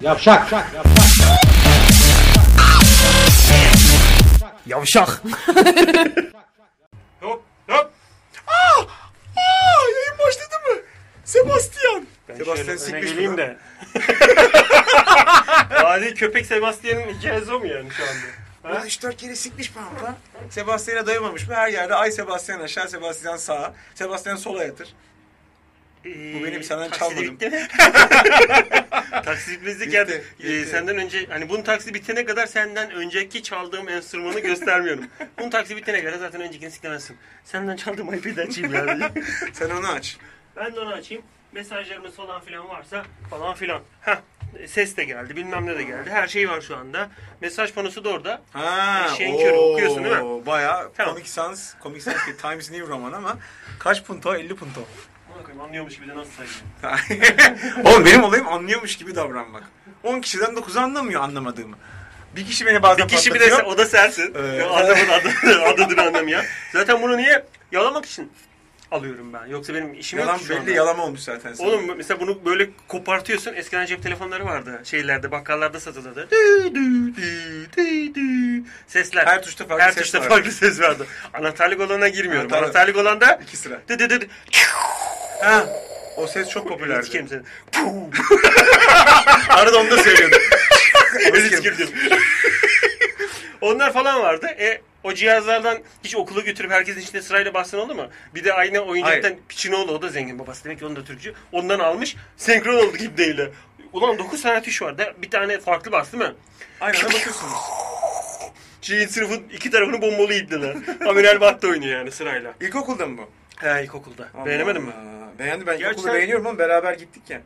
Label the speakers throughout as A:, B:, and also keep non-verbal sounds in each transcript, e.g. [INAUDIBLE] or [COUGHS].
A: Yavşak.
B: Yavşak.
C: Hop hop.
B: Aa, Ah! yayın başladı mı? Sebastian.
C: Ben
A: Sebastian
C: şöyle öne
A: sikmiş
C: geleyim
A: bunu.
C: de. Adi köpek Sebastian'ın hikayesi o mu yani şu anda? Ha?
A: 3-4 kere sikmiş pampa. Sebastian'a doyamamış mı? Her yerde ay Sebastian aşağı, Sebastian sağa. Sebastian sola yatır.
C: Bu
A: benim senden çalmadım.
C: Bitti mi? taksi bizlik
A: Bitti,
C: yani
A: bitti.
C: e, senden önce hani bunun taksi bitene kadar senden önceki çaldığım enstrümanı göstermiyorum. bunun taksi bitene kadar zaten öncekini siklemezsin. Senden çaldığım iPad'i açayım yani.
A: Sen onu aç.
C: ben de onu açayım. Mesajlarımız falan filan varsa falan filan. Heh. Ses de geldi, bilmem ne de geldi. Her şey var şu anda. Mesaj panosu da orada.
A: Ha,
C: Eşeğin körü,
A: oo,
C: okuyorsun değil mi?
A: Bayağı
C: Tamam.
A: Comic Sans, Comic Sans değil, Times New Roman ama kaç punto? 50 punto.
C: [LAUGHS] Ulan koyayım, Anlıyormuş gibi de nasıl sayayım?
A: Oğlum benim olayım anlıyormuş gibi davranmak. 10 kişiden 9'u anlamıyor anlamadığımı. Bir kişi beni bazen
C: Bir kişi bir de
A: patlatıyor.
C: sen- o da sensin.
A: Evet.
C: Ee, Adamın adı, [LAUGHS] adıdır anlam ya. Zaten bunu niye? Yalamak için alıyorum ben. Yoksa benim işim
A: Yalan
C: yok ki şu anda.
A: belli yalama olmuş zaten. sana.
C: Oğlum mesela bunu böyle kopartıyorsun. Eskiden cep telefonları vardı. Şeylerde bakkallarda satılırdı. Dü, dü, dü, dü, dü. Sesler.
A: Her tuşta farklı
C: Her
A: ses
C: tuşta
A: var.
C: farklı ses vardı. Anahtarlık olana girmiyorum.
A: Anahtarlık.
C: Anahtarlık olanda
A: İki sıra.
C: dı dı dı dı.
A: Ha, o ses çok popülerdi.
C: Sikerim seni.
A: [LAUGHS] Arada onu da söylüyordum.
C: Öyle sikirdim. Onlar falan vardı. E o cihazlardan hiç okula götürüp herkesin içinde sırayla bassın oldu mu? Bir de aynı oyuncaktan
A: Hayır.
C: Piçinoğlu o da zengin babası demek ki onun da Türkçü. Ondan almış senkron oldu gibdeyle. Ulan 9 tane tuş var da bir tane farklı bas değil mi?
A: Aynen ona bakıyorsunuz.
C: Şeyin sınıfın iki tarafını
A: [LAUGHS]
C: bombalı ibneler. Amiral Battı oynuyor yani sırayla.
A: İlkokulda mı bu?
C: He ilkokulda.
A: Allah
C: Beğenemedin mi?
A: Allah. Beğendim ben
C: Gerçi
A: ilkokulu
C: sen-
A: beğeniyorum ama beraber gittik ya.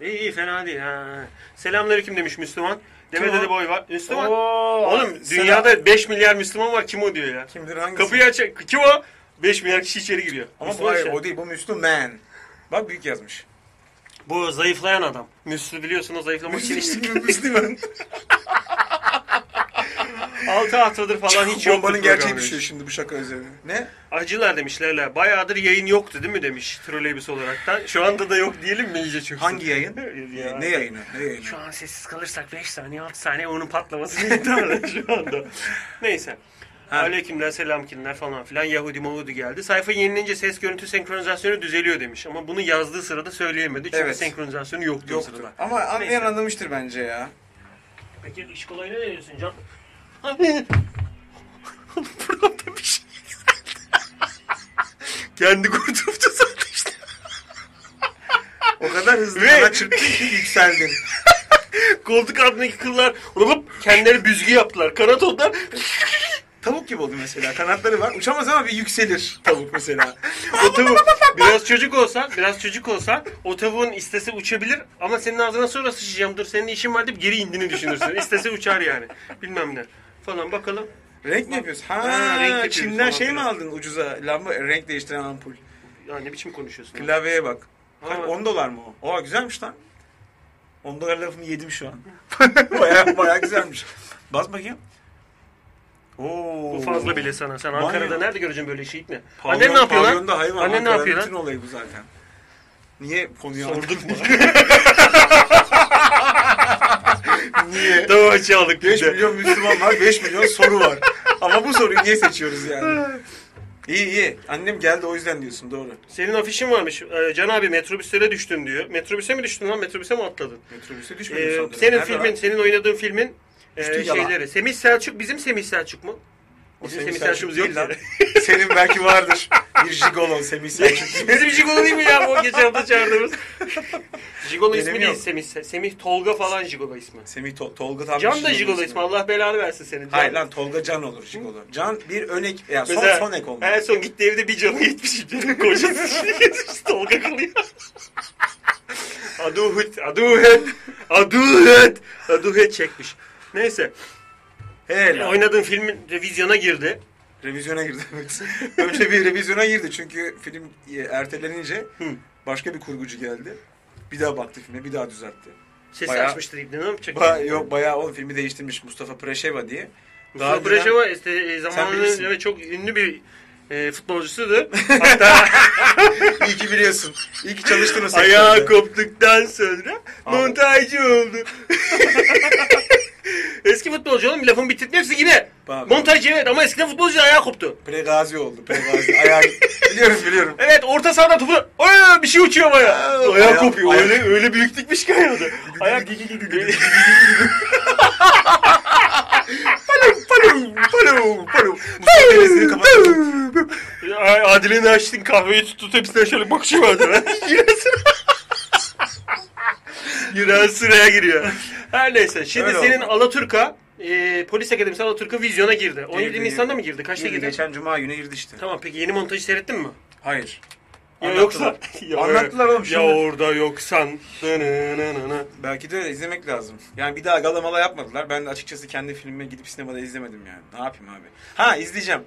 C: İyi iyi fena değil ha. Selamünaleyküm demiş Müslüman. Demede
A: o?
C: de boy var. Müslüman.
A: Oo,
C: Oğlum
A: selam-
C: dünyada 5 milyar Müslüman var kim o diyor ya.
A: Kimdir hangisi?
C: Kapıyı aç. Kim o? 5 milyar kişi içeri giriyor.
A: Ama bu
C: Müslüman şey.
A: hayır
C: işte.
A: o değil bu Müslüman. Bak büyük yazmış.
C: Bu zayıflayan adam. Müslü biliyorsun o zayıflamak için [LAUGHS] işte.
A: Müslüman.
C: 6 haftadır falan hiç yoktu.
A: Bombanın gerçeği
C: programda.
A: düşüyor şimdi bu şaka üzerine. Ne?
C: Acılar demişler la. Bayağıdır yayın yoktu değil mi demiş trolleybüs olaraktan. Şu anda da yok diyelim mi iyice çöksün.
A: Hangi yayın?
C: [LAUGHS] Ya.
A: Ne, ne yayını? Ne yayını?
C: Şu an sessiz kalırsak 5 saniye 6 saniye onun patlaması [LAUGHS] muhtemelen şu anda. Neyse. Aleykümler selamkinler falan filan Yahudi Mahudi geldi. Sayfa yenilince ses görüntü senkronizasyonu düzeliyor demiş. Ama bunu yazdığı sırada söyleyemedi. Çünkü
A: Evet.
C: senkronizasyonu yoktu, o
A: Yoktu.
C: sırada.
A: Ama anlayan
C: Neyse.
A: anlamıştır bence ya.
C: Peki iş kolayına ne diyorsun Can? Burada bir şey [LAUGHS] Kendi kurtuldu zaten işte.
A: O kadar hızlı
C: Ve-
A: bana çırptın ki yükseldin.
C: Koltuk altındaki kıllar hop kendileri büzgü yaptılar. Kanat oldular.
A: Tavuk gibi oldu mesela. Kanatları var. Uçamaz ama bir yükselir tavuk
C: [LAUGHS]
A: mesela.
C: O tavuk biraz çocuk olsa, biraz çocuk olsa o tavuğun istese uçabilir ama senin ağzına sonra sıçacağım dur senin işin var deyip geri indiğini düşünürsün. İstese uçar yani. Bilmem ne. Falan bakalım.
A: Renk mi yapıyoruz? Ha,
C: Ha, renk yapıyoruz
A: Çin'den
C: falan
A: şey mi
C: filan.
A: aldın ucuza? Lamba renk değiştiren ampul.
C: Ya ne biçim konuşuyorsun? lan?
A: Klavyeye bak.
C: Ha.
A: Kaç- 10 dolar mı o? Oha güzelmiş lan. 10 dolar lafını yedim şu
C: [LAUGHS]
A: an. baya baya güzelmiş. Bas bakayım. Oo.
C: Bu fazla bile sana. Sen
A: Manyak.
C: Ankara'da nerede göreceksin böyle şey itme.
A: Pavyon-
C: Annen ne yapıyor lan? [LAUGHS]
A: pavyonda hayvan.
C: Annen ne
A: Ankara'nın
C: yapıyor lan?
A: Bütün olayı bu zaten. Niye konuyu aldın?
C: Sorduk mu?
A: [LAUGHS] Niye?
C: Doğu açı aldık
A: 5
C: bir de.
A: milyon Müslüman var, 5 milyon soru var. Ama bu soruyu niye seçiyoruz
C: [LAUGHS]
A: yani? İyi iyi. Annem geldi o yüzden diyorsun doğru.
C: Senin afişin varmış. Ee, Can abi metrobüslere düştün diyor. Metrobüse mi düştün lan? Metrobüse mi atladın?
A: Metrobüse
C: Ee,
A: düşmedim sanırım.
C: senin
A: Nerede
C: filmin,
A: var?
C: senin oynadığın filmin e,
A: Üstü yalan.
C: şeyleri. Semih Selçuk, bizim Semih Selçuk mu?
A: O
C: Bizim
A: Semih
C: Semih
A: Selçuk
C: Selçuk'umuz yok
A: değil
C: ki.
A: lan. Senin belki vardır. Bir jigolo Semih
C: [LAUGHS]
A: Selçuk.
C: Bizim Jigolo değil mi ya bu geçen hafta çağırdığımız? [LAUGHS] Jigolo
A: Benim
C: ismi değil
A: yok.
C: Semih. Semih Tolga falan Jigolo ismi.
A: Semih Tol- Tolga tam
C: Can
A: bir
C: da
A: jigolo
C: Jigolo ismi. Allah belanı versin senin. Can.
A: Hayır lan Tolga Can olur jigolo. Can bir önek, ya son son ek olmalı.
C: En son gitti evde bir canı gitmiş içeri. [LAUGHS] Kocası Tolga kalıyor. aduhet, aduhet, aduhet, aduhet çekmiş. Neyse.
A: He lan.
C: Oynadığın filmin revizyona girdi.
A: Revizyona girdi. Önce bir revizyona girdi çünkü film e, ertelenince başka bir kurgucu geldi. Bir daha baktı filme, bir daha düzeltti.
C: Sesi
A: Bayağı-
C: açmıştır İbni ne yapacak?
A: Ba yok bayağı oğlum filmi değiştirmiş Mustafa Preşeva diye.
C: Mustafa
A: önceden-
C: Brejeva işte, e, zamanının
A: bilirsin.
C: evet, çok ünlü bir e, [LAUGHS] futbolcusudur. Hatta
A: İyi ki biliyorsun. İyi ki çalıştın o sektörde.
C: ayağı koptuktan sonra montajcı oldu. [LAUGHS] Eski futbolcu oğlum lafın bitirdim hepsi yine.
A: Bak.
C: Montajcı evet ama eskiden futbolcu ayağı koptu.
A: Pregazi oldu. Pregazi. Ayağı... biliyorum biliyorum.
C: Evet orta sahada topu oy bir şey uçuyor baya.
A: Aa,
C: Ayağı,
A: ayağı-
C: kopuyor.
A: ayağı-
C: Öyle öyle büyüklükmüş ki ayağı da. [LAUGHS] Ayak
A: Palum palum palum. Mustafa Denizli'yi kapattım.
C: Ay, Adile'nin açtın kahveyi tuttu hepsine şöyle bakışıyor [LAUGHS] Adile. Yine sıra. Yine sıraya giriyor. Her neyse. Şimdi
A: Öyle
C: senin
A: oldu.
C: Alaturka, e, polis akademisi Alaturka vizyona girdi. 17
A: Girdi,
C: Nisan'da
A: girdi.
C: mı girdi? Kaçta girdi?
A: Girdi, Geçen cuma günü girdi işte.
C: Tamam peki yeni montajı seyrettin mi?
A: Hayır.
C: Ya
A: Anlattılar.
C: yoksa. Ya,
A: Anlattılar oğlum şimdi.
C: Ya orada yoksan. Nı nı nı nı nı.
A: Belki de izlemek lazım. Yani bir daha galamala yapmadılar. Ben de açıkçası kendi filmime gidip sinemada izlemedim yani. Ne yapayım abi? Ha izleyeceğim.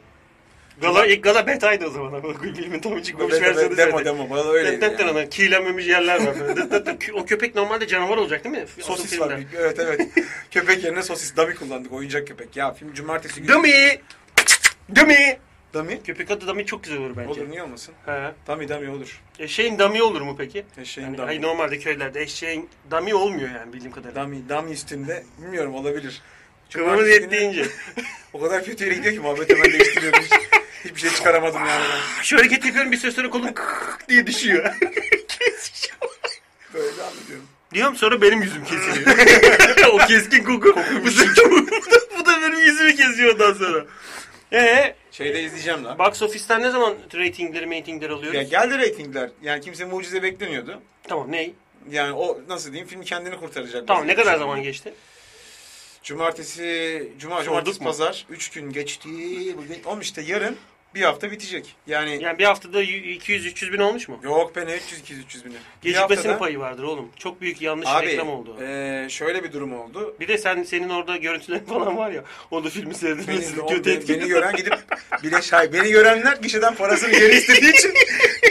C: Gala, ilk gala betaydı o zaman. ama Filmin tam çıkmamış
A: Be- be-
C: versiyonu
A: demo
C: seyrettim.
A: demo. Bana öyleydi
C: Dıt dıt
A: yani.
C: dıt, Kiğlenmemiş yerler var. böyle. Dıt dıt dıt. O köpek normalde canavar olacak değil mi? Asıl
A: Sosis
C: filmde.
A: var. Evet evet. [LAUGHS] köpek yerine sosis. Dami kullandık. Oyuncak köpek. Ya film cumartesi günü.
C: Dummy! Dummy!
A: Dami?
C: Köpek adı dummy çok güzel olur bence.
A: Olur niye olmasın?
C: He.
A: Dami dami olur.
C: Eşeğin dummy olur mu peki?
A: Eşeğin
C: Yani,
A: dami.
C: hayır, normalde köylerde eşeğin dummy olmuyor yani bildiğim kadarıyla.
A: Dami, dami üstünde. Bilmiyorum olabilir.
C: Kıvamız
A: Cumartesi günü
C: yettiğince.
A: O kadar kötü yere gidiyor ki muhabbeti hemen değiştiriyorum. Hiç- Hiçbir şey çıkaramadım yani. ben.
C: [LAUGHS] Şu hareketi yapıyorum bir süre sonra kolum [LAUGHS] kık
A: [LAUGHS]
C: diye düşüyor.
A: Böyle anlatıyorum.
C: Diyorum sonra benim
A: [LAUGHS]
C: yüzüm kesiliyor. o keskin koku. bu, da, [LAUGHS] bu da benim yüzümü kesiyor ondan sonra. Ee,
A: Şeyde izleyeceğim lan.
C: box office'ten ne zaman ratingleri, ratingleri alıyoruz?
A: Ya geldi reytingler. Yani kimse mucize beklemiyordu.
C: Tamam ney?
A: Yani o nasıl diyeyim film kendini kurtaracak.
C: Tamam ne kadar zaman geçti?
A: Cumartesi, cuma,
C: Sorduk
A: cumartesi,
C: mu?
A: pazar. Üç gün geçti. Bugün oğlum işte yarın bir hafta bitecek. Yani,
C: Yani bir haftada 200-300 bin olmuş mu?
A: yok be ne 300 200 bini. Bir
C: Gecikmesinin
A: haftada-
C: payı vardır oğlum. Çok büyük yanlış
A: Abi e-
C: reklam oldu.
A: eee, şöyle bir durum oldu.
C: [LAUGHS] Bir de sen senin orada görüntüler [LAUGHS] falan var ya. Orada filmi
A: Beni,
C: seyredilmesi
A: o-
C: kötü
A: beni,
C: etkili.
A: beni gören gidip bile şay beni görenler gişeden parasını geri istediği
C: [LAUGHS]
A: için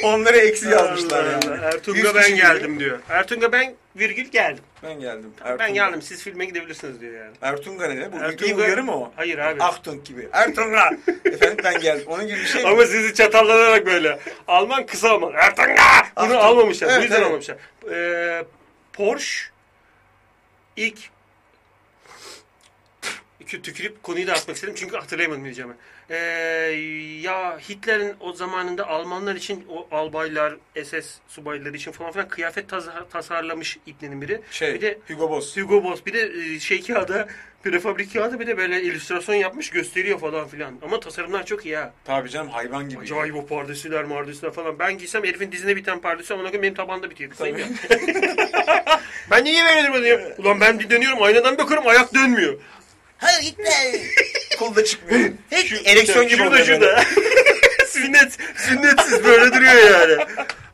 A: onlara eksi yazmışlar
C: Allah
A: yani.
C: Allah. Ertuğrul'a
A: Yüz
C: ben
A: kişi
C: geldim
A: geliyor.
C: diyor. Ertuğrul'a ben virgül geldim.
A: Ben geldim.
C: Ben
A: Ertunga.
C: geldim siz filme gidebilirsiniz diyor yani.
A: Ertunga ne? Bu
C: Ertunga-
A: bir uyarı mı o?
C: Hayır abi.
A: Achtung gibi.
C: [LAUGHS]
A: Ertunga. Efendim ben geldim. Onun gibi bir şey.
C: Ama sizi çatallanarak böyle. Alman kısa Alman. Ertuğrul'a! Bunu
A: Ertuğrul.
C: almamışlar.
A: Ah, Evet,
C: bu yüzden
A: evet.
C: almamışlar. Ee, Porsche ilk İki tükürüp konuyu da atmak istedim çünkü hatırlayamadım diyeceğimi. Ee, ya Hitler'in o zamanında Almanlar için o albaylar, SS subayları için falan filan kıyafet tasa- tasarlamış İbni'nin biri.
A: Şey,
C: Bir de
A: Hugo Boss.
C: Hugo Boss bir de e, şey kağıda, prefabrik kağıda bir de böyle illüstrasyon yapmış gösteriyor falan filan. Ama tasarımlar çok iyi ha.
A: Tabii canım hayvan gibi.
C: Acayip o pardesüler mardesüler falan. Ben giysem herifin dizine biten pardesü ama ona göre benim tabanda bitiyor. Kısayım ya. [LAUGHS] ben niye beğenmedim bunu ya? Ulan ben bir dönüyorum aynadan bakıyorum ayak dönmüyor.
A: Hayır
C: [LAUGHS]
A: gitme. Kolda çıkmıyor. Hiç ereksiyon gibi
C: şurada
A: oluyor. böyle.
C: şurada. [LAUGHS] Sünnet, sünnetsiz böyle duruyor yani.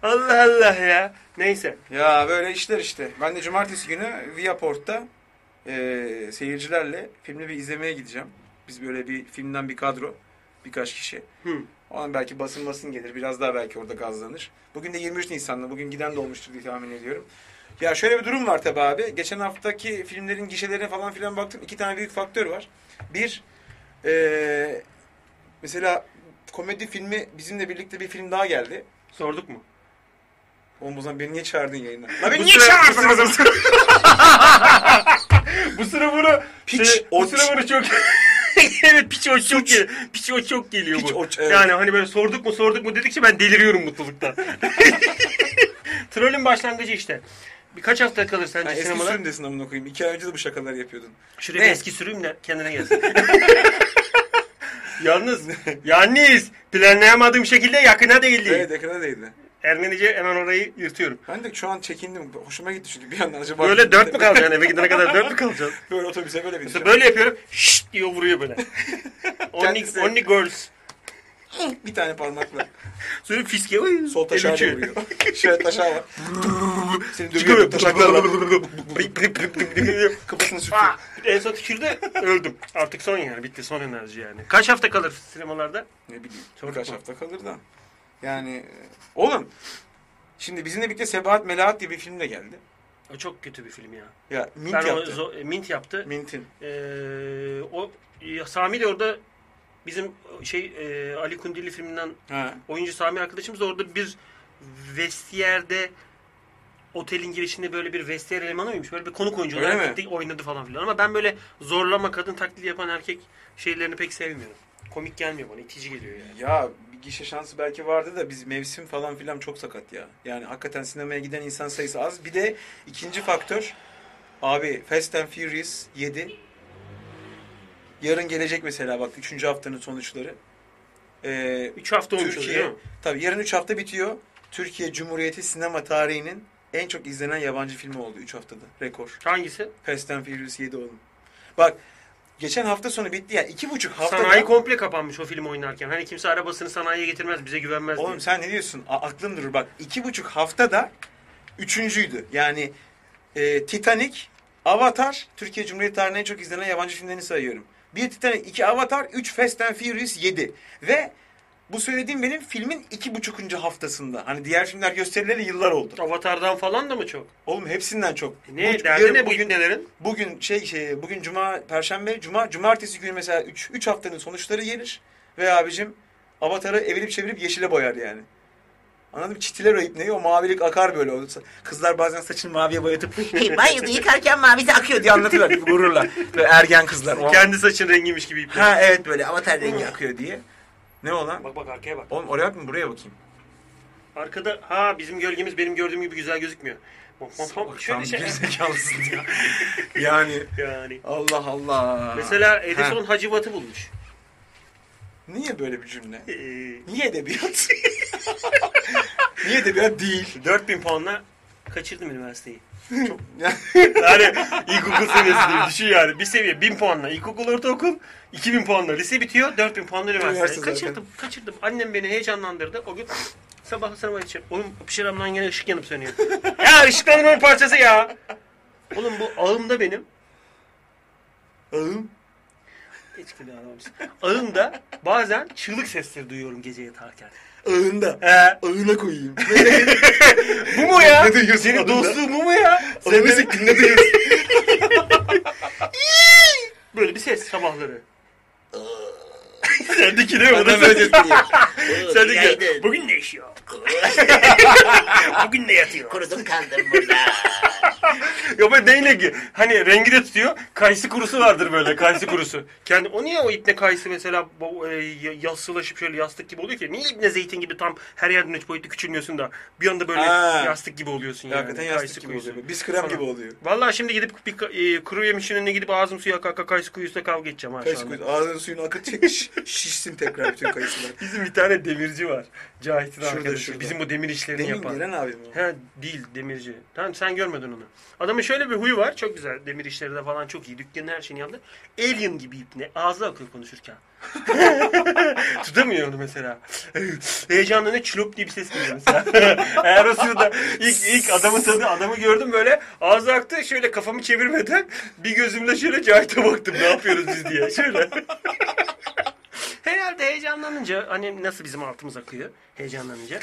C: Allah Allah ya. Neyse.
A: Ya böyle işler işte. Ben de cumartesi günü Viaport'ta eee seyircilerle filmi bir izlemeye gideceğim. Biz böyle bir filmden bir kadro. Birkaç kişi.
C: Hı.
A: O an belki basın basın gelir. Biraz daha belki orada gazlanır. Bugün de 23 Nisan'da. Bugün giden de olmuştur diye tahmin ediyorum. Ya şöyle bir durum var tabii abi. Geçen haftaki filmlerin gişelerine falan filan baktım. İki tane büyük faktör var. Bir, eee, mesela komedi filmi bizimle birlikte bir film daha geldi.
C: Sorduk mu?
A: Oğlum o zaman beni niye çağırdın yayına? Lan beni
C: Bu
A: niye
C: sıra-
A: çağırdın?
C: bu sıra- [LAUGHS] bu sıra bunu
A: Piç,
C: şey, bu
A: oç.
C: sıra bunu çok [LAUGHS] evet piç o çok geliyor. Piç o çok geliyor
A: Piç
C: bu.
A: oç, evet.
C: Yani hani böyle sorduk mu sorduk mu dedikçe ben deliriyorum mutluluktan. Trolün başlangıcı işte. Birkaç hafta kalır sence
A: Yani eski
C: sinemada.
A: sürümdesin amına koyayım. İki ay önce de bu şakaları yapıyordun.
C: Şuraya
A: Ne?
C: bir eski süreyim de kendine gelsin. yalnız, yalnız planlayamadığım şekilde yakına değildi.
A: Evet ekrana değdi.
C: Ermenice hemen orayı yırtıyorum.
A: Ben de şu an çekindim. Hoşuma gitti çünkü bir yandan acaba...
C: Böyle dört mü kalacaksın eve gidene kadar dört mü kalacaksın?
A: Böyle otobüse böyle bineceğim.
C: İşte böyle yapıyorum. Şşt diyor vuruyor böyle. only,
A: Kendisi.
C: only girls.
A: Bir tane parmakla.
C: Sonra fiske. uy,
A: Sol taşağı
C: el
A: da
C: uçuyor.
A: vuruyor. [LAUGHS] Şöyle taşağı
C: [LAUGHS]
A: var. Seni dövüyor.
C: Çıkıyor.
A: Taşaklarla.
C: Brik, brik, brik, brik, brik.
A: Kafasını sürtüyor.
C: en son tükürdü öldüm. Artık son yani bitti son enerji yani. Kaç hafta kalır sinemalarda?
A: Ne bileyim.
C: Çok
A: birkaç
C: mu?
A: hafta kalır da. Yani... e, Oğlum. Şimdi bizimle birlikte Sebahat Melahat diye bir film de geldi.
C: O çok kötü bir film ya.
A: Ya Mint
C: Ben o e,
A: yaptı.
C: zo- Mint yaptı.
A: Mint'in.
C: Ee, o ya Sami e, de orada Bizim şey e, Ali Kundili filminden
A: Ha.
C: oyuncu Sami arkadaşımız da orada bir vestiyerde otelin girişinde böyle bir vestiyer elemanı mıymış? Böyle bir konuk oyuncu
A: Öyle
C: olarak
A: mi?
C: gitti, oynadı falan filan. Ama ben böyle zorlama kadın taklidi yapan erkek şeylerini pek sevmiyorum. Komik gelmiyor bana. itici geliyor yani.
A: Ya bir gişe şansı belki vardı da biz mevsim falan filan çok sakat ya. Yani hakikaten sinemaya giden insan sayısı az. Bir de ikinci faktör. Abi Fast and Furious 7. Yarın gelecek mesela bak 3. haftanın sonuçları. Ee,
C: 3 hafta olmuş oluyor
A: Türkiye
C: değil mi?
A: tabii yarın 3 hafta bitiyor. Türkiye Cumhuriyeti sinema tarihinin en çok izlenen yabancı filmi oldu 3 haftada. Rekor.
C: Hangisi?
A: Fast and Furious 7 oğlum. Bak geçen hafta sonu bitti ya. iki buçuk haftada.
C: Sanayi komple kapanmış o film oynarken. Hani kimse arabasını sanayiye getirmez, bize güvenmez diye.
A: Oğlum sen ne diyorsun? A- aklım durur bak. iki buçuk haftada üçüncüydü. Yani e, Titanic, Avatar, Türkiye Cumhuriyeti tarihinin en çok izlenen yabancı filmlerini sayıyorum. Bir Titanic, iki Avatar, üç Fast and Furious 7. Ve bu söylediğim benim filmin iki buçukuncu haftasında. Hani diğer filmler gösterileli yıllar oldu.
C: Avatar'dan falan da mı çok?
A: Oğlum hepsinden çok.
C: E Ne
A: Bu-
C: derdi
A: yarın-
C: ne bu
A: bugün,
C: nelerin?
A: bugün şey, şey bugün cuma perşembe cuma cumartesi günü mesela 3 3 haftanın sonuçları gelir ve abicim avatarı evirip çevirip yeşile boyar yani. Anladın mı? Çitiler o ipneyi o mavilik akar böyle. O sa- Kızlar bazen saçını maviye boyatıp [LAUGHS] hey, banyoda yıkarken mavisi akıyor diye anlatıyorlar [LAUGHS] gururla. Böyle ergen kızlar. O-
C: Kendi saçın rengiymiş gibi iple.
A: Ha evet böyle avatar rengi akıyor diye. Ne olan?
C: Bak bak arkaya bak.
A: Oğlum oraya bakma buraya bakayım.
C: Arkada ha bizim gölgemiz benim gördüğüm gibi güzel gözükmüyor. Hop, hop, hop,
A: Tam
C: Şöyle şey.
A: bir zekalısın ya. yani
C: [LAUGHS] Yani.
A: Allah Allah.
C: Mesela
A: Ha.
C: Edison Hacivat'ı bulmuş.
A: Niye böyle bir cümle?
C: Ee,
A: Niye edebiyat? [LAUGHS] Niye edebiyat değil? [LAUGHS]
C: 4000 puanla kaçırdım üniversiteyi.
A: Çok...
C: Yani ilkokul seviyesinde düşün yani. Bir seviye 1000 puanla ilkokul ortaokul, 2000 puanla lise bitiyor, 4000 puanla üniversite.
A: Üniversite zaten.
C: kaçırdım, kaçırdım. Annem beni heyecanlandırdı. O gün sabah sınava yetişeceğim. Oğlum pişiramdan gene ışık yanıp
A: [LAUGHS]
C: sönüyor. ya ışıklandırmanın parçası ya. Oğlum bu ağımda benim.
A: Ağım.
C: Hiç bile anlamamışsın. Ağımda bazen çığlık sesleri duyuyorum gece yatarken.
A: Ağında.
C: Ee,
A: Ağına koyayım.
C: bu mu ya?
A: Ne duyuyorsun
C: Senin
A: ağında?
C: dostluğun bu mu ya?
A: [LAUGHS] Sen bizi ne duyuyorsun?
C: Böyle bir
A: [LAUGHS]
C: ses sabahları. Sen dikine
A: Adam öyle [LAUGHS] diyor.
C: Sen dikine. Bugün ne iş yok? Bugün ne yatıyor?
D: Kurudum kaldım burada.
C: Ya böyle neyle ki? Hani rengi de tutuyor. Kayısı kurusu vardır böyle.
A: [LAUGHS]
C: Kayısı kurusu. Kendi o niye o ipne kayısı mesela bu, e, y- yassılaşıp şöyle yastık gibi oluyor ki? Niye ipne zeytin gibi tam her yerden üç boyutlu küçülmüyorsun da bir anda böyle
A: Ha.
C: yastık gibi oluyorsun yani.
A: Hakikaten
C: Kayısı
A: yastık gibi
C: kuyusu.
A: oluyor. Biz krem gibi oluyor.
C: Vallahi şimdi gidip bir ka- e, kuru yemişin önüne gidip ağzım suya kaka kayısı kuyusuyla kavga edeceğim ha şu
A: Kayısı
C: anda.
A: koyuyor. Ağzının suyunu akıt çek. şiş- [LAUGHS] Şişsin tekrar bütün [LAUGHS] kayısılar.
C: Bizim bir tane demirci var. Cahit'in
A: Şurada,
C: arkadaşı.
A: şurada.
C: Bizim bu demir işlerini
A: Demin
C: yapan.
A: gelen abi mi? o?
C: He değil demirci. Tamam sen görmedin onu. Adamın şöyle bir huyu var. Çok güzel. Demir işleri de falan çok iyi. Dükkanın her şeyini yaptı. Alien gibi ipne. Ağzı akıyor konuşurken. [LAUGHS] Tutamıyor onu mesela. [LAUGHS] Heyecanla ne çulup diye bir ses geliyor mesela. [LAUGHS] Eğer o sırada ilk, ilk adamı tadı adamı gördüm böyle ağzı aktı. Şöyle kafamı çevirmeden bir gözümle şöyle Cahit'e baktım. Ne yapıyoruz biz diye. Şöyle. [LAUGHS] Herhalde heyecanlanınca hani nasıl bizim altımız akıyor heyecanlanınca.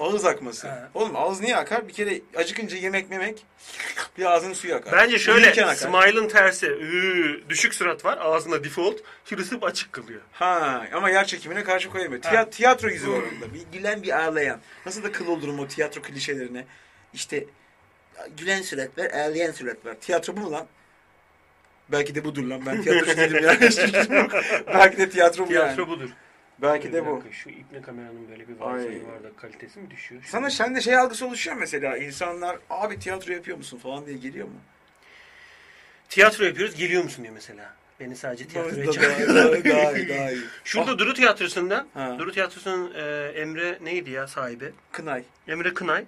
A: Ağız akması. Oğlum ağız niye akar? Bir kere acıkınca yemek memek bir ağzının suyu akar.
C: Bence
A: Uyurken
C: şöyle
A: akar.
C: smile'ın tersi ıı, düşük surat var ağzında default şurası hep açık kalıyor.
A: Ha ama yer çekimine karşı koyamıyor. Tiya- tiyatro yüzü var onda. Bir gülen bir ağlayan. Nasıl da kıl olurum o tiyatro klişelerine. İşte gülen surat var, ağlayan surat var. Tiyatro bu mu lan? Belki de budur lan. Ben
C: [LAUGHS]
A: tiyatrocu değilim yani. Hiç fikrim yok. Belki de tiyatro bu
C: Tiyatro
A: yani.
C: budur.
A: Belki de bu.
C: Şu ipne kameranın böyle bir
A: Ay.
C: varsayı var da kalitesi mi düşüyor?
A: Sana sende şey algısı oluşuyor mesela. İnsanlar abi tiyatro yapıyor musun falan diye geliyor mu?
C: Tiyatro yapıyoruz geliyor musun diyor mesela. Beni sadece tiyatroya
A: daha,
C: çağırıyor.
A: daha, daha iyi, daha iyi.
C: [LAUGHS] Şurada Duru Tiyatrosu'nda
A: Ha.
C: Duru Tiyatrosu'nun e, Emre neydi ya sahibi?
A: Kınay.
C: Emre Kınay.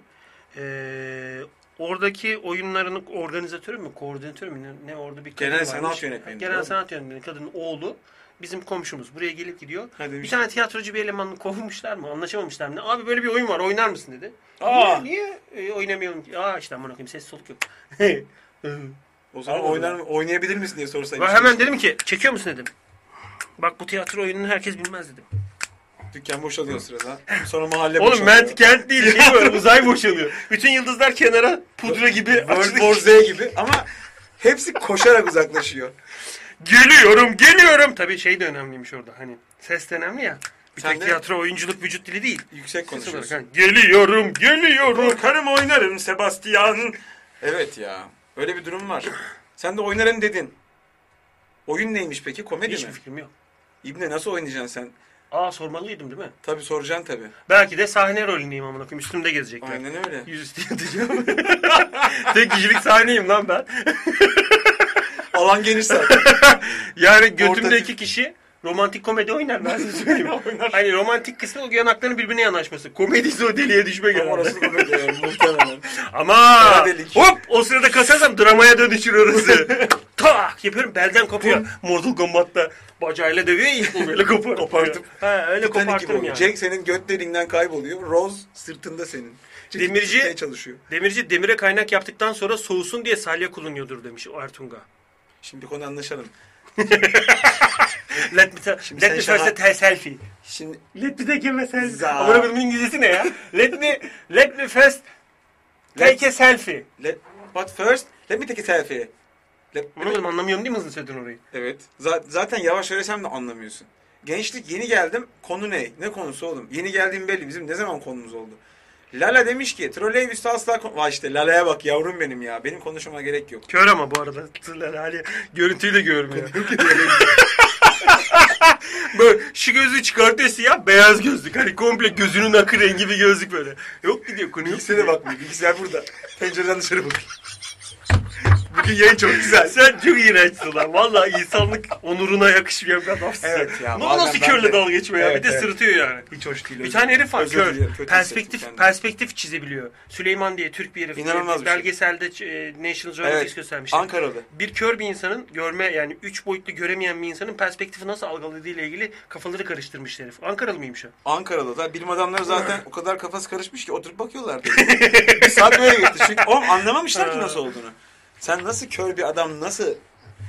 C: E, oradaki oyunların organizatörü mü, koordinatörü mü ne, ne orada bir kadın
A: Genel
C: varmış.
A: sanat yönetmeni.
C: Genel
A: doğru mu?
C: sanat yönetmeni kadının oğlu bizim komşumuz. Buraya gelip gidiyor.
A: Ha, demiş.
C: Bir tane tiyatrocu bir elemanı kovmuşlar mı? Anlaşamamışlar mı? ne? Abi böyle bir oyun var oynar mısın dedi.
A: Aa!
C: Niye, niye e, oynamayalım? ki? Aa işte amına koyayım ses soluk [LAUGHS] yok.
A: O zaman
C: Anladım.
A: oynar, mı- oynayabilir misin diye sorsaydım.
C: ben hemen dedim ki çekiyor musun dedim. Bak bu tiyatro oyununu herkes bilmez dedim.
A: Dükkan boşalıyor sırada. Sonra mahalle
C: Oğlum
A: boşalıyor.
C: ment kent değil [LAUGHS] şey böyle uzay boşalıyor. Bütün yıldızlar kenara pudra gibi
A: World
C: açılık.
A: War Z gibi ama hepsi koşarak uzaklaşıyor.
C: Geliyorum, geliyorum. Tabii şey de önemliymiş orada hani. Ses de önemli ya. Bir
A: Sen
C: tek
A: de-
C: tiyatro, oyunculuk, vücut dili değil.
A: Yüksek
C: Ses olarak
A: konuşuyorsun.
C: hani, geliyorum, geliyorum.
B: Korkarım oynarım Sebastian.
A: Evet ya. Öyle bir durum var. Sen de oynarım dedin. Oyun neymiş peki? Komedi
C: Hiçbir
A: mi?
C: fikrim yok.
A: İbne nasıl oynayacaksın sen?
C: Aa sormalıydım değil mi?
A: Tabii soracaksın tabii.
C: Belki de sahne rolündeyim amına koyayım. Üstümde gezecekler.
A: Aynen öyle.
C: Yüzüstü yatacağım. [LAUGHS] Tek kişilik sahneyim lan ben.
A: Alan geniş zaten.
C: [LAUGHS] Yani götümde
A: Portatif.
C: iki kişi romantik komedi oynar ben size
A: [LAUGHS]
C: söyleyeyim. hani romantik kısmı o yanakların birbirine yanaşması. Komedi ise o deliye düşme
A: Ama
C: genelde.
A: orası komedi yani muhtemelen.
C: Ama
A: delik.
C: hop o sırada kaçarsam dramaya
A: [LAUGHS]
C: dönüşür orası. tak yapıyorum belden kopuyor. Mortal Kombat'ta bacağıyla dövüyor ya o böyle
A: [LAUGHS]
C: kopar. Kopartıp. Ha öyle
A: Titanic gibi
C: kopartırım
A: oluyor.
C: yani.
A: Jack senin götlerinden kayboluyor. Rose sırtında senin. Çünkü
C: Demirci-
A: tutmaya çalışıyor.
C: Demirci demire kaynak yaptıktan sonra soğusun diye salya kullanıyordur demiş o Ertunga.
A: Şimdi bir konu anlaşalım.
C: Let me, ta-
A: Şimdi
C: let
A: sen
C: me
A: şaka-
C: first tell selfie.
A: Şimdi
C: Let me take a selfie.
A: Za-
C: Ama bunun İngilizcesi ne ya? let me, let me first take a selfie.
A: let, but first let me take a selfie. Let-
C: Bunu dedim anlamıyorum değil mi hızlı söyledin orayı?
A: evet. Za- zaten yavaş söylesem de anlamıyorsun. Gençlik yeni geldim. Konu ne? Ne konusu oğlum? Yeni geldiğim belli. Bizim ne zaman konumuz oldu? Lala demiş ki trolleybüste asla... Kon- Vay işte Lala'ya bak yavrum benim ya. Benim konuşmama gerek yok.
C: Kör ama bu arada. Tırlar hali görüntüyle görmüyor. [LAUGHS] böyle şu gözü çıkartıyor siyah beyaz gözlük. Hani komple gözünün akı rengi bir gözlük böyle. Yok gidiyor konu yok.
A: Bilgisayara bakmıyor. Bilgisayar burada. Pencereden dışarı bakıyor. [LAUGHS] Bugün yayın çok güzel.
C: Sen çok iğrençsin lan. Valla insanlık onuruna yakışmayan bir adamsın.
A: Evet ya,
C: Ama
A: bazen
C: nasıl
A: ben
C: körle
A: de-
C: dalga geçme ya.
A: Evet,
C: bir de
A: evet.
C: sırıtıyor yani.
A: Hiç hoş değil.
C: Bir tane herif var
A: Özür
C: kör.
A: dilerim, kötü hissettim
C: Perspektif
A: kendimi.
C: perspektif çizebiliyor. Süleyman diye Türk bir herif.
A: İnanılmaz bir şey.
C: Belgeselde e, National Geographic
A: Evet.
C: göstermişti.
A: Ankaralı.
C: bir kör bir insanın görme yani üç boyutlu göremeyen bir insanın perspektifi nasıl algıladığı ile ilgili kafaları karıştırmış herif. Ankaralı mıymış o?
A: Ankaralı da bilim adamları zaten o kadar kafası karışmış ki oturup bakıyorlar. bir saat böyle geçti. Çünkü oğlum anlamamışlar ki nasıl olduğunu. Sen nasıl kör bir adam nasıl?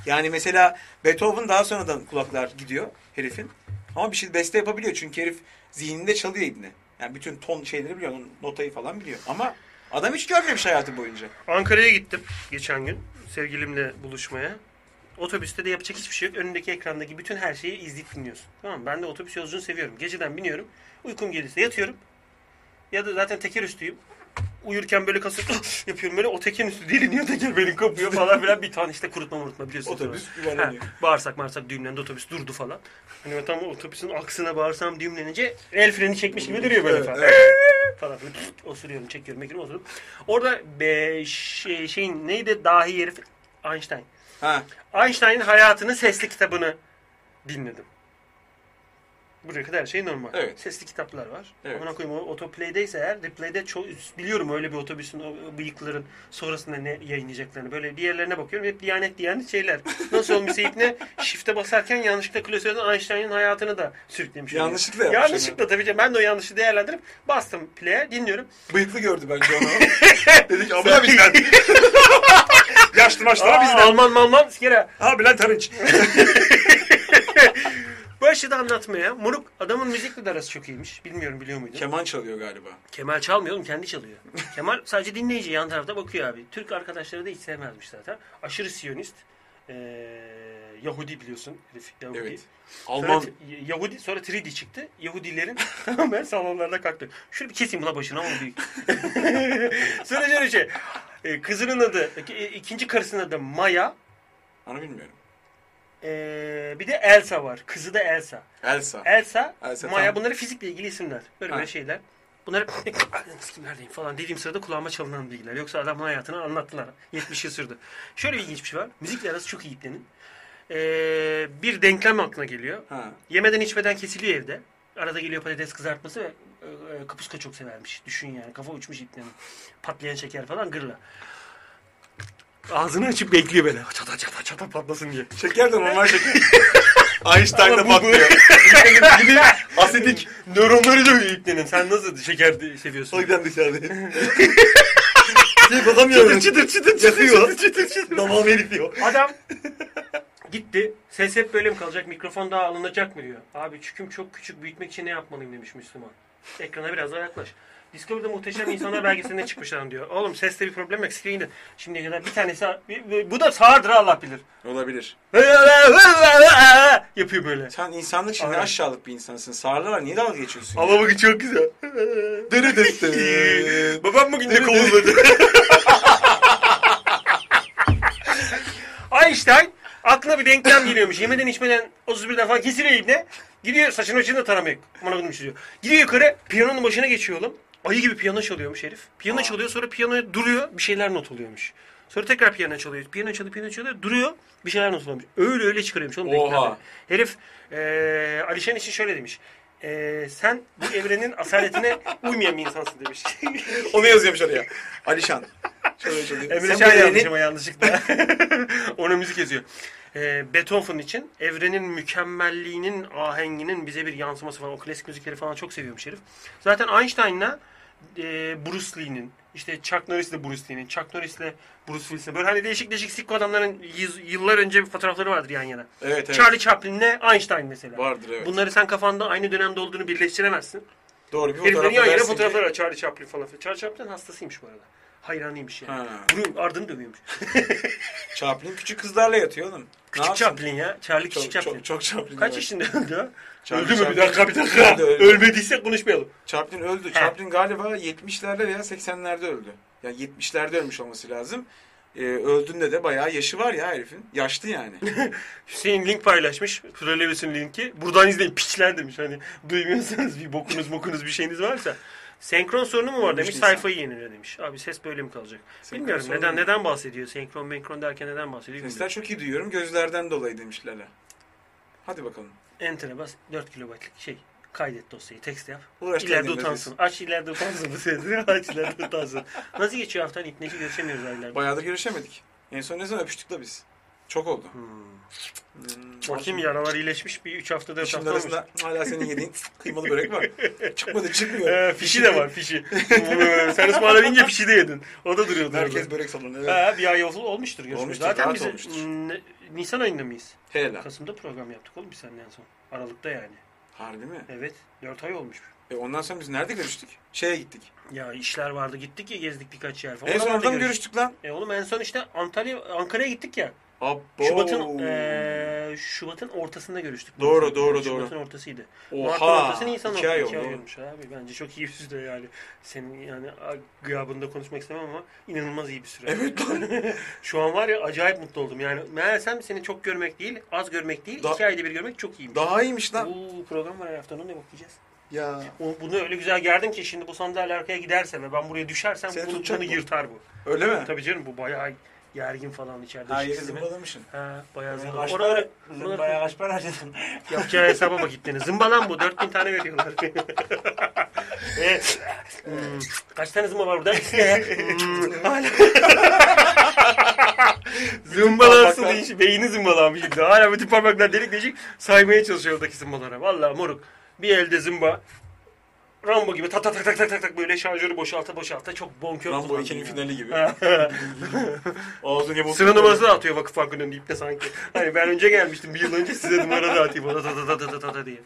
A: Yani mesela Beethoven daha sonradan kulaklar gidiyor herifin. Ama bir şey beste yapabiliyor çünkü herif zihninde çalıyor ibne. Yani bütün ton şeyleri biliyor, onun notayı falan biliyor. Ama adam hiç görmemiş hayatı boyunca.
C: Ankara'ya gittim geçen gün sevgilimle buluşmaya. Otobüste de yapacak hiçbir şey yok. Önündeki ekrandaki bütün her şeyi izleyip dinliyorsun. Tamam mı? Ben de otobüs yolculuğunu seviyorum. Geceden biniyorum. Uykum gelirse yatıyorum. Ya da zaten teker üstüyüm. Uyurken böyle kasıp [GASPS] yapıyorum böyle o tekerin üstü deliniyor teker benim kopuyor falan filan bir tane işte kurutma murutma biliyorsun.
A: Otobüs
C: Ha,
A: yuvarlanıyor.
C: bağırsak bağırsak düğümlendi otobüs durdu falan. Hani ben tam otobüsün aksına bağırsam düğümlenince el freni çekmiş gibi duruyor böyle
A: Evet,
C: falan. falan filan. Osuruyorum çekiyorum mekiyorum osurup. Orada be, şey, şeyin neydi dahi herif Einstein.
A: Ha.
C: Einstein'ın hayatının sesli kitabını dinledim. Buraya kadar her şey normal.
A: Evet.
C: Sesli kitaplar var.
A: Evet.
C: Amına koyayım o otoplay'deyse eğer replay'de çok biliyorum öyle bir otobüsün o o bıyıkların sonrasında ne yayınlayacaklarını. Böyle diğerlerine bakıyorum hep diyanet diyanet şeyler. Nasıl olmuşsa ipne şifte basarken yanlışlıkla klasörden Einstein'ın hayatını da sürüklemiş. oluyor.
A: Yanlışlıkla yapmış
C: Yanlışlıkla tabii ki ben de o yanlışı değerlendirip bastım play'e dinliyorum.
A: Bıyıklı gördü bence onu.
B: [LAUGHS] Dedi ki amına
A: [LAUGHS]
B: bizden. Yaşlı maçlara
C: Aa,
B: bizden.
C: Alman Malman sikere.
B: Ha Bülent Arınç.
C: Başladı anlatmaya. Moruk adamın müzikle de arası çok iyiymiş. Bilmiyorum biliyor muydun?
A: Keman çalıyor galiba.
C: Kemal çalmıyor oğlum kendi çalıyor. Kemal sadece dinleyici yan tarafta bakıyor abi. Türk arkadaşları da hiç sevmezmiş zaten. Aşırı siyonist. Ee, Yahudi biliyorsun herif Yahudi.
A: Evet.
C: Sonra
A: Alman.
C: t- Yahudi sonra 3D çıktı. Yahudilerin [LAUGHS] tamamen salonlarda kalktı. Şunu bir keseyim buna başına ama
A: [LAUGHS]
C: büyük. sonra şöyle şey. Ee, kızının adı, e, ikinci karısının adı Maya.
A: Onu bilmiyorum.
C: Ee, bir de Elsa var. Kızı da Elsa.
A: Elsa.
C: Elsa,
A: Elsa,
C: Maya
A: tamam.
C: bunları fizikle ilgili isimler. Böyle
A: Ha.
C: böyle şeyler. Bunları [LAUGHS] kimlerdeyim falan dediğim sırada kulağıma çalınan bilgiler. Yoksa adamın hayatını anlattılar. 70 yıl sürdü. Şöyle bir ilginç bir şey var. Müzikle arası çok iyi iplenin. Ee, bir denklem aklına geliyor.
A: Ha.
C: Yemeden içmeden kesiliyor evde. Arada geliyor patates kızartması ve e, e, kapuska çok severmiş. Düşün yani kafa uçmuş iplenin. Patlayan şeker falan gırla. Ağzını açıp bekliyor böyle. Çata çata çata patlasın diye.
A: Şeker de normal şeker. Einstein de
C: Ama bu-
A: patlıyor.
C: [LAUGHS] Gibi
A: Asidik.
C: Nöronları dövüyor iplenin. Sen nasıl şeker de- seviyorsun?
A: Soydan dışarıda. şey bakamıyorum.
C: çıtır çıtır
A: Yakıyor.
C: çıtır çıtır.
A: Damağım eritiyor.
C: Adam gitti. Ses hep böyle mi kalacak? Mikrofon daha alınacak mı diyor. Abi çüküm çok küçük büyütmek için ne yapmalıyım demiş Müslüman. Ekrana biraz daha yaklaş. Discovery'de muhteşem insanlar belgeselinde çıkmışlar diyor. Oğlum seste bir problem yok. Sikleyin de. Şimdiye kadar bir tanesi... Bu da sağırdır ha, Allah bilir. [LAUGHS]
A: Olabilir.
C: Yapıyor böyle.
A: Sen insanlık şimdi
C: Aynen.
A: aşağılık bir insansın. Sağırlı var. Niye dalga geçiyorsun?
C: Ama bugün çok [LAUGHS] güzel.
A: Dırı dırı dırı.
C: Babam bugün de kovulmadı. Einstein aklına bir denklem geliyormuş. Yemeden içmeden 31 defa kesiliyor ibne. Gidiyor saçını başını da taramıyor. Aman okudum çocuğu. Gidiyor yukarı piyanonun başına geçiyor oğlum. Ayı gibi piyano çalıyormuş herif. Piyano çalıyor sonra piyanoya duruyor bir şeyler not oluyormuş. Sonra tekrar piyano çalıyor. Piyano çalıyor, piyano çalıyor. Duruyor. Bir şeyler not oluyormuş. Öyle öyle çıkarıyormuş oğlum.
A: Oha.
C: denklemleri. Herif eee Alişan için şöyle demiş. Eee, sen bu evrenin asaletine uymayan bir insansın demiş. [LAUGHS]
A: Onu yazıyormuş oraya. Alişan. Şöyle şöyle. Sen
C: Emre Şen
A: bu
C: yazmış
A: yeni-
C: ama yanlışlıkla. [LAUGHS] Ona müzik yazıyor. Ee, Beethoven için evrenin mükemmelliğinin, ahenginin bize bir yansıması falan. O klasik müzikleri falan çok seviyormuş herif. Zaten Einstein'la e, Bruce Lee'nin, işte Chuck Norris'le Bruce Lee'nin, Chuck Norris'le Bruce Willis'le böyle hani değişik değişik sikko adamların yüz- yıllar önce bir fotoğrafları vardır yan yana.
A: Evet evet.
C: Charlie Chaplin'le Einstein mesela.
A: Vardır evet.
C: Bunları sen kafanda aynı dönemde olduğunu birleştiremezsin.
A: Doğru bir
C: Heriflerin yan
A: fotoğrafla
C: yana
A: dersin ki-
C: fotoğrafları var. Charlie Chaplin falan. filan. Charlie Chaplin hastasıymış bu arada. Hayranıymış yani.
A: Ha.
C: Vuruyor, ardını dövüyormuş.
A: Chaplin küçük kızlarla yatıyor oğlum. Ne
C: Küçük
A: yapsın?
C: Chaplin ya. Charlie
A: Çok,
C: Küçük
A: çok,
C: Chaplin.
A: çok, Chaplin.
C: Kaç
A: evet.
C: yaşında öldü ha?
A: Charlie
C: öldü mü? Bir
A: Chaplin.
C: dakika bir dakika.
A: Öldü, öldü.
C: Ölmediyse konuşmayalım.
A: Chaplin öldü. Chaplin galiba 70'lerde veya 80'lerde öldü. Yani 70'lerde ölmüş olması lazım. Ee, öldüğünde de bayağı yaşı var ya herifin. Yaşlı yani.
C: Hüseyin link paylaşmış. Trolleybüsün linki. Buradan izleyin piçler demiş. Hani duymuyorsanız bir bokunuz mokunuz bir şeyiniz varsa. Senkron sorunu mu var
A: Ölmüş
C: demiş.
A: insan.
C: Sayfayı yenile demiş. Abi ses böyle mi kalacak?
A: Senkron
C: Bilmiyorum
A: sorunu
C: neden
A: mu?
C: neden bahsediyor? Senkron menkron derken neden bahsediyor?
A: Sesler
C: Bilmiyorum.
A: çok iyi duyuyorum. Gözlerden dolayı demişler. Hadi bakalım.
C: Enter'e bas 4 kilobaytlık şey kaydet dosyayı text yap.
A: Uğraştırdın
C: ileride
A: biraz.
C: utansın. Aç ileride utansın bu sesini. [LAUGHS] Aç ileride utansın. Nasıl geçiyor haftanın itneşi görüşemiyoruz aylarda.
A: Bayağıdır görüşemedik. En son ne zaman öpüştük la biz? Çok oldu.
C: Hmm.
A: Hmm,
C: Bakayım yaralar iyileşmiş bir 3 haftada 4
A: Şimdi
C: hafta olmuş.
A: arasında hala senin
C: [LAUGHS]
A: yediğin kıymalı börek var. Çıkmadı çıkmıyor.
C: Ee, fişi de
A: [LAUGHS]
C: var fişi. Ee, Sen ısmarla deyince fişi de yedin. O da duruyordu.
A: Herkes
C: Herkes
A: börek salonu. Evet.
C: Ha, bir ay yol olmuştur. görüşmemiz.
A: Olmuştur,
C: Zaten
A: rahat
C: biz
A: olmuştur.
C: n- Nisan ayında mıyız?
A: Hele.
C: Kasım'da program yaptık oğlum biz seninle en son. Aralık'ta yani.
A: Harbi mi?
C: Evet. 4 ay olmuş.
A: E ondan sonra biz nerede görüştük? Şeye gittik.
C: Ya işler vardı gittik ya gezdik birkaç yer falan.
A: en son
C: Oralarda
A: orada mı
C: görüştük.
A: görüştük lan?
C: E oğlum en son işte Antalya Ankara'ya gittik ya.
A: Abo.
C: Şubat'ın e, eee Şubat'ın ortasında görüştük.
A: Doğru,
C: Nisan'da.
A: doğru,
C: Şubat'ın
A: doğru.
C: ortasıydı. Mart'ın
A: Oha.
C: ortası Nisan
A: İki
C: ortası.
A: ay
C: İki ay
A: oldu.
C: olmuş abi. Bence çok iyi bir süre yani. Senin yani a- gıyabında konuşmak istemem ama inanılmaz iyi bir süre.
A: Evet
C: lan. [LAUGHS] Şu an var ya acayip mutlu oldum. Yani meğersem seni çok görmek değil, az görmek değil,
A: Da-
C: iki ayda bir görmek çok iyiymiş.
A: Daha iyiymiş lan.
C: Bu program var her hafta onu da bakacağız.
A: Ya.
C: O- Bunu öyle güzel gerdim ki şimdi bu sandalye arkaya giderse ve ben buraya düşersem
A: Seni
C: bunu,
A: tutacak
C: bunu
A: mı?
C: yırtar bu.
A: Öyle mi?
C: Tabii canım bu bayağı gergin falan içeride.
A: Ha yeri
C: şişti mi?
A: zımbalamışsın. [LAUGHS]
C: Ha bayağı
D: Ben
C: zımbala.
D: kaç
C: Oraları,
D: para-
C: oraları-
D: Bayağı kaç para harcadın?
C: Yapacağı hesaba bak gittiniz. Zımbalan bu. 4000 tane veriyorlar. [LAUGHS] evet. Hmm. Kaç tane zımba var burada? Hmm. Hala. Zımbalansın
A: Parmaklar-
C: iş. Beyni zımbalanmış. şimdi. Hala bütün parmaklar delik deşik saymaya çalışıyor oradaki zımbalara. Vallahi moruk. Bir elde zımba. Rambo gibi tak tak tak tak tak tak tak böyle şarjörü boşalta boşalta çok bonkör
A: Rambo
C: kullandı
A: 2'nin
C: ya.
A: finali gibi.
C: Sıra numarası da atıyor vakıf hakkının deyip de sanki. Hani ben önce gelmiştim bir yıl önce size numara da atayım. Da, da, da, da, da, da, da diye.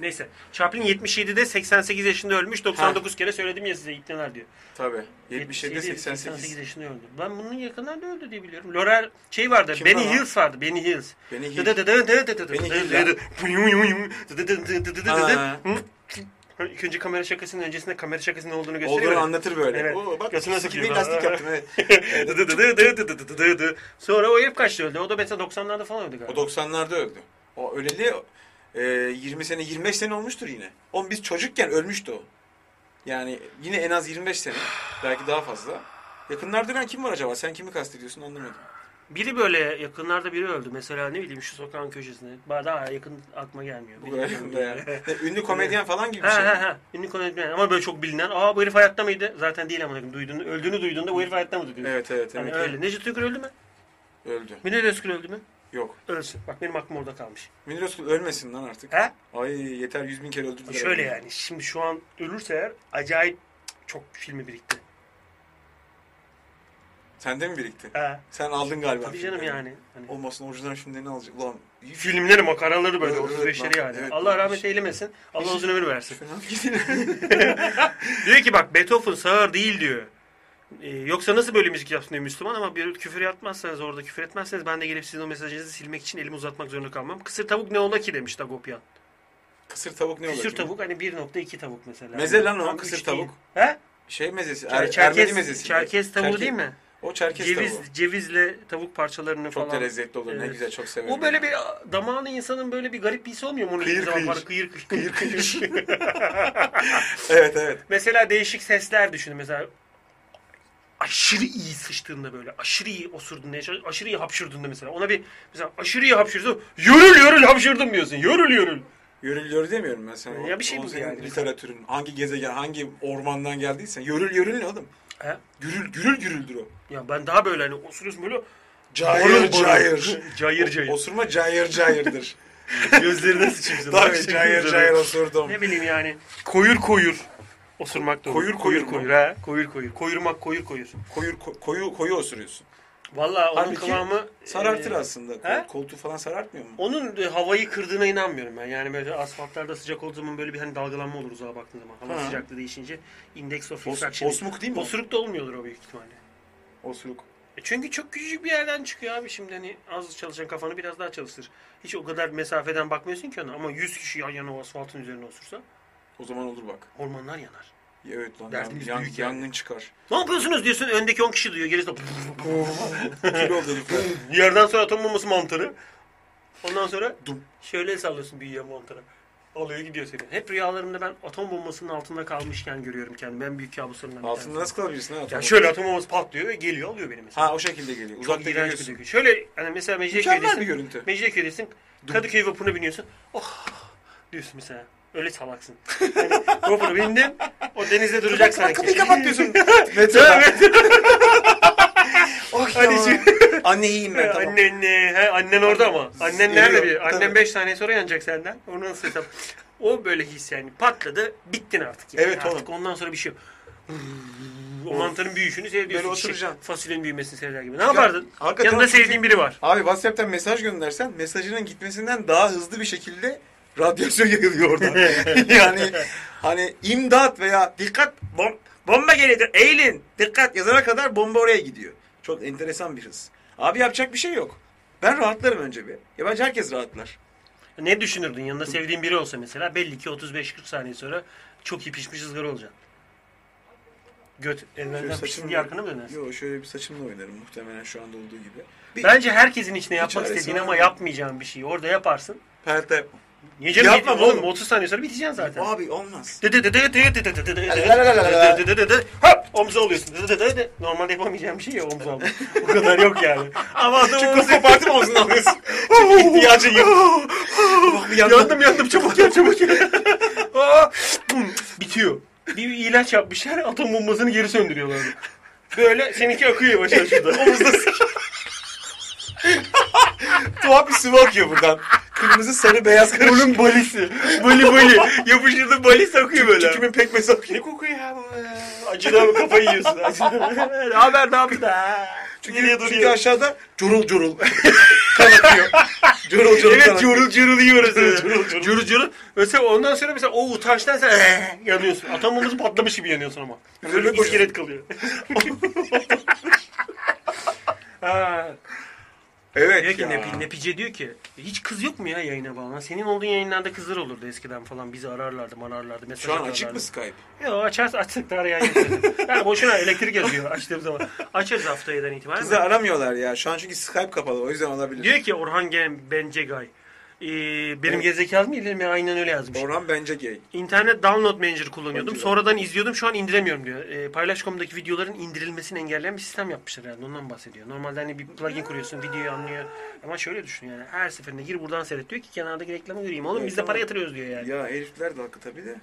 C: Neyse. Chaplin 77'de 88 yaşında ölmüş. 99 kere söyledim ya size ipneler diyor.
A: Tabii. 77
C: 88
A: 88.
C: yaşında öldü. Ben bunun yakınlarda öldü diye biliyorum. Laurel şey vardı.
A: Kim
C: Benny
A: lan o?
C: Hills vardı. Benny Hills.
A: Beni
C: Dı dı dı dı dı dı dı.
A: Benny Hill
C: Dı dı dı dı dı dı dı dı.
A: Ha.
C: Hı? İlk önce kamera şakasının öncesinde kamera şakasının olduğunu gösteriyor.
A: Olduğunu
C: ya.
A: anlatır böyle.
C: Evet.
A: Oo, bak
C: Götüne
A: nasıl bir
C: sıkıyor. [LAUGHS]
A: lastik yaptım. Evet.
C: Dı dı dı dı dı dı dı dı dı. Sonra o herif kaçta öldü? O da mesela 90'larda falan öldü
A: O
C: galiba.
A: 90'larda öldü. O öleli e, 20 sene 25 sene olmuştur yine. Oğlum biz çocukken ölmüştü o. Yani yine en az 25 sene. Belki daha fazla. Yakınlarda ölen kim var acaba? Sen kimi kastediyorsun anlamadım.
C: Biri böyle yakınlarda biri öldü. Mesela ne bileyim şu sokağın köşesinde. Ba- Daha yakın aklıma gelmiyor.
A: Bu yakında yani.
C: [LAUGHS]
A: Ne, Ünlü komedyen falan gibi bir
C: Ha
A: şey. mi?
C: ha ha. Ünlü komedyen ama böyle çok bilinen. Aa bu herif hayatta mıydı? Zaten değil ama duyduğunu, öldüğünü duyduğunda bu herif hayatta mıydı diyorsun.
A: Evet evet.
C: Hani
A: evet.
C: öyle. Necdet Uygur öldü mü?
A: Öldü.
C: Münir Özkul öldü mü?
A: Yok.
C: Ölsün. Bak benim aklım orada kalmış.
A: Münir Özkul ölmesin lan artık.
C: He?
A: Ay yeter 100 bin kere öldürdüler.
C: Şöyle yani. Şimdi şu an ölürse eğer acayip çok filmi birikti.
A: Sende mi birikti?
C: Ha.
A: Sen aldın galiba.
C: Tabii canım
A: filmleri.
C: yani. Hani
A: Olmasın orijinal filmden ne alacak? Ulan iyi film.
C: filmleri makaraları böyle
A: Evet, evet,
C: 35'leri yani.
A: evet,
C: Allah
A: evet.
C: rahmet eylemesin. Allah uzun ömür
A: [LAUGHS]
C: versin.
A: Fena değil.
C: diyor ki bak Beethoven sağır değil diyor. Ee, yoksa nasıl böyle müzik yapsın diyor Müslüman ama bir küfür yapmazsanız orada küfür etmezseniz ben de gelip sizin o mesajınızı silmek için elimi uzatmak zorunda kalmam. Kısır tavuk ne ola ki demiş Dagopyan.
A: Kısır tavuk ne olur?
C: Kısır tavuk hani 1.2 tavuk mesela.
A: Meze lan o,
C: Tam
A: kısır
C: üç
A: tavuk.
C: değil. He?
A: Şey mezesi. Er,
C: Çer-
A: Ermeni
C: Çerkez,
A: mezesi.
C: Çerkez tavuğu
A: Çerke-
C: değil mi?
A: O Çerkez
C: Ceviz,
A: tavuğu.
C: Cevizle tavuk parçalarını
A: Çok da
C: falan.
A: lezzetli olur. Ne
C: Evet.
A: güzel çok severim.
C: O böyle bir damağını insanın böyle bir garip bir his olmuyor mu? Onu
A: Kıyır
C: yediği zaman
A: kıyır.
C: falan Kıyır kıyır. [LAUGHS] kıyır.
A: Evet evet.
C: Mesela değişik sesler düşünün. Mesela aşırı iyi sıçtığında böyle aşırı iyi osurduğunda, yaşa- aşırı iyi hapşırdığında mesela. Ona bir mesela aşırı iyi hapşırdım. Yörül yörül hapşırdım diyorsun. Yörül yörül.
A: Yörül yörül demiyorum ben sana.
C: Ya bir şey
A: O
C: bu
A: senin
C: yani.
A: Literatürün hangi gezegen, hangi ormandan geldiysen. Yörül yörül ne oğlum?
C: He?
A: Gürül gürül gürüldür o.
C: Ya ben daha böyle hani osuruyorsun böyle
A: Cayır cayır.
C: cayır cayır.
A: Osurma cayır
C: [LAUGHS]
A: cayırdır.
C: Gözlerine sıçmışsın.
A: Tabii cayır cayır osurdum.
C: Ne bileyim yani. Koyur koyur. Osurmak da olur.
A: Koyur koyur mu?
C: koyur ha. Koyur koyur. Koyurmak koyur koyur.
A: Koyu, ko- koyu, koyu osuruyorsun.
C: Vallahi onun
A: Halbuki
C: kıvamı
A: Sarartır
C: e,
A: aslında.
C: he?
A: Kol- Koltuğu falan sarartmıyor mu?
C: Onun e, havayı kırdığına inanmıyorum ben. Yani böyle asfaltlarda sıcak olduğu zaman böyle bir hani dalgalanma olur uzağa baktığın zaman. Hava
A: Ha.
C: sıcaklığı değişince index of
A: Os,
C: infraction.
A: osmuk değil mi? o?
C: Osuruk da olmuyordur o büyük ihtimalle.
A: Osuruk.
C: E çünkü çok küçücük bir yerden çıkıyor abi şimdi hani az çalışan kafanı biraz daha çalıştır. Hiç o kadar mesafeden bakmıyorsun ki ona ama 100 kişi yan yana o asfaltın üzerine osursa
A: O zaman olur bak.
C: hormonlar yanar.
A: Ya Evet lan
C: Derdimiz
A: yan-
C: büyük yani.
A: yangın çıkar.
C: Ne yapıyorsunuz diyorsun öndeki 10 kişi duyuyor gerisi de
A: Kül oldu
C: [LAUGHS]
A: herifler.
C: yerden sonra atom bombası mantarı. Ondan sonra
A: Dum.
C: Şöyle sallıyorsun büyüyen mantara. Alıyor gidiyor seni. Hep rüyalarımda ben atom bombasının altında kalmışken görüyorum kendimi. En büyük kabuslarımdan bir
A: Altında
C: tanesi.
A: nasıl kalabilirsin ha?
C: Ya şöyle atom bombası patlıyor ve geliyor alıyor beni mesela.
A: Ha o şekilde geliyor.
C: Çok
A: Uzakta
C: iğrenç bir
A: görüyorsun.
C: duygu. Şöyle hani mesela
A: Mükemmel bir
C: Mecidiyeköy'desin.
A: görüntü.
C: Mecidiyeköy'desin. Kadıköy vapuruna biniyorsun. Oh diyorsun mesela. Öyle salaksın. Yani [LAUGHS] vapura bindim. O denizde duracak sanki.
A: Kapıyı kapat
C: [LAUGHS]
A: diyorsun. [LAUGHS] Metroda. oh
C: Hadi
A: ya. Anne iyiyim
C: [LAUGHS]
A: ben tamam.
C: Anne anne. He, annen orada ama. Annen
A: Geliyor.
C: nerede bir? Annen
A: Tabii.
C: 5 saniye sonra yanacak senden. Onu nasıl hesap? O böyle his yani. Patladı. Bittin artık. Yani.
A: Evet,
C: Artık ondan sonra bir şey yok. O mantarın büyüyüşünü seyrediyorsun.
A: Böyle
C: İşte
A: oturacaksın.
C: Fasulyenin büyümesini seyreder gibi. Ne yapardın?
A: hakikaten
C: Yanında
A: çok iyi.
C: sevdiğin biri var.
A: Abi WhatsApp'tan mesaj göndersen mesajının gitmesinden daha hızlı bir şekilde radyasyon yayılıyor orada. yani hani imdat veya dikkat bom- bomba geliyor eğilin dikkat yazana kadar bomba oraya gidiyor. Çok enteresan bir hız. Abi yapacak bir şey yok. Ben rahatlarım önce bir. Ya bence herkes rahatlar.
C: Ne düşünürdün? Yanında sevdiğin biri olsa mesela belli ki 35-40 saniye sonra çok iyi pişmiş ızgara olacaksın. Göt
A: Şöyle
C: evvelden pişsin
A: saçımla-
C: diye arkana mı dönersin?
A: Yo şöyle bir saçımla oynarım muhtemelen şu anda olduğu gibi. Bir
C: Bence herkesin içine yapmak
A: çaresi
C: istediğin
A: var
C: ama
A: mı?
C: yapmayacağın bir şeyi orada yaparsın.
A: perde yapmam.
C: Niye canım
A: Yapmam
C: yedi- oğlum
A: oğlum.
C: 30 saniye sonra biteceksin zaten.
A: Abi olmaz.
C: Hop omza alıyorsun. Normalde yapamayacağım bir şey ya omza almak. O kadar yok yani. Ama adamın [LAUGHS]
A: Çünkü kopartım ağzını alıyorsun.
C: ihtiyacın yok.
A: Bak bir yandan-
C: yandım yandım çabuk gel çabuk [LAUGHS] gel. Aa, hmm, Bitiyor. Bir ilaç yapmışlar atom bombasını geri söndürüyorlar. Böyle seninki akıyor yavaş yavaş [LAUGHS] şurada. Omuzda
A: Tuhaf bir sıvı akıyor buradan. Kırmızı, sarı, beyaz karışık.
C: Onun balisi. Bali bali. Yapıştırdı balis akıyor böyle.
A: Tükümün pekmesi akıyor.
C: kokuyor ya bu? Acıdan kafayı yiyorsun. Acıdan. [LAUGHS] Ne haber ne yapıyorsun? Ha.
A: [LAUGHS] Çünkü,
C: Nereye
A: çünkü
C: duruyor?
A: aşağıda corul corul [LAUGHS] kan akıyor. Corul corul kan
C: Evet
A: akıyor.
C: curul curul yiyoruz.
A: Curul curul.
C: curul curul. Mesela ondan sonra mesela o utançtan sen "Ee!" yanıyorsun. Atom bombası patlamış gibi yanıyorsun ama. Böyle
A: koşuyorsun.
C: iskelet kalıyor. [LAUGHS] Ha.
A: Evet
C: Diyor ki
A: ya.
C: Nepi, Nepice diyor ki hiç kız yok mu ya yayına bağlanan? Senin olduğun yayınlarda kızlar olurdu eskiden falan. Bizi ararlardı, manarlardı, mesaj
A: Şu an
C: atarlardı.
A: açık mı Skype?
C: Yok açarız açsak da arayan yok. yani boşuna elektrik yazıyor açtığım zaman. Açarız haftadan itibaren.
A: Kızı aramıyorlar ya. Şu an çünkü Skype kapalı. O yüzden olabilir.
C: Diyor ki Orhan Gen Bencegay. Ee, benim gerizekalı yazmı ilerime aynen öyle yazmış.
A: Orhan bence gay.
C: İnternet download manager kullanıyordum.
A: Bencegay.
C: Sonradan izliyordum. Şu an indiremiyorum diyor. Ee, Paylaş.com'daki videoların indirilmesini engelleyen bir sistem yapmışlar herhalde. Ondan bahsediyor. Normalde hani bir plugin kuruyorsun. Videoyu anlıyor. Ama şöyle düşün yani. Her seferinde gir buradan seyret diyor ki kenardaki reklamı göreyim. Oğlum
A: Evet,
C: biz de
A: ama-
C: para yatırıyoruz diyor yani.
A: Ya herifler de haklı tabii de.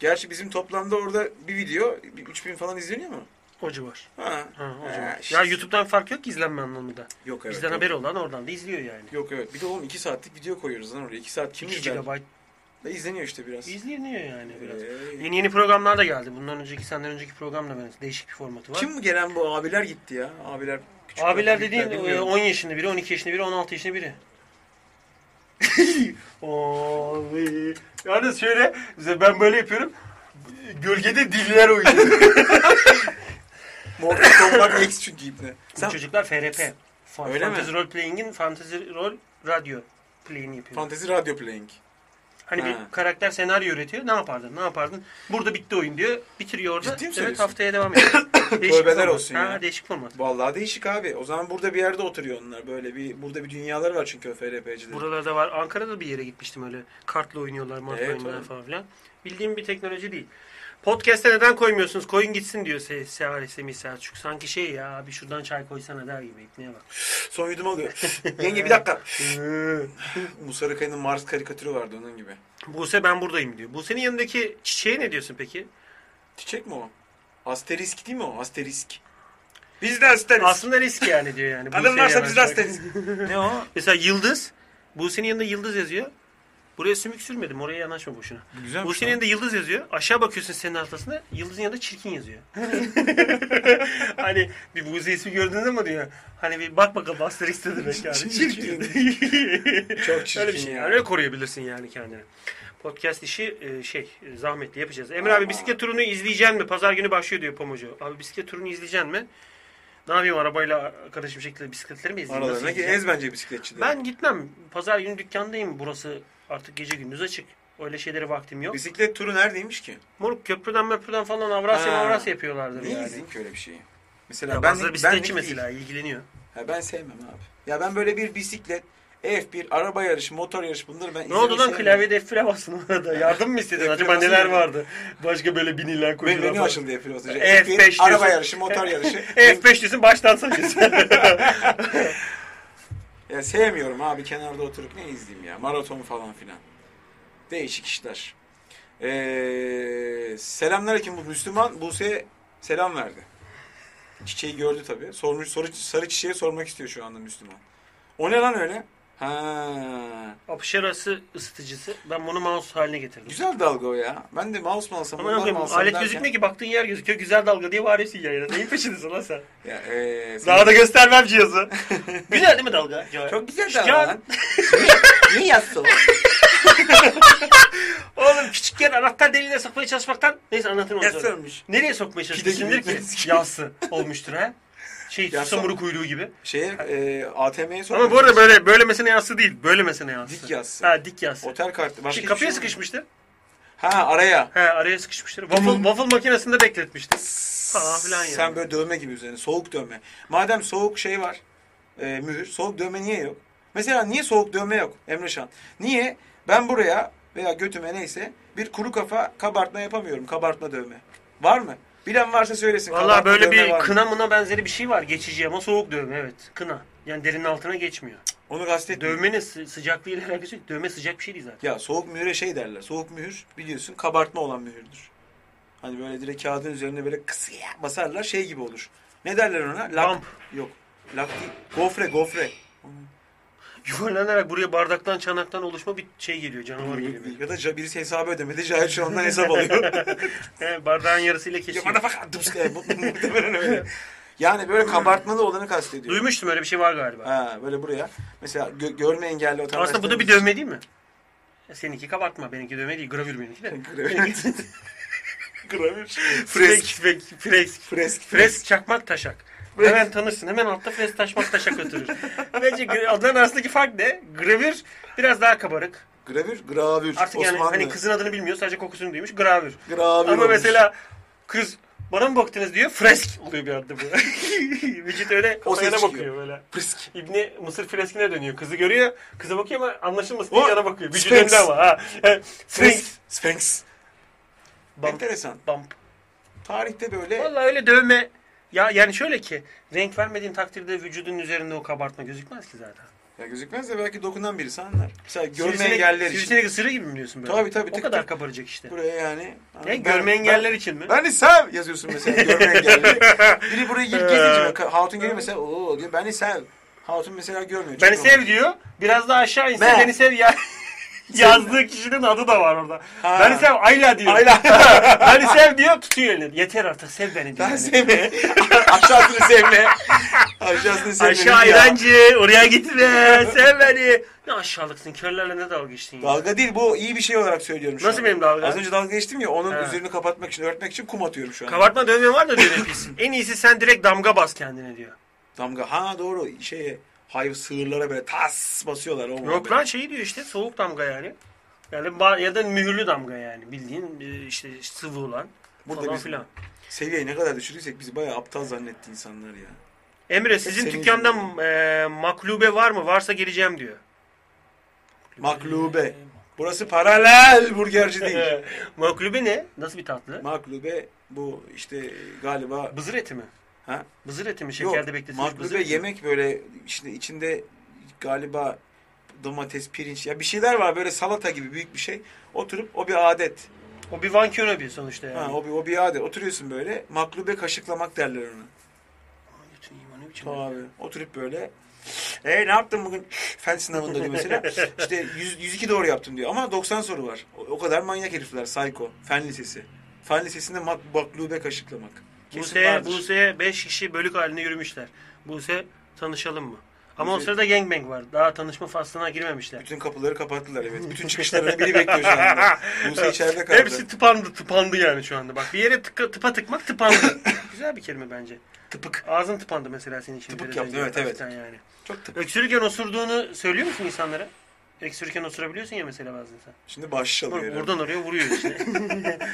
A: Gerçi bizim toplamda orada bir video bir 3000 falan izleniyor mu?
C: O civar.
A: Ha.
C: Ha, o
A: Ha,
C: civar.
A: işte.
C: Ya YouTube'dan fark yok ki izlenme anlamında.
A: Yok evet.
C: Bizden
A: yok.
C: haberi olan oradan da izliyor yani.
A: Yok evet. Bir de oğlum 2 saatlik video koyuyoruz lan oraya. 2 saat kim
C: 2
A: izler?
C: GB
A: Ve izleniyor işte biraz.
C: İzleniyor yani biraz.
A: Ee,
C: Yeni yeni programlar da geldi. Bundan önceki senden önceki program da böyle değişik bir formatı var.
A: Kim bu gelen bu abiler gitti ya? Abiler küçük
C: Abiler
A: büyükler,
C: dediğin e,
A: bilmiyorum.
C: 10 yaşında biri, 12 yaşında biri, 16 yaşında biri. Abi. Yalnız şöyle, mesela ben böyle yapıyorum. Gölgede diller oynuyor.
A: Mortal Kombat X çünkü ipne.
C: Bu
A: Sen
C: çocuklar FRP. Fa-
A: Öyle mi?
C: Fantasy Role Playing'in Fantasy Role Radyo Play'ini yapıyor.
A: Fantasy Radio Playing.
C: hani
A: Ha.
C: bir karakter senaryo üretiyor. Ne yapardın? Ne yapardın? Burada bitti oyun diyor. Bitiriyor orada.
A: Ciddi mi
C: evet
A: söylüyorsun?
C: haftaya
A: [COUGHS]
C: devam ediyor. Değişik
A: Tövbeler
C: format.
A: olsun
C: ha,
A: ya.
C: Değişik format.
A: Vallahi değişik abi. O zaman burada bir yerde oturuyor onlar. Böyle bir burada bir dünyalar var çünkü o FRP'cilerin.
C: Buralarda var. Ankara'da bir yere gitmiştim öyle. Kartla oynuyorlar, mart
A: Evet,
C: oynuyorlar
A: oğlum.
C: falan filan. Bildiğim bir teknoloji değil. Podcast'e neden koymuyorsunuz? Koyun gitsin diyor Se Seare Semih Selçuk. Sanki şey ya abi şuradan çay koysana der gibi. İpneye bak.
A: Son yudum
C: [LAUGHS]
A: alıyor. Yenge bir dakika. Musa Rıkay'ın Mars karikatürü vardı onun gibi.
C: Buse ben buradayım diyor. Buse'nin yanındaki çiçeğe ne diyorsun peki?
A: Çiçek mi o? Asterisk değil mi o? Asterisk. Biz de asterisk. [LAUGHS]
C: Aslında risk yani diyor yani.
A: Adam
C: Buse'ye
A: varsa
C: yalan
A: biz de
C: söyle.
A: asterisk. ne o?
C: Mesela yıldız. Buse'nin yanında yıldız yazıyor. Buraya sümük sürmedim. Oraya yanaşma boşuna.
A: Güzel.
C: Buse'nin yanında yıldız yazıyor. Aşağı bakıyorsun senin haftasında. Yıldızın yanında
A: [LAUGHS]
C: çirkin yazıyor. hani bir Buse ismi gördünüz mü diyor. Hani bir bak bakalım asterisk ne demek yani.
A: Çirkin. Çok çirkin
C: [LAUGHS] Öyle bir şey.
A: ya.
C: Yani. Öyle koruyabilirsin yani kendini. Podcast işi e, şey e, zahmetli yapacağız. Emre abi bisiklet turunu izleyecek mi? Pazar günü başlıyor diyor Pamucu. Abi bisiklet turunu izleyecek mi? Ne yapayım arabayla arkadaşım şekilde bisikletleri mi izleyeyim? Nasıl
A: Aralarına ki
C: izleyeceğim?
A: ez bence bisikletçileri.
C: şey. Ben gitmem. Pazar günü dükkandayım. Burası artık gece gündüz açık. Öyle şeylere vaktim yok.
A: Bisiklet turu neredeymiş ki?
C: Moruk köprüden möprüden falan Avrasya
A: Ha.
C: Avrasya yapıyorlardır
A: Niye
C: yani.
A: izleyeyim ki öyle bir şeyi? Mesela
C: Ya
A: ben
C: bazıları
A: ben
C: bisikletçi
A: değil.
C: mesela ilgileniyor.
A: Ha, ben sevmem abi. Ya ben böyle bir bisiklet, F1, araba yarışı, motor yarışı bunları ben
C: Ne oldu lan
A: sevmiyorum.
C: klavyede F1'e bastın orada. Yardım mı istedin?
A: F1'e
C: Acaba
A: basınca-
C: neler vardı? Başka böyle binilen
A: Benim
C: koşular
A: menü
C: falan.
A: açıldı F1 basınca.
C: F5
A: F1,
C: diyorsun.
A: araba yarışı, motor
C: [LAUGHS]
A: yarışı.
C: F5 diyorsun baştan sayıyorsun. [LAUGHS]
A: Ya sevmiyorum abi kenarda oturup ne izleyeyim ya. Maraton falan filan. Değişik işler. Ee, selamlar bu Müslüman Buse'ye selam verdi. Çiçeği gördü tabii. Sormuş soru, sarı çiçeğe sormak istiyor şu anda Müslüman. O ne lan öyle? Ha.
C: Apışar arası ısıtıcısı. Ben bunu mouse haline getirdim.
A: Güzel dalga o ya. Ben de mouse mu alsam,
C: Ama
A: bundan
C: ne
A: mı
C: yapayım?
A: alsam
C: Alet
A: derken-
C: gözükmüyor ki baktığın yer gözüküyor. Güzel dalga diye bağırıyorsun yayına. Neyin peşindesin
A: [LAUGHS]
C: lan sen?
A: Ya, ee,
C: Daha da
A: [LAUGHS]
C: göstermem cihazı. Güzel değil mi dalga?
A: Çok güzel
C: Şikayet-
A: dalga lan. Niye yazsın?
C: Oğlum küçükken anahtar deliğine sokmaya çalışmaktan neyse anlatırım onu sonra.
A: Yazsınmış.
C: Nereye sokmaya çalışmışsındır
A: gibi [LAUGHS]
C: ki? Yası olmuştur ha. Şey
A: Yassı.
C: samuru kuyruğu gibi.
A: Şeye e, ATM'ye sormak.
C: Ama bu arada böyle böylemesine yassı değil. Böylemesine yassı.
A: Dik yassı.
C: Ha dik yassı.
A: Otel kartı.
C: Şey,
A: Başka
C: kapıya
A: hiçbir şey yok.
C: sıkışmıştır.
A: Ha araya.
C: He araya sıkışmıştır. Waffle, waffle makinesinde bekletmiştir. Falan filan yani.
A: Sen böyle dövme gibi üzerine. Soğuk dövme. Madem soğuk şey var. E, mühür. Soğuk dövme niye yok? Mesela niye soğuk dövme yok Emreşan? Niye ben buraya veya götüme neyse bir kuru kafa kabartma yapamıyorum. Kabartma dövme. Var mı? Bilen varsa söylesin.
C: Valla
A: kabartma
C: böyle
A: dövme
C: bir
A: var mı?
C: kına mına benzeri bir şey var geçici ama soğuk dövme evet. Kına. Yani derinin altına geçmiyor.
A: Onu kastetmiyorum.
C: Dövmenin sı- sıcaklığıyla alakası yok. Dövme sıcak bir şey değil zaten.
A: Ya soğuk mühüre şey derler. Soğuk mühür biliyorsun kabartma olan mühürdür. Hani böyle direkt kağıdın üzerine böyle kısıya basarlar şey gibi olur. Ne derler ona? Lak.
C: Bump.
A: Yok. Lak değil. Gofre gofre.
C: [LAUGHS] Yuvarlanarak buraya bardaktan çanaktan oluşma bir şey geliyor. Canavar geliyor. böyle.
A: Ya da ca- birisi hesabı ödemedi. Cahil şu andan hesap
C: [LAUGHS]
A: alıyor.
C: He, bardağın yarısıyla
A: ya
C: kesiyor.
A: bana bak dıps- yani bu- muhtemelen öyle. Yani böyle kabartmalı olanı kastediyor.
C: Duymuştum öyle bir şey var galiba.
A: Ha, böyle buraya. Mesela gö- görme engelli vatandaşlarımız.
C: Aslında bu da
A: [LAUGHS]
C: bir dövme değil mi? E, Seninki kabartma. Benimki dövme değil. Gravür benimki de.
A: Gravür. Fresk.
C: Fresk. Fresk. Fresk.
A: Fresk.
C: Fresk çakmak taşak. Hemen tanırsın. Hemen altta fresk taşmak taşak ötürür. Bence gra- adların arasındaki fark ne? Gravür biraz daha kabarık.
A: Gravür. Gravür.
C: Artık yani
A: Osmanlı.
C: hani kızın adını bilmiyor. Sadece kokusunu duymuş. Gravür.
A: Gravür
C: Ama
A: olmuş.
C: mesela kız bana mı baktınız diyor. Fresk oluyor bir anda bu. [LAUGHS] Vücut öyle
A: O ses
C: kafayana
A: çıkıyor.
C: bakıyor böyle.
A: Frisk.
C: İbni Mısır freskine dönüyor. Kızı görüyor. Kıza bakıyor ama anlaşılmasın diye
A: O,
C: yana bakıyor. Vücut
A: Sphinx.
C: önde ama. Ha. Fresk.
A: Sphinx. Sphinx.
C: Bump.
A: Enteresan.
C: Bump.
A: Tarihte böyle
C: Vallahi öyle dövme. Ya yani şöyle ki renk vermediğin takdirde vücudun üzerinde o kabartma gözükmez ki zaten.
A: ya gözükmez de belki dokunan birisi anlar. Mesela görme
C: Sivrisinek-
A: engelliler için.
C: Sivrisinek ısırığı gibi mi diyorsun böyle?
A: Tabii, tabii,
C: O
A: tık,
C: kadar
A: tık.
C: kabaracak işte.
A: Buraya yani.
C: Ne
A: Ben-
C: görme engeller için mi?
A: Ben, ben sev yazıyorsun mesela görme
C: [LAUGHS]
A: engelli. Biri buraya gelip
C: Ee.
A: gezince bak, hatun geliyor mesela ooo diyor beni sev. Hatun mesela görmüyor.
C: beni
A: Çok
C: sev diyor. Biraz daha aşağı
A: [LAUGHS]
C: inse
A: Ben.
C: beni sev ya. Yazdığı kişinin adı da var orada.
A: Ha.
C: Beni sev Ayla diyor.
A: Ayla.
C: [LAUGHS] Beni sev diyor tutuyor elini. Yeter artık sev beni diyor.
A: Ben [LAUGHS]
C: yani.
A: sevme. Aşağısını sevme. Aşağısını sevme.
C: Aşağı
A: Ya.
C: iğrenci oraya gitme sev beni. Ne aşağılıksın körlerle ne dalga geçtin ya.
A: Dalga değil bu iyi bir şey olarak söylüyorum şu
C: Nasıl
A: an.
C: benim dalga?
A: Az önce dalga geçtim ya onun
C: He.
A: üzerini kapatmak için örtmek için kum atıyorum şu an.
C: Kabartma dövme var da diyor pis. En iyisi sen direkt damga bas kendine diyor.
A: Damga ha doğru şeye hayv sığırlara böyle tas basıyorlar. O
C: Yok
A: muhabbet.
C: lan şey diyor işte soğuk damga yani. Yani ba- ya da mühürlü damga yani bildiğin e, işte sıvı olan
A: Burada
C: falan
A: biz-
C: filan.
A: Seviyeyi ne kadar düşürdüysek bizi bayağı aptal zannetti insanlar ya.
C: Emre sizin
A: Senin
C: dükkandan e, maklube var mı? Varsa geleceğim diyor.
A: Maklube. Burası paralel burgerci
C: [LAUGHS]
A: değil.
C: E, maklube ne? Nasıl bir tatlı?
A: maklube bu işte galiba
C: Bızır eti mi?
A: ha?
C: Bızır eti mi?
A: Yok,
C: Şekerde bekletilmiş bızır
A: maklube
C: eti. mi?
A: yemek böyle işte içinde galiba domates, pirinç ya bir şeyler var böyle salata gibi büyük bir şey. Oturup o bir adet.
C: O bir Van Kenobi sonuçta yani.
A: Ha, o bir o bir adet. Oturuyorsun böyle. Maklube kaşıklamak derler ona.
C: Aman götünü yiyeyim, o ne biçim yemek?
A: Abi oturup böyle e ne yaptın bugün? Fen sınavında diyor
C: [LAUGHS]
A: mesela. İşte 100, 102 doğru yaptım diyor ama 90 soru var. O, o kadar manyak herifler. Psycho. Fen lisesi. Fen lisesinde mak, maklube kaşıklamak. Kesin
C: Buse,
A: vardır.
C: Buse'ye 5 kişi bölük halinde yürümüşler. Buse tanışalım mı? Ama o
A: Buse-
C: sırada gangbang var. Daha tanışma faslına girmemişler.
A: Bütün kapıları kapattılar evet. Bütün çıkışlarını biri bekliyor şu
C: [LAUGHS]
A: anda. Buse içeride kaldı.
C: Hepsi tıpandı, tıpandı yani şu anda. Bak bir yere tıka, tıpa
A: [LAUGHS]
C: tıkmak tıpandı. Güzel bir kelime bence.
A: tıpık.
C: Ağzın tıpandı mesela senin için.
A: Tıpık
C: biraz
A: yaptı,
C: önce.
A: evet, evet.
C: Hafiften Yani.
A: Çok tıpık.
C: Öksürürken osurduğunu söylüyor musun insanlara? Öksürürken osurabiliyorsun ya mesela bazen sen.
A: Şimdi baş çalıyor.
C: Bak,
A: herhalde.
C: buradan oraya vuruyor işte.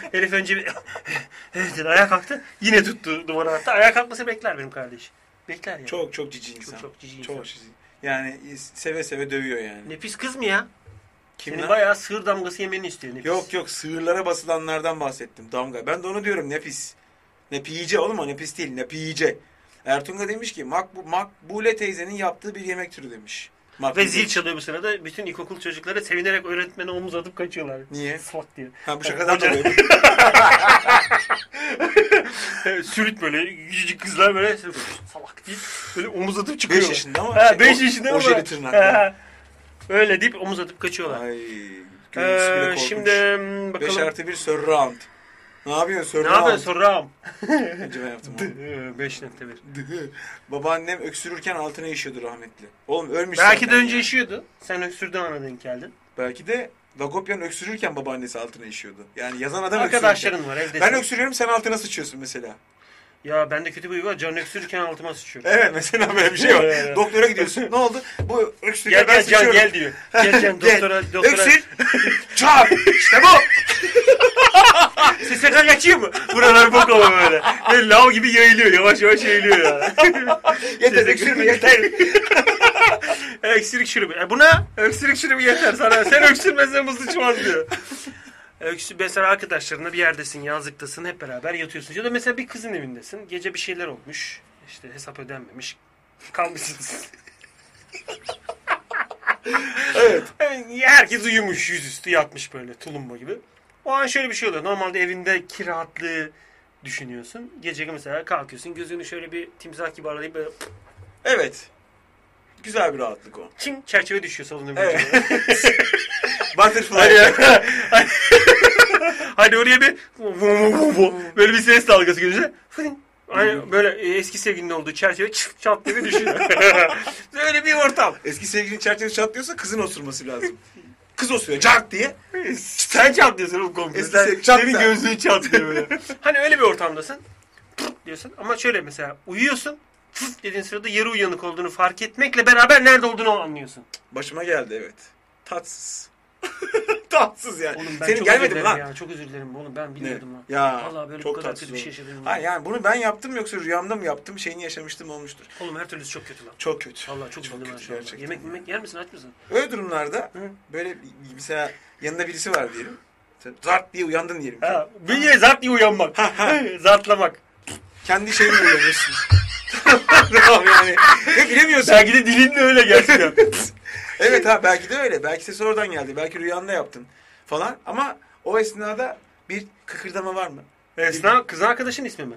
C: [LAUGHS] Herif önce bir [LAUGHS] evet dedi, ayağa kalktı. Yine tuttu duvara attı. Ayağa kalkması bekler benim kardeş. Bekler ya.
A: Çok çok cici insan.
C: Çok, çok cici
A: Çok
C: insan.
A: cici. Yani seve seve dövüyor yani.
C: Nefis kız mı ya?
A: Kim
C: Senin
A: lan?
C: bayağı sığır damgası yemeni istiyor nefis.
A: Yok yok sığırlara basılanlardan bahsettim damga. Ben de onu diyorum nefis. Nepice oğlum o nefis değil nepice. Ertuğrul demiş ki Makbu, Makbule teyzenin yaptığı bir yemek türü demiş. Makbule.
C: Ve zil çalıyor bu sırada. Bütün ilkokul çocukları sevinerek öğretmene omuz atıp kaçıyorlar.
A: Niye?
C: Slak [LAUGHS] diye.
A: Ha bu şakadan
C: Hoca-
A: dolayı.
C: E, Sürüt böyle küçücük kızlar böyle salak deyip böyle omuz atıp çıkıyor.
A: 5 yaşında ama.
C: Ha,
A: şey,
C: 5
A: o-
C: yaşında ama.
A: Ojeli tırnaklı.
C: Ha. [LAUGHS] Öyle deyip omuz atıp kaçıyorlar.
A: Ay.
C: Ee,
A: Ee,
C: şimdi
A: şimdi
C: hmm,
A: 5
C: bakalım.
A: artı 1 surround. Ne yapıyorsun
C: Ne
A: surround?
C: yapıyorsun soram?
A: Önce ben yaptım onu.
C: ıı, 5.1.
A: Babaannem öksürürken altına işiyordu rahmetli. Oğlum ölmüş
C: Belki
A: zaten
C: de önce
A: ya.
C: işiyordu. Sen öksürdün ana denk geldin.
A: Belki de Lagopyan öksürürken babaannesi altına işiyordu. Yani yazan adam öksürürken.
C: Arkadaşların var evde.
A: Ben öksürüyorum sen altına sıçıyorsun mesela.
C: Ya bende kötü bir huy var. Can öksürürken altıma sıçıyor.
A: Evet mesela böyle bir şey
C: Evet.
A: var. Doktora gidiyorsun. Ne oldu? Bu
C: Gel
A: öksürürken ben
C: gel can
A: sıçıyorum.
C: gel [LAUGHS] diyor. Gel can
A: Gel.
C: doktora doktora.
A: Öksür. [LAUGHS] Çağır. İşte bu.
C: SSK kaçıyor mu? Buralar bok ama böyle. Böyle lav gibi yayılıyor. Yavaş yavaş yayılıyor ya. [LAUGHS]
A: Yeter öksürme yeter.
C: öksürük şurubu. E buna öksürük şurubu yeter sana. Sen öksürmezsen bu sıçmaz diyor. Öksür, mesela arkadaşlarınla bir yerdesin, yazlıktasın, hep beraber yatıyorsun. Ya da mesela bir kızın evindesin, gece bir şeyler olmuş, işte hesap ödenmemiş, kalmışsınız. [LAUGHS]
A: Evet.
C: Yani herkes uyumuş, yüzüstü yatmış böyle tulumba gibi. O an şöyle bir şey oluyor. Normalde evindeki rahatlığı düşünüyorsun. Gece mesela kalkıyorsun, gözünü şöyle bir timsah gibi aralayıp böyle
A: Evet. Güzel bir rahatlık o.
C: çim çerçeve düşüyor salonun
A: Evet.
C: evet.
A: Butterfly.
C: [LAUGHS] Hadi Hani oraya bir böyle bir ses dalgası gelince
A: Hmm.
C: Hani böyle eski sevgilinin olduğu çerçeve çıt çat
A: [LAUGHS]
C: diye düşüyor. Böyle bir ortam.
A: Eski sevgilin çerçevesi çatlıyorsa kızın osurması lazım. Kız osuruyor. Cart diye.
C: Sen çatlıyorsun oğlum komple.
A: Eski
C: Sen-
A: sevgili- çat
C: senin
A: sen.
C: gözlüğün çatlıyor böyle. hani öyle bir ortamdasın. pıt diyorsun ama şöyle mesela uyuyorsun. Fıf dediğin sırada yarı uyanık olduğunu fark etmekle beraber nerede olduğunu anlıyorsun.
A: Başıma geldi evet. Tatsız. [LAUGHS] Tatsız yani.
C: Oğlum ben
A: Senin
C: çok
A: gelmedi
C: özür
A: mi
C: dilerim
A: lan?
C: ya. Çok özür dilerim oğlum ben
A: Ne?
C: bilmiyordum lan.
A: Ya.
C: Vallahi böyle
A: çok
C: bu kadar
A: tatsız
C: kötü bir
A: oldu.
C: şey yaşadım.
A: Ha yani bunu ben yaptım yoksa rüyamda mı yaptım şeyini yaşamıştım olmuştur.
C: Oğlum her türlüsü çok kötü lan.
A: Çok kötü.
C: Vallahi çok, üzüldüm ben
A: kötü
C: şu anda.
A: gerçekten
C: Yemek
A: ya.
C: yemek yer misin aç mısın?
A: Öyle durumlarda
C: Hı.
A: böyle mesela yanında birisi var diyelim. Sen Zart diye uyandın diyelim.
C: Ha, bünye zart diye uyanmak. Zartlamak.
A: Kendi şeyinle uyanıyorsun. [LAUGHS] Tamam yani. Ve bilemiyorsun.
C: Belki de dilinle öyle gerçekten.
A: Evet ha belki de öyle. Belki ses oradan geldi. Belki rüyanda yaptın falan. Ama o esnada bir kıkırdama var mı?
C: [LAUGHS] Esna, kız arkadaşın ismi mi?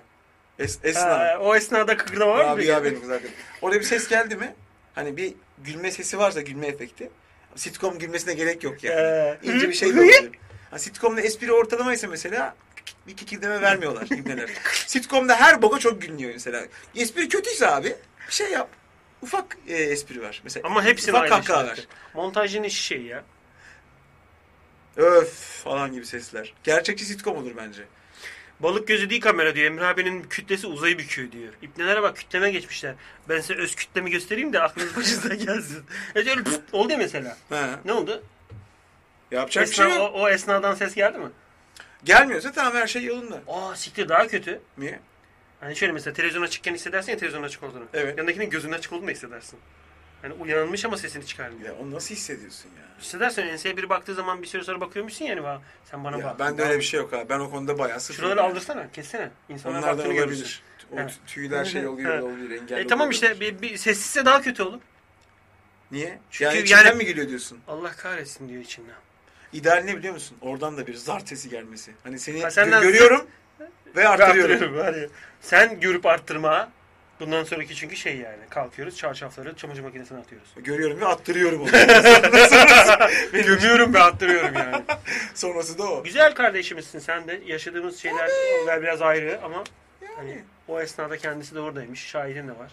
A: Es, esna.
C: Ha, o esnada kıkırdama var mı?
A: Abi ya benim kız arkadaşım. Oraya bir ses geldi mi? Hani bir gülme sesi varsa gülme efekti. sitcom gülmesine gerek yok yani.
C: Ee,
A: İnce bir şey de olabilir. Ha, sitcomda espri ortalamaysa mesela bir iki kildeme vermiyorlar ibneler. Sitcomda her boka çok gülünüyor mesela. Espri kötüyse abi bir şey yap. Ufak e, espri var. Mesela
C: Ama hepsini
A: ufak
C: aynı
A: kahkaha
C: şarkı.
A: ver.
C: Montajın işi şey ya.
A: Öf falan gibi sesler. Gerçekçi sitcom olur bence.
C: Balık gözü değil kamera diyor. Emre abinin kütlesi uzayı büküyor diyor. İpnelere bak kütleme geçmişler. Ben size öz kütlemi göstereyim de aklınız [LAUGHS] başınıza gelsin. Evet öyle pıt oldu ya mesela.
A: Ha.
C: Ne oldu?
A: Yapacak bir
C: Esna-
A: şey yok.
C: E o, o esnadan ses geldi mi?
A: Gelmiyorsa tamam her şey yolunda.
C: Aa siktir daha kötü.
A: Niye?
C: Hani şöyle mesela televizyon açıkken hissedersin ya televizyon açık olduğunu.
A: Evet.
C: Yanındakinin gözünün açık olduğunu da hissedersin. Hani uyanılmış ama sesini çıkarmıyor.
A: Ya onu nasıl hissediyorsun ya?
C: Hissedersin enseye biri baktığı zaman bir süre sonra bakıyormuşsun yani. "Vah, Sen bana
A: Ya
C: bak.
A: ben de öyle bir şey yok abi. Ben o konuda bayağı sıfır.
C: Şuraları aldırsana, kessene. İnsanlar
A: Onlardan
C: baktığını görürsün.
A: olabilir. O
C: Evet.
A: tüyler şey oluyor,
C: Evet.
A: olabilir, engelli
C: E tamam
A: olabilir.
C: işte bir, bir sessizse daha kötü oğlum.
A: Niye?
C: Çünkü
A: yani
C: yani-
A: içinden mi geliyor diyorsun?
C: Allah kahretsin diyor içinden.
A: İdeal ne biliyor musun? Oradan da bir zar sesi gelmesi. Hani seni
C: Ha, senden-
A: görüyorum ve artırıyorum.
C: Arttırıyorum, var ya. Sen görüp arttırma. Bundan sonraki çünkü şey yani. Kalkıyoruz çarşafları çamaşır
A: [LAUGHS]
C: makinesine atıyoruz.
A: Görüyorum ve attırıyorum onu.
C: Gömüyorum ve arttırıyorum yani.
A: [LAUGHS] Sonrası da o.
C: Güzel kardeşimizsin sen de. Yaşadığımız şeyler onlar biraz ayrı ama hani o esnada kendisi de oradaymış. Şahidin de var.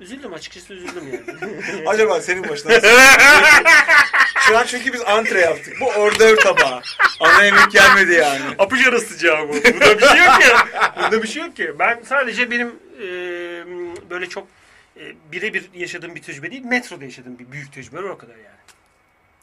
C: Üzüldüm açıkçası üzüldüm yani.
A: Acaba senin başına nasıl? Şu an çünkü biz antre yaptık. Bu ordör tabağı. Ana yemek gelmedi yani.
C: [LAUGHS] Apış arası sıcağı bu. Bunda bir şey yok ya. Bunda bir şey yok ki. Ben sadece benim e, böyle çok e, birebir yaşadığım bir tecrübe değil. Metroda yaşadığım bir büyük tecrübe var o kadar yani.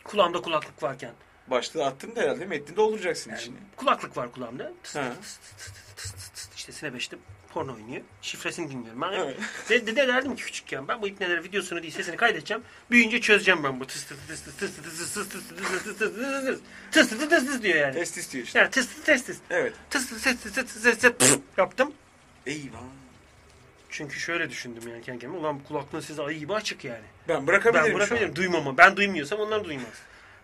C: Kulağımda kulaklık varken.
A: Başta attın da herhalde metni dolduracaksın içini.
C: Kulaklık var kulağımda. Tıs,
A: Ha.
C: tıs, tıs, tıs, tıs, tıs. İşte Sinebeş'te porno oynuyor. Şifresini dinliyorum. Ben
A: Evet.
C: de, de, de derdim ki küçükken ben bu ipneler videosunu değil sesini kaydedeceğim. Büyüyünce çözeceğim ben bu. Tıs tıs tıs tıs tıs tıs tıs tıs tıs tıs tıs tıs tıs tıs tıs tıs tıs tıs tıs diyor yani.
A: Test istiyor işte.
C: Yani tıs tıs tıs tıs.
A: Evet.
C: Tıs tıs tıs tıs tıs tıs tıs tıs yaptım.
A: Eyvah.
C: Çünkü şöyle düşündüm yani kendi kendime. Ulan bu kulaklığın size ayı gibi açık yani.
A: Ben bırakabilirim
C: Ben bırakabilirim. Duymama. Ben duymuyorsam onlar duymaz.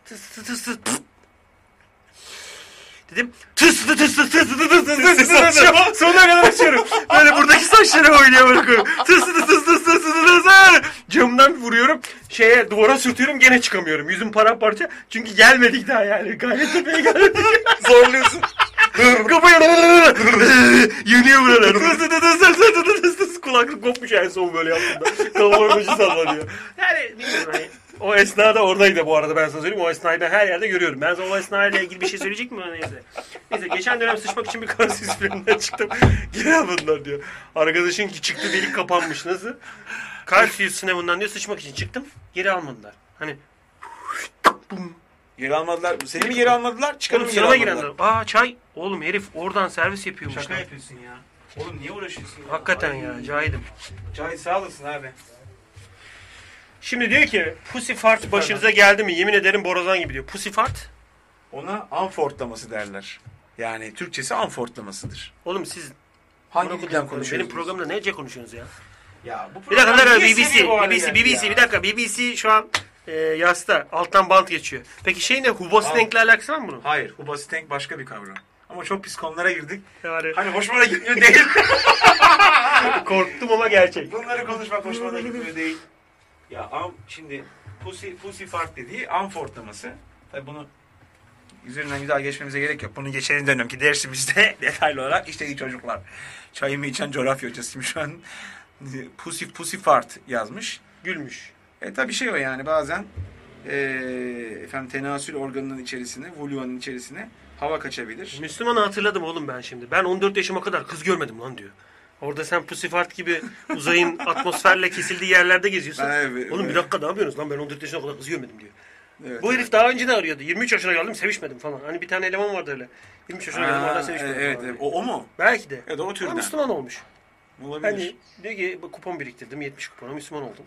C: Tıs tıs tıs tıs. pf. Dedim tıs tıs tıs tıs tıs tıs tıs tıs tıs tıs tıs tıs [LAUGHS] Sonuna kadar açıyorum. Böyle buradaki saçları oynuyor bakıyorum. Tıs tıs tıs tıs tıs tıs tıs tıs. Camdan vuruyorum. Şeye duvara sürtüyorum gene çıkamıyorum. Yüzüm paramparça. Çünkü gelmedik daha yani. Gayrettepe'ye gelmedik.
A: şu an. Zorluyorsun.
C: Kafaya yanıyor buralar. Tıs tıs tıs tıs tıs tıs tıs tıs. Kulaklık kopmuş en son böyle yaptığımda. Kafamın başı şey sallanıyor. Yani bilmiyorum hani. O esnada oradaydı bu arada ben sana söyleyeyim. O esnayı ben her yerde görüyorum. Ben sana o esnayla ilgili bir şey söyleyecek miyim? Neyse. Neyse geçen dönem sıçmak için bir kansız filminden çıktım. [LAUGHS] Gene bunlar diyor. Arkadaşın ki çıktı delik kapanmış. Nasıl? Karsiyus sınavından diyor sıçmak için çıktım. Geri almadılar. Hani
A: [LAUGHS] Geri almadılar. Seni mi geri almadılar? Çıkarım
C: oğlum
A: mı geri
C: sınava
A: almadılar.
C: girenler. Aa çay. Oğlum herif oradan servis yapıyormuş.
B: Şaka
C: lan.
B: yapıyorsun ya. Oğlum niye uğraşıyorsun ya?
C: Hakikaten ya cahilim.
B: Cahit sağ olasın abi.
C: Şimdi diyor ki pussy fart başınıza geldi mi? Yemin ederim borazan gibi diyor. Pussy fart?
A: Ona anfortlaması derler. Yani Türkçesi anfortlamasıdır.
C: Oğlum siz
A: Hangi dilden
C: benim
A: konuşuyoruz?
C: programda nece konuşuyorsunuz ya?
B: Ya bu
C: Bir dakika bir dakika
B: niye
C: BBC,
B: seviyor bu hale
C: BBC,
B: geldi
C: BBC
B: ya?
C: bir dakika BBC şu an e, yasta alttan bant geçiyor. Peki şey ne? Hubos
A: Abi.
C: renkli alakası var mı bunun?
A: Hayır. Hubasitenk başka bir kavram. Ama çok pis konulara girdik.
C: Yani
A: Hani hoşuma da
C: [LAUGHS]
A: gitmiyor değil.
C: korktum ama gerçek.
A: Bunları konuşmak hoşuma da gitmiyor değil. Ya am, şimdi pussy, pussy fart dediği anfortlaması. Tabii bunu üzerinden güzel geçmemize gerek yok. Bunu geçen dönemki dersimizde [LAUGHS] detaylı olarak işte iyi çocuklar. Çayımı içen coğrafya hocasıyım şu an. Pussy, pussy fart yazmış.
C: Gülmüş.
A: E tabii şey o yani bazen e, efendim tenasül organının içerisine, vulvanın içerisine hava kaçabilir.
C: Müslüman'ı hatırladım oğlum ben şimdi. Ben 14 yaşıma kadar kız görmedim lan diyor. Orada sen pussy fart gibi
A: [LAUGHS]
C: uzayın atmosferle kesildiği yerlerde geziyorsun.
A: Ben evet,
C: Oğlum bir
A: evet.
C: dakika ne yapıyorsunuz lan ben 14 yaşına kadar kız görmedim diyor.
A: Evet,
C: Bu
A: evet.
C: herif daha önce de arıyordu. 23 yaşına geldim sevişmedim falan. Hani bir tane eleman vardı öyle. 23 yaşına geldim
A: Aa,
C: hala
A: e,
C: sevişmedim
A: evet,
C: falan.
A: evet. o, o mu?
C: Belki de.
A: Evet o
C: Ama
A: türden.
C: Müslüman olmuş.
A: Olabilir.
C: Hani diyor ki bu kupon biriktirdim 70 kupona Müslüman oldum.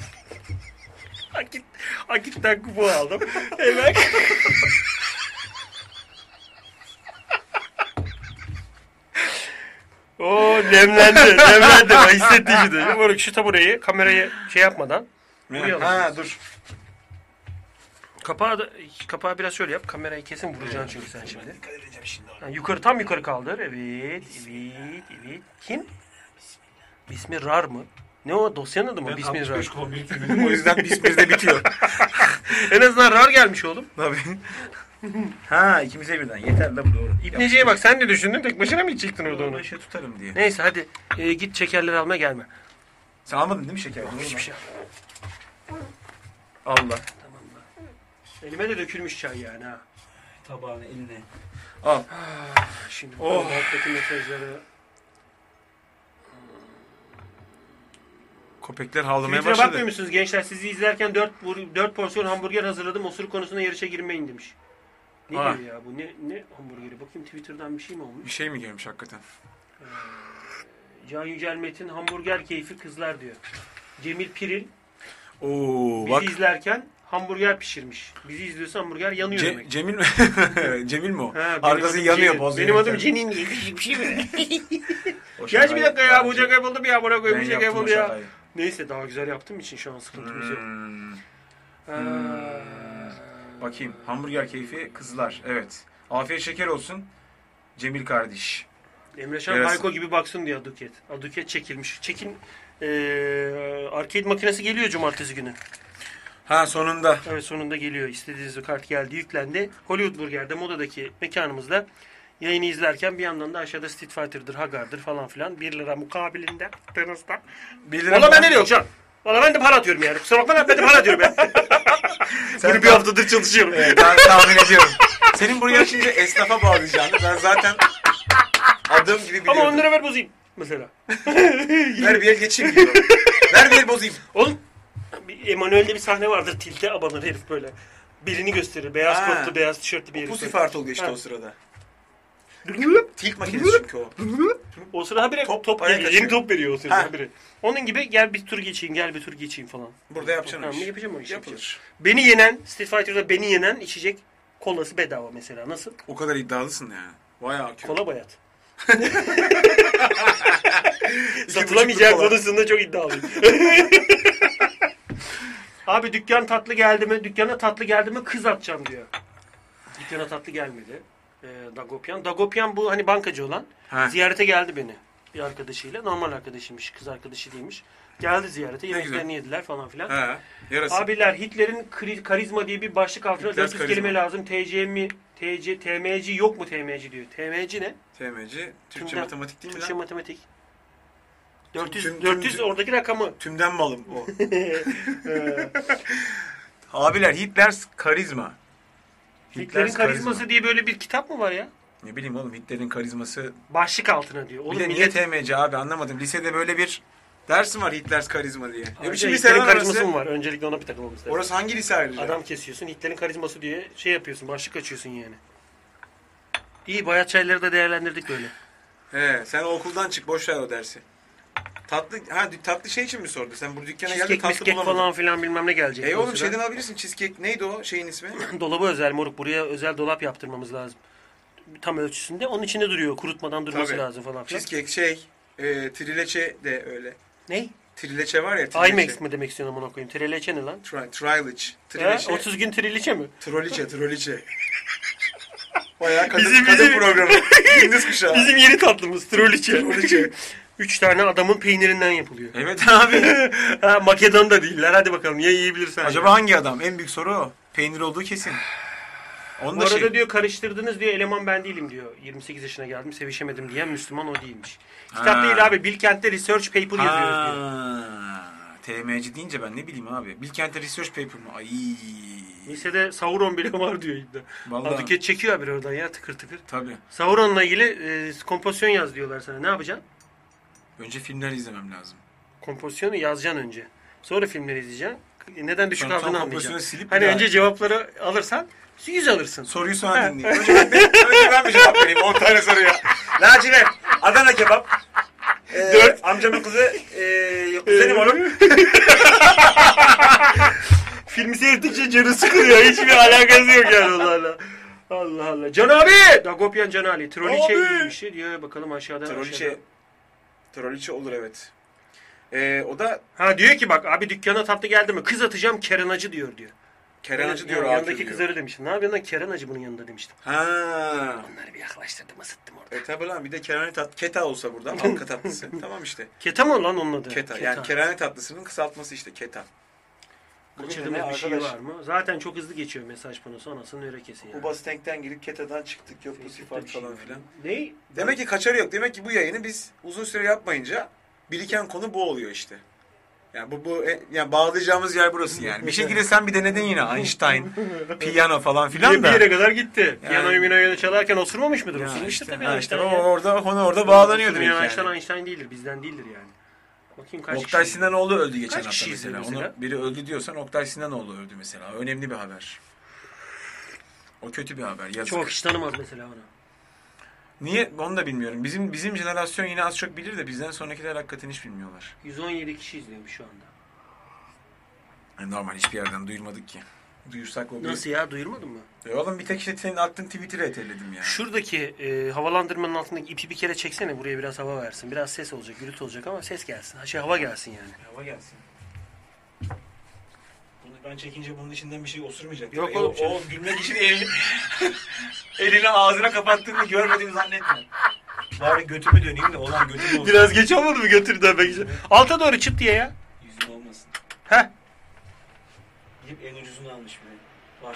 C: [LAUGHS] Akit, Akit'ten kupon aldım. Hemen. [LAUGHS] Oo nemlendi, nemlendi. Ben hissettiğim gibi. de. Umarım şu tabureyi kamerayı şey yapmadan
A: Ha, ha dur.
C: Kapağı da, kapağı biraz şöyle yap. Kamerayı kesin vuracaksın çünkü sen şimdi.
A: Dikkat edeceğim şimdi.
C: Ha, yukarı tam yukarı kaldır. Evet, evet, evet. Kim? Bismillah. İsmi Rar mı? Ne o dosyanın adı mı?
B: Ben
C: Bismillah.
B: 65 konu biriktirdim.
A: O yüzden biz bir de bitiyor.
C: En azından rar gelmiş oğlum.
A: Tabii. [LAUGHS] ha ikimize birden. Yeter la bu doğru.
C: İbneci'ye bak sen ne düşündün? Tek başına mı çıktın orada
A: Yaptım.
C: onu?
A: Ben şey tutarım diye.
C: Neyse hadi e, git şekerleri almaya gelme.
A: Sen almadın değil mi şeker? Doğru mu?
C: Hiçbir şey yapma.
A: Allah.
C: Elime de dökülmüş çay yani ha.
B: Tabağını eline.
A: Al.
C: Şimdi
A: Oh.
C: oh. alttaki mesajları.
A: Köpekler havlamaya
C: Twitter'a
A: başladı.
C: bakmıyor musunuz gençler? Sizi izlerken 4, 4 porsiyon hamburger hazırladım. Osuru konusunda yarışa girmeyin demiş. Ne
A: Ha.
C: diyor ya bu? Ne, ne hamburgeri? Bakayım Twitter'dan bir şey mi
A: Bir
C: olmuş?
A: şey mi gelmiş hakikaten?
C: Can Yücel Metin hamburger keyfi kızlar diyor. Cemil Piril
A: Oo
C: bizi
A: bak.
C: izlerken hamburger pişirmiş. Bizi izliyorsa hamburger yanıyor
A: Ce-
C: demek.
A: Cemil mi? [LAUGHS] Cemil mi o?
C: Ha, benim
A: Arkası
C: adım
A: yanıyor
C: Cenin.
A: boz
C: Benim adım
A: yanıyor.
C: Cenin. Bir
A: [LAUGHS]
C: şey mi?
A: O şakayı-
C: Gerçi bir dakika ya bu şaka buldu bir ya buna
A: Ben
C: koyayım bir şaka
A: yaptım o
C: yapıldı ya.
A: şakayı.
C: Neyse daha güzel yaptığım için şu an sıkıntımız yok.
A: Hmm.
C: Ee,
A: Bakayım. Hamburger keyfi kızlar. Evet. Afiyet şeker olsun. Cemil kardeş.
C: Emre Şan
A: Biraz-
C: Hayko gibi baksın diye Aduket. Aduket çekilmiş. Çekin ee, arcade makinesi geliyor cumartesi günü.
A: Ha sonunda.
C: Evet sonunda geliyor. İstediğiniz bir kart geldi, yüklendi. Hollywood Burger'de modadaki mekanımızda yayını izlerken bir yandan da aşağıda Street Fighter'dır, Hagar'dır falan filan 1 lira mukabilinde tınızda.
A: Bilirim
C: Valla bende de yok can. Valla ben de para atıyorum yani. Kusura bakma ben de para atıyorum ya. Bunu bir haftadır çalışıyorum.
A: Evet, ben tahmin ediyorum. Senin buraya açınca esnafa bağlayacağını ben zaten adım gibi biliyorum.
C: Ama 10 lira ver bozayım mesela.
A: Ver bir el geçeyim diyor. Ver bir el bozayım.
C: Oğlum bir- Emanuel'de bir sahne vardır tilte abanır herif böyle. Birini gösterir. Beyaz
A: Ha.
C: kotlu, beyaz tişörtlü bir herif.
A: Pussy fart oluyor işte
C: Ha.
A: o sırada. Tilt makinesi çünkü o.
C: O sıra habire top, top
A: ayağa
C: geliyor.
A: kaçıyor.
C: Yeni top veriyor o sıra
A: Ha.
C: habire. Onun gibi gel bir tur geçeyim, gel bir tur geçeyim falan.
A: Burada yapacaksın o
C: Tamam,
A: işi.
C: yapacağım o işi,
A: Yapılır.
C: Beni yenen, Street Fighter'da beni yenen içecek kolası bedava mesela. Nasıl?
A: O kadar iddialısın yani. Vay akıyor.
C: Kola [LAUGHS] bayat.
A: İki
C: Satılamayacak
A: buçuk bir kola.
C: konusunda çok iddialıyım. [LAUGHS] Abi dükkan tatlı geldi mi? Dükkana tatlı geldi mi? Kız atacağım diyor. Dükkana tatlı gelmedi. Ee, Dagopyan. Dagopyan bu hani bankacı olan.
A: Ha.
C: Ziyarete geldi beni. Bir arkadaşıyla. Normal arkadaşıymış. Kız arkadaşı değilmiş. Geldi ziyarete. Yemeklerini yediler falan filan.
A: Ha, yarası.
C: Abiler Hitler'in kri- karizma diye bir başlık altına
A: Hitler
C: 400
A: karizma.
C: kelime lazım. TC mi? TC, TMC yok mu TMC diyor. TMC ne?
A: TMC, Türkçe
C: Tümden-
A: matematik değil mi
C: Türkçe
A: lan?
C: matematik. 400,
A: Tüm- tüm-
C: 400
A: [LAUGHS]
C: oradaki rakamı.
A: Tümden malım o.
C: Ee,
A: Abiler Hitler karizma.
C: Hitler'in karizması diye böyle bir kitap mı var ya?
A: Ne bileyim oğlum Hitler'in karizması.
C: Başlık altına diyor.
A: Bir
C: Oğlum
A: de niye
C: millet
A: TMC abi anlamadım. Lisede böyle bir dersim var Hitler karizma diye. Ne
C: Ayrıca
A: biçim lise
C: şey, Hitler'in
A: lan
C: karizması
A: orası?
C: mı var? Öncelikle ona bir takılmamız lazım.
A: Orası hangi lise ayrıca?
C: Adam kesiyorsun, Hitler'in karizması diye şey yapıyorsun, başlık açıyorsun yani. İyi, bayat çayları da değerlendirdik böyle.
A: He, sen o okuldan çık boş ver o dersi. Tatlı ha dü- tatlı şey için mi sordu? Sen bu dükkana geldin
C: Cheesecake,
A: tatlı
C: miskek
A: bulamadın. Falan.
C: falan filan bilmem ne gelecek.
A: E oğlum
C: mesela.
A: şeyden alabilirsin cheesecake neydi o şeyin ismi?
C: Dolabı özel moruk. Buraya özel dolap yaptırmamız lazım. Tam ölçüsünde. Onun içinde duruyor. Kurutmadan durması
A: Tabii.
C: lazım falan filan.
A: cheesecake şey e, trileçe de öyle.
C: Ney?
A: Trileçe var ya trileçe.
C: IMAX mi demek istiyorsun amına koyayım? Trileçe ne lan?
A: Tri, trileçe.
C: He?
A: Trileçe.
C: 30 gün trileçe mi?
A: Troliçe, troliçe. Bayağı kadın,
C: Bizim-
A: kadın
C: bizim- [LAUGHS]
A: programı. Gündüz kuşağı.
C: Bizim yeni tatlımız trileçe.
A: Trileçe.
C: 3 tane adamın peynirinden yapılıyor. [LAUGHS]
A: Evet abi.
C: ha, Makedon da değiller. Hadi bakalım ya yiyebilirsen.
A: Acaba hangi adam? En büyük soru o. Peynir olduğu kesin. Onu
C: Bu
A: da
C: arada
A: şey.
C: diyor karıştırdınız diyor eleman ben değilim diyor. 28 yaşına geldim sevişemedim diyen Müslüman o değilmiş. Kitap
A: Ha.
C: değil abi Bilkent'te research paper yazıyoruz diyor.
A: Ha, TMC deyince ben ne bileyim abi. Bilkent'te research paper mı? Ay.
C: Lisede Sauron bile var diyor iddia.
A: Vallahi.
C: Aduket çekiyor abi oradan ya tıkır tıkır.
A: Tabii.
C: Sauron'la ilgili e, kompozisyon yaz diyorlar sana. Ne yapacaksın?
A: Önce filmler izlemem lazım.
C: Kompozisyonu yazacaksın önce. Sonra filmleri izleyeceksin. E, Neden düşük
A: Sonra tam
C: aldığını
A: kompozisyonu
C: anlayacaksın.
A: silip bir
C: Hani
A: daha-
C: önce cevapları alırsan 100 alırsın.
A: Soruyu
C: [LAUGHS]
A: sonra dinleyeyim. Önce ben, önce ben bir cevap vereyim. 10 tane soruya. Lacivert. Adana kebap. Ee,
B: Dört.
A: Amcamın kızı. Ee, kuzenim oğlum.
C: [LAUGHS] Filmi seyrettikçe canı sıkılıyor. Hiçbir alakası yok yani onlarla. Allah Allah. Can abi! Dagopyan Can Ali. Troliçe
A: Abi! şey-
C: iyi bir şey diyor. Bakalım aşağıda. aşağıda.
A: Troliçe. Troliçe olur evet. Ee, o da
C: Ha diyor ki bak abi dükkana tatlı geldi mi? Kız atacağım keranacı diyor diyor.
A: Kerem Acı diyor
C: Yanındaki
A: Akif diyor.
C: kızları demiştim. Ne yapıyorsun lan Kerem Acı bunun yanında demiştim.
A: Ha.
C: Onları bir yaklaştırdım ısıttım orada.
A: E tabi lan bir de kerane tat keta olsa burada halka
C: [LAUGHS]
A: tatlısı. tamam işte.
C: Keta mı lan onun adı?
A: Keta. Yani kerane tatlısının kısaltması işte keta. Bugün
C: Kaçırdığımız
A: yine
C: bir şey
A: arkadaş-
C: var mı? Zaten çok hızlı geçiyor mesaj panosu. Anasının örekesi yani.
A: Ubas Tank'ten girip ketadan çıktık yok bu
C: Facebook'ta
A: sifat
C: bir şey
A: falan
C: var.
A: filan.
C: Ney?
A: Demek ki kaçarı yok. Demek ki bu yayını biz uzun süre yapmayınca biriken konu bu oluyor işte. Yani bu, bu e, yani bağlayacağımız yer burası yani. Bir şekilde sen bir denedin yine
C: [LAUGHS]
A: Einstein, piyano falan
C: Bir,
A: filan
C: bir
A: da.
C: yere kadar gitti.
A: Yani-
C: Piyanoyu minoyu çalarken osurmamış mıdır?
A: Ya
C: Osurmuştur
A: işte,
C: tabii
A: ha işte,
C: Einstein.
A: o
C: ya.
A: orada konu orada bağlanıyor
C: Osurmayan
A: demek
C: Einstein
A: yani.
C: Einstein değildir. Bizden değildir yani. Bakayım kaç
A: Oktay
C: kişi-
A: Sinanoğlu öldü geçen hafta
C: kişi
A: mesela.
C: izledi mesela?
A: Onu biri öldü diyorsan Oktay Sinanoğlu öldü mesela. Önemli bir haber. O kötü bir haber. Yazık.
C: Çok kişi tanımaz mesela onu.
A: Niye onu da bilmiyorum. Bizim bizim jenerasyon yine az çok bilir de bizden sonrakiler hakikaten hiç bilmiyorlar.
C: 117 kişi izliyormuş şu anda.
A: Yani normal hiçbir yerden duyurmadık ki. Duyursak o bir-
C: Nasıl ya duyurmadın mı?
A: E oğlum bir tek işte senin attığın Twitter'ı eteledim yani.
C: Şuradaki e, havalandırmanın altındaki ipi bir kere çeksene buraya biraz hava versin. Biraz ses olacak, gürültü olacak ama ses gelsin. Ha, Şey hava gelsin yani.
A: Hava gelsin. Bunu ben çekince bunun içinden bir şey osurmayacak.
C: Yok
A: E,
C: oğlum,
A: O, o gülmek için elini, elini ağzına kapattığını görmediğini zannetme. Bari götümü döneyim de olan götüm olsun.
C: Biraz geç olmadı mı götür dönmek Alta doğru çıt diye ya.
D: Yüzüm olmasın.
C: Heh.
D: Gidip en ucuzunu almış bile.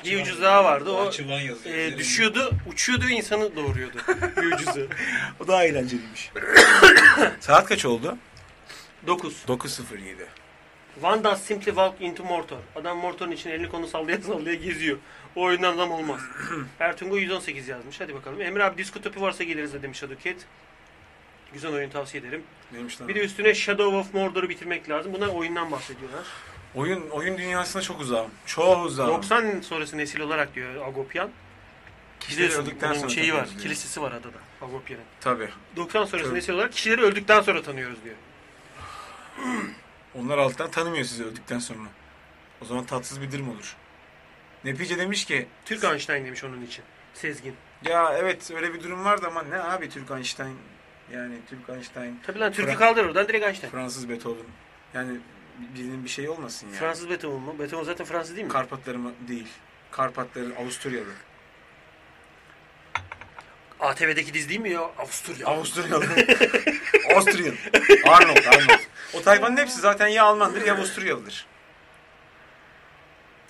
C: Bir ucuz daha vardı, o-
D: Bahçıvan yazıyor.
C: E, düşüyordu, uçuyordu ve insanı doğuruyordu. [LAUGHS] Bir ucuzu.
A: O daha eğlenceliymiş. [COUGHS] Saat kaç oldu?
C: 9.
A: 9.07.
C: One does simply walk into mortar. Adam mortarın için elini kolunu sallaya [LAUGHS] sallaya geziyor. O oyundan adam
A: [CLEARS THROAT]
C: olmaz. Ertungu 118 yazmış. Hadi bakalım. Emre abi disko topu varsa geliriz de demiş Shadow Cat. Güzel oyun tavsiye ederim.
A: Neymiş lan?
C: Bir de üstüne Shadow of Mordor'u bitirmek lazım. Bunlar oyundan bahsediyorlar.
A: Oyun oyun dünyasına çok uzağım. Çok uzağım.
C: 90 sonrası nesil olarak diyor Agopyan.
A: Kişileri
C: Biliyorsun,
A: öldükten
C: bunun
A: sonra
C: şeyi var.
A: tanıyoruz diyor.
C: Kilisesi var adada Agopyan'ın.
A: Tabii.
C: 90 sonrası
A: Tabii.
C: nesil olarak kişileri öldükten sonra tanıyoruz diyor.
A: Onlar alttan tanımıyor sizi öldükten sonra. O zaman tatsız bir dilim olur. Nepice demiş ki
C: Türk Einstein demiş onun için. Sezgin.
A: ya evet öyle bir durum var da ama ne abi Türk Einstein yani Türk Einstein
C: Tabii lan Türk'ü
A: Fra-
C: kaldır oradan direkt Einstein.
A: Fransız Beethoven yani birinin bir şeyi olmasın yani.
C: Fransız Beethoven mu? Beethoven zaten Fransız değil mi?
A: Karpatları mı? Değil. Karpatları Avusturyalı.
C: ATV'deki diz değil mi ya? Avusturya.
A: Avusturyalı. Austrian. Arnold, Arnold. O tayfanın hepsi zaten ya Almandır ya Avusturyalıdır.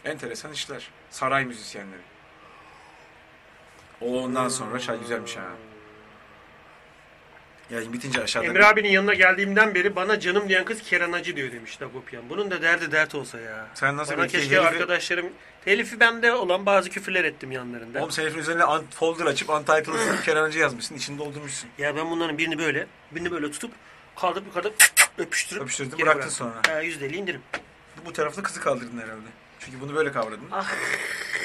A: Enteresan işler. Saray müzisyenleri. O ondan sonra şey güzelmiş ha. Yani bitince aşağıda
C: Emre abinin yanına geldiğimden beri bana canım diyen kız keranacı diyor demiş Dagopyan. Bunun da derdi dert olsa ya.
A: Sen nasıl
C: bana
A: bir
C: keşke
A: herifi-
C: arkadaşlarım... Telifi bende olan bazı küfürler ettim yanlarında.
A: Oğlum sen herifin üzerine un- folder açıp Untitled Kenancı yazmışsın. içini doldurmuşsun.
C: Ya ben bunların birini böyle, birini böyle tutup kaldırıp yukarıda öpüştürüp
A: Öpüştürdün
C: geri
A: bıraktın
C: bıraktım.
A: sonra.
C: Ha, yüzdeli indirim.
A: Bu- Bu tarafta kızı kaldırdın herhalde. Çünkü bunu böyle kavradın.
C: Ah.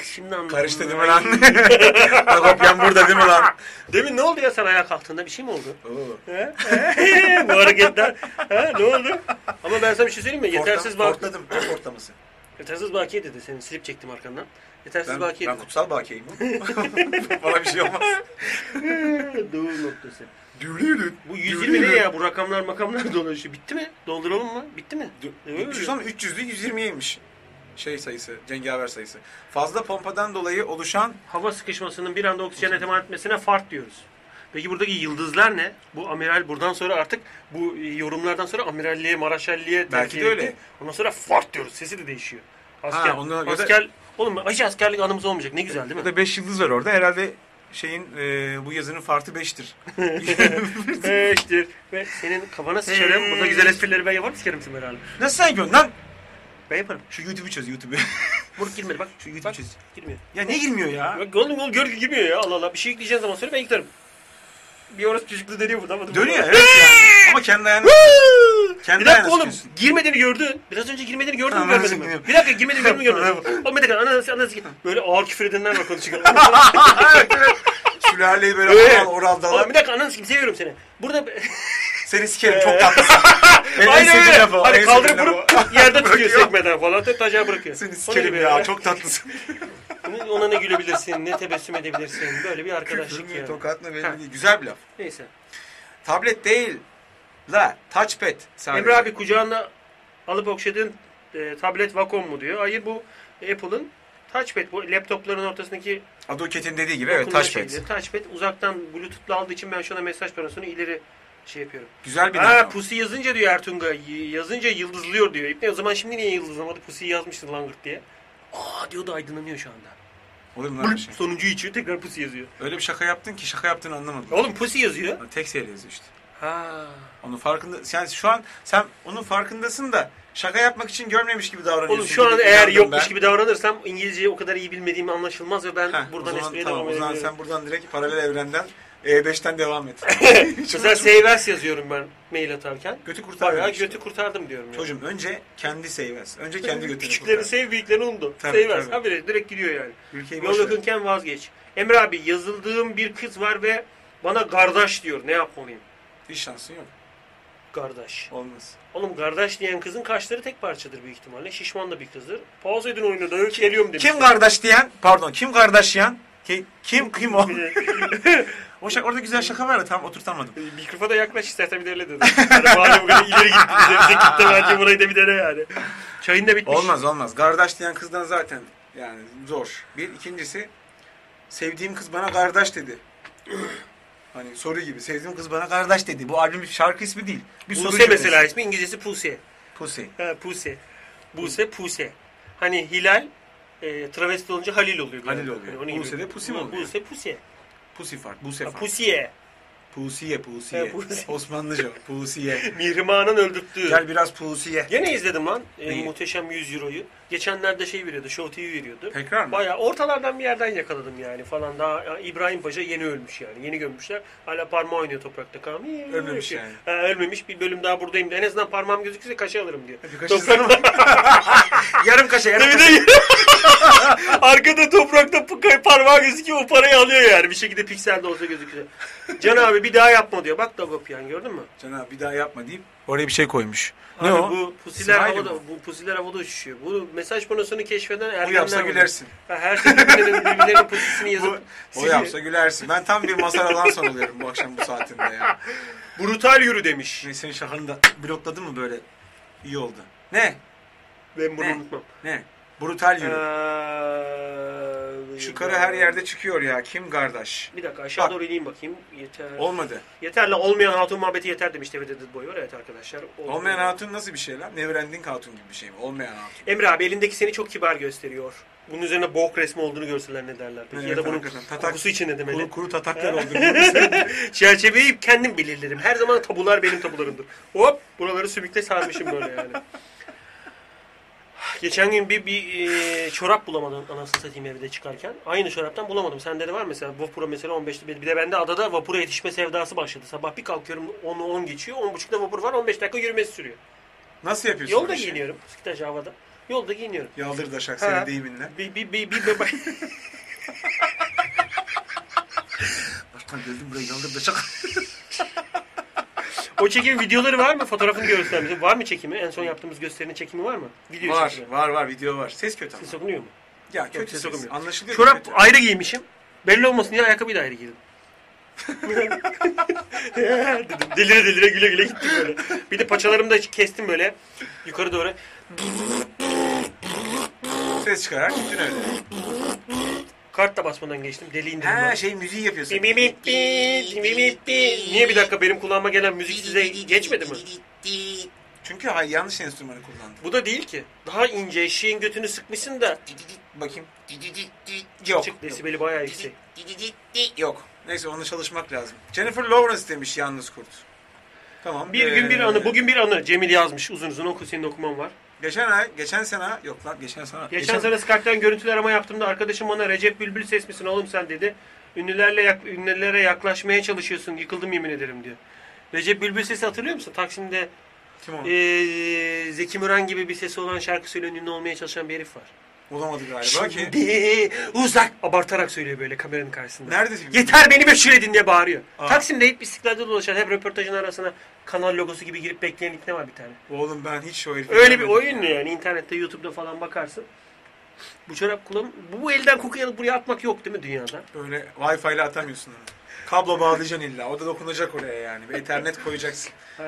C: Şimdi anladım.
A: Karıştı değil mi lan? [LAUGHS] Dagopyan burada değil mi lan?
C: Demin ne oldu ya sen ayağa kalktığında bir şey mi oldu?
A: Oo.
C: He? He? Bu hareketler. He? Ne oldu? Ama ben sana bir şey söyleyeyim mi? Yetersiz bak.
A: Portladım. Top ortaması.
C: Yetersiz bakiye dedi senin slip çektim arkandan. Yetersiz
A: Ben,
C: bakiye
A: ben
C: dedi.
A: kutsal bakiyeyim. [LAUGHS] Bana bir şey olmaz.
C: [LAUGHS] Doğu noktası.
A: Dürülün.
C: Bu 120 ne ya? Bu rakamlar makamlar [LAUGHS] dolaşıyor. Bitti mi? Dolduralım mı? Bitti mi? Öyle mi?
A: 300 ama 300'lü 120'ymiş. Şey sayısı, cengaver sayısı. Fazla pompadan dolayı oluşan
C: Hava sıkışmasının bir anda oksijene temas etmesine fart diyoruz. Peki buradaki yıldızlar ne? Bu amiral buradan sonra artık bu e, yorumlardan sonra amiralliğe, maraşalliğe terfi
A: de
C: etti.
A: öyle.
C: Ondan sonra fart diyoruz. Sesi de değişiyor. Asker,
A: Ha, ona göre-
C: asker, oğlum hiç askerlik anımız olmayacak. Ne güzel değil mi?
A: Burada 5 yıldız var orada. Herhalde şeyin e, bu yazının farkı
C: [LAUGHS]
A: 5'tir.
C: Beştir. Ve senin kafana sıçarım. Burada güzel esprileri ben yaparım sikerim seni herhalde.
A: Nasıl sen görüyorsun lan?
C: Ben yaparım.
A: Şu YouTube'u çöz YouTube'u. [LAUGHS]
C: Burk girmedi bak.
A: Şu YouTube'u
C: Bak
A: çöz.
C: girmiyor.
A: Ya ne girmiyor ya?
C: Bak oğlum oğlum gör ki girmiyor ya. Allah Allah. Bir şey yükleyeceğin zaman söyle ben yıklarım. Bir orası çocuklu dönüyor burada. ama-
A: Dönüyor evet yani. Ama kendi ayağına Kendi
C: bir dakika
A: ayağına
C: oğlum
A: sıkıyorsun.
C: girmediğini gördün. Biraz önce girmediğini gördün mü
A: Ananı
C: görmedin mi?
A: sikeyim.
C: Bir dakika girmediğini [LAUGHS] gördün mü görmedin mi? Oğlum bir dakika ananı ananı Böyle ağır küfür edenler var [LAUGHS] konuşuyor.
A: sülaleyi böyle al oral dalar.
C: oğlum bir dakika ananı sikeyim seviyorum seni. [LAUGHS] Burada
A: Seni sikerim çok tatlısın. en en
C: Ee. [LAUGHS] aynen
A: sevdiğim
C: öyle.
A: lafı o, en
C: Hani kaldırıp
A: sevdiğim
C: vurup [LAUGHS] yerde tutuyor sekmeden falan. Tek tacağı bırakıyor.
A: Seni
C: O ne
A: sikerim
C: be?
A: ya çok
C: [LAUGHS]
A: tatlısın.
C: Ona ne gülebilirsin, ne tebessüm edebilirsin. Böyle bir arkadaşlık
A: Küfrün
C: yani.
A: tokatla
C: Ha.
A: belli değil. Güzel bir laf.
C: Neyse.
A: Tablet değil. La touchpad sadece.
C: Emre abi kucağına alıp okşadığın e, tablet Wacom mu diyor. Hayır bu Apple'ın Touchpad bu laptopların ortasındaki
A: Adoket'in dediği gibi evet
C: dokunma
A: touchpad.
C: şeyleri. Touchpad uzaktan bluetooth'la aldığı için ben şu anda mesaj panosunu ileri şey yapıyorum.
A: Güzel bir
C: Ha
A: nokta.
C: pusi yazınca diyor Ertunga y- yazınca yıldızlıyor diyor. İpne o zaman şimdi niye yıldızlamadı pusiyi yazmıştın langırt diye. Aa diyor da aydınlanıyor şu anda.
A: Olur mu lan öyle şey?
C: Sonuncu içiyor tekrar pusi yazıyor.
A: Öyle bir şaka yaptın ki şaka yaptığını anlamadım.
C: Oğlum pusi yazıyor.
A: Ha, Tek seyir yazıyor işte.
C: Ha.
A: Onun farkında yani şu an sen onun farkındasın da şaka yapmak için görmemiş gibi davranıyorsun.
C: Oğlum şu an
A: gibi
C: eğer
A: inandım
C: yokmuş
A: ben.
C: gibi davranırsam İngilizceyi o kadar iyi bilmediğim anlaşılmaz ve ben
A: Heh,
C: buradan
A: o zaman,
C: esmeye
A: tamam, o zaman
C: devam ediyorum.
A: sen buradan direkt paralel evrenden E5'ten devam et.
C: [LAUGHS] Mesela Seyvers yazıyorum ben mail atarken.
A: Götü kurtar.
C: Bayağı
A: işte.
C: götü kurtardım diyorum. Yani.
A: Çocuğum önce kendi sevmez. Önce kendi götünü
C: Küçüklerini
A: kurtar.
C: sev, büyüklerini undu.
A: Tabii,
C: Seyvers.
A: tabii.
C: Habire direkt gidiyor yani.
A: Ülkeyi boş
C: Yol
A: ver.
C: yakınken vazgeç. Emre abi yazıldığım bir kız var ve bana kardeş diyor. Ne yapmalıyım?
A: Hiç şansın yok.
C: Kardeş.
A: Olmaz.
C: Oğlum kardeş diyen kızın kaşları tek parçadır büyük ihtimalle. Şişman da bir kızdır. Pause edin oyunu da geliyorum demiş.
A: Kim kardeş diyen? Pardon. Kim kardeş diyen? Ki- Kim kim o? [LAUGHS] o şaka, orada güzel şaka var da tam oturtamadım.
C: Ee, Mikrofona yaklaş istersen bir de öyle dedim. Yani madem bu kadar ileri gitti bize, bize gitti bence burayı da bir dene yani. Çayın da bitmiş.
A: Olmaz olmaz. Kardeş diyen kızdan zaten yani zor. Bir ikincisi sevdiğim kız bana kardeş dedi. hani soru gibi. Sevdiğim kız bana kardeş dedi. Bu albüm bir şarkı ismi değil. Bir soru
C: Buse
A: cümlesi.
C: mesela ismi İngilizcesi Puse.
A: Pussy.
C: Ha, Puse. Buse, Puse. Hani Hilal e, travesti olunca Halil oluyor.
A: Halil
C: galiba.
A: oluyor.
C: Hani onun gibi.
A: Buse de Pusi mi oluyor?
C: Buse, Puse.
A: Pussy fark. Buse
C: Ha,
A: fark.
C: Pusiye.
A: Pusiye, pusiye.
C: He, pusiye.
A: Osmanlıca.
C: [LAUGHS]
A: Pusiye.
C: Mihriman'ın öldürttüğü.
A: Gel biraz pusiye.
C: Gene izledim lan e,
A: Neyi?
C: Muhteşem 100 Euro'yu. Geçenlerde şey veriyordu, Show TV veriyordu.
A: Tekrar mı?
C: Bayağı ortalardan bir yerden yakaladım yani falan. Daha ya, İbrahim Paşa yeni ölmüş yani. Yeni gömmüşler. Hala parmağı oynuyor toprakta kan. Yee,
A: Ölmemiş
C: şey.
A: yani.
C: Ha, ölmemiş. Bir bölüm daha buradayım diyor. En azından parmağım gözükürse kaşe alırım diyor.
A: Birkaç
C: [LAUGHS]
A: insanı var. yarım kaşe, yarım
C: Bir
A: kaşe.
C: de [LAUGHS] arkada toprakta pı- parmağı gözüküyor. O parayı alıyor yani. Bir şekilde piksel de olsa gözüküyor. Can abi bir daha yapma diyor. Bak Dagopyan gördün mü?
A: Can abi bir daha yapma deyip oraya bir şey koymuş.
C: Abi
A: ne o?
C: Bu pusiler
A: Smiley
C: havada,
A: mi?
C: bu pusiler havada uçuşuyor. Bu mesaj panosunu keşfeden ergenler.
A: Bu yapsa
C: var.
A: gülersin.
C: Ha, Her şey birbirlerinin, birbirlerinin pusisini yazıp.
A: O yapsa gülersin. Ben tam bir masaradan sonra oluyorum bu akşam bu saatinde ya.
C: Brutal yürü demiş.
A: Şimdi senin şakanı da blokladı mı böyle? İyi oldu. Ne?
C: Ben bunu
A: Ne?
C: unutmam.
A: Ne? Brutal yürü.
C: Ee,
A: Şu karı her yerde çıkıyor ya. Kim kardeş?
C: Bir dakika aşağı
A: Bak.
C: doğru ineyim bakayım. Yeter.
A: Olmadı.
C: Yeterli olmayan hatun muhabbeti yeter demiş David Edit Boy. Evet arkadaşlar. Olmayan
A: Olmayan hatun nasıl bir şey lan? Nevrending hatun gibi bir şey mi? Olmayan hatun.
C: Emre abi elindeki seni çok kibar gösteriyor. Bunun üzerine bok resmi olduğunu görseler ne derler peki? ya
A: Evet,
C: da bunun
A: hakikaten. Tatak-
C: kokusu için ne demeli?
A: Kuru, kuru tataklar oldu.
C: Çerçeveyi kendim belirlerim. Her zaman tabular benim tabularımdır. Hop buraları sümükle sarmışım böyle yani. Ah, Geçen gün bir, bir e, çorap bulamadım anasını satayım evde çıkarken. Aynı çoraptan bulamadım. Sende de var mesela vapura mesela 15'te bir bir de bende adada vapura yetişme sevdası başladı. Sabah bir kalkıyorum 10'u 10 geçiyor. 10.30'da vapur var 15 dakika yürümesi sürüyor.
A: [LAUGHS] Nasıl yapıyorsun?
C: Yolda
A: öyle şey?
C: giyiniyorum. Sıkıtaş havada. Yolda giyiniyorum.
A: Yaldır Daşak
C: Ha.
A: senin deyiminle.
C: Bir, bir, bir, bir bebek...
A: Başkan geldim buraya yaldır
C: [LAUGHS]
A: Daşak.
C: o çekim videoları var mı? Fotoğrafını görürsen bize. Var mı çekimi? En son yaptığımız gösterinin çekimi var mı? Video
A: Var,
C: çekimi.
A: var, var. Video var. Ses kötü ama.
C: Ses okunuyor mu?
A: Ya kötü
C: ses
A: ses.
C: okumuyor.
A: Anlaşılıyor.
C: Çorap
A: kötü.
C: ayrı giymişim. Belli olmasın diye ayakkabıyı da
A: [LAUGHS]
C: ayrı giydim. Dedim, delire delire güle güle gittim böyle. Bir de paçalarımı da kestim böyle yukarı doğru.
A: Ses çıkarar. Bütün öyle.
C: Kart da basmadan geçtim. Deli indirdim. ben.
A: Ha şey müziği yapıyorsun.
C: Bim, bim, bim, bim, bim, bim. Niye bir dakika benim kulağıma gelen müzik size geçmedi mi?
A: Çünkü hayır yanlış enstrümanı kullandın.
C: Bu da değil ki. Daha ince eşeğin götünü sıkmışsın da.
A: Bakayım. Yok.
C: Çık desibeli bayağı yüksek.
A: Yok. Neyse onu çalışmak lazım. Jennifer Lawrence demiş yalnız kurt. Tamam.
C: Bir gün bir
A: ee,
C: anı, bugün bir anı. Cemil yazmış uzun uzun oku senin okuman var.
A: Geçen ay, geçen sene, yok lan geçen sene.
C: Geçen, sene Skype'ten görüntülü arama yaptığımda arkadaşım bana Recep Bülbül ses misin oğlum sen dedi. Ünlülerle yak- ünlülere yaklaşmaya çalışıyorsun yıkıldım yemin ederim diyor. Recep Bülbül sesi hatırlıyor musun? Taksim'de
A: Kim o?
C: eee, Zeki Müren gibi bir sesi olan şarkısıyla ünlü olmaya çalışan bir herif var.
A: Olamadı galiba E, ki.
C: Şimdi uzak abartarak söylüyor böyle kameranın karşısında.
A: Neredesin?
C: Yeter beni meşhur edin diye bağırıyor.
A: Aa.
C: Taksim'de hep istiklalde dolaşan hep röportajın arasına kanal logosu gibi girip bekleyen ilk ne var bir tane.
A: Oğlum ben hiç o herifi
C: Öyle bir
A: görmedim.
C: oyun yani internette YouTube'da falan bakarsın. Bu çorap kullan bu elden koku alıp buraya atmak yok değil mi dünyada?
A: Böyle Wi-Fi ile atamıyorsun onu. Kablo bağlayacaksın illa. O da dokunacak oraya yani. Bir ethernet koyacaksın.
C: Ee,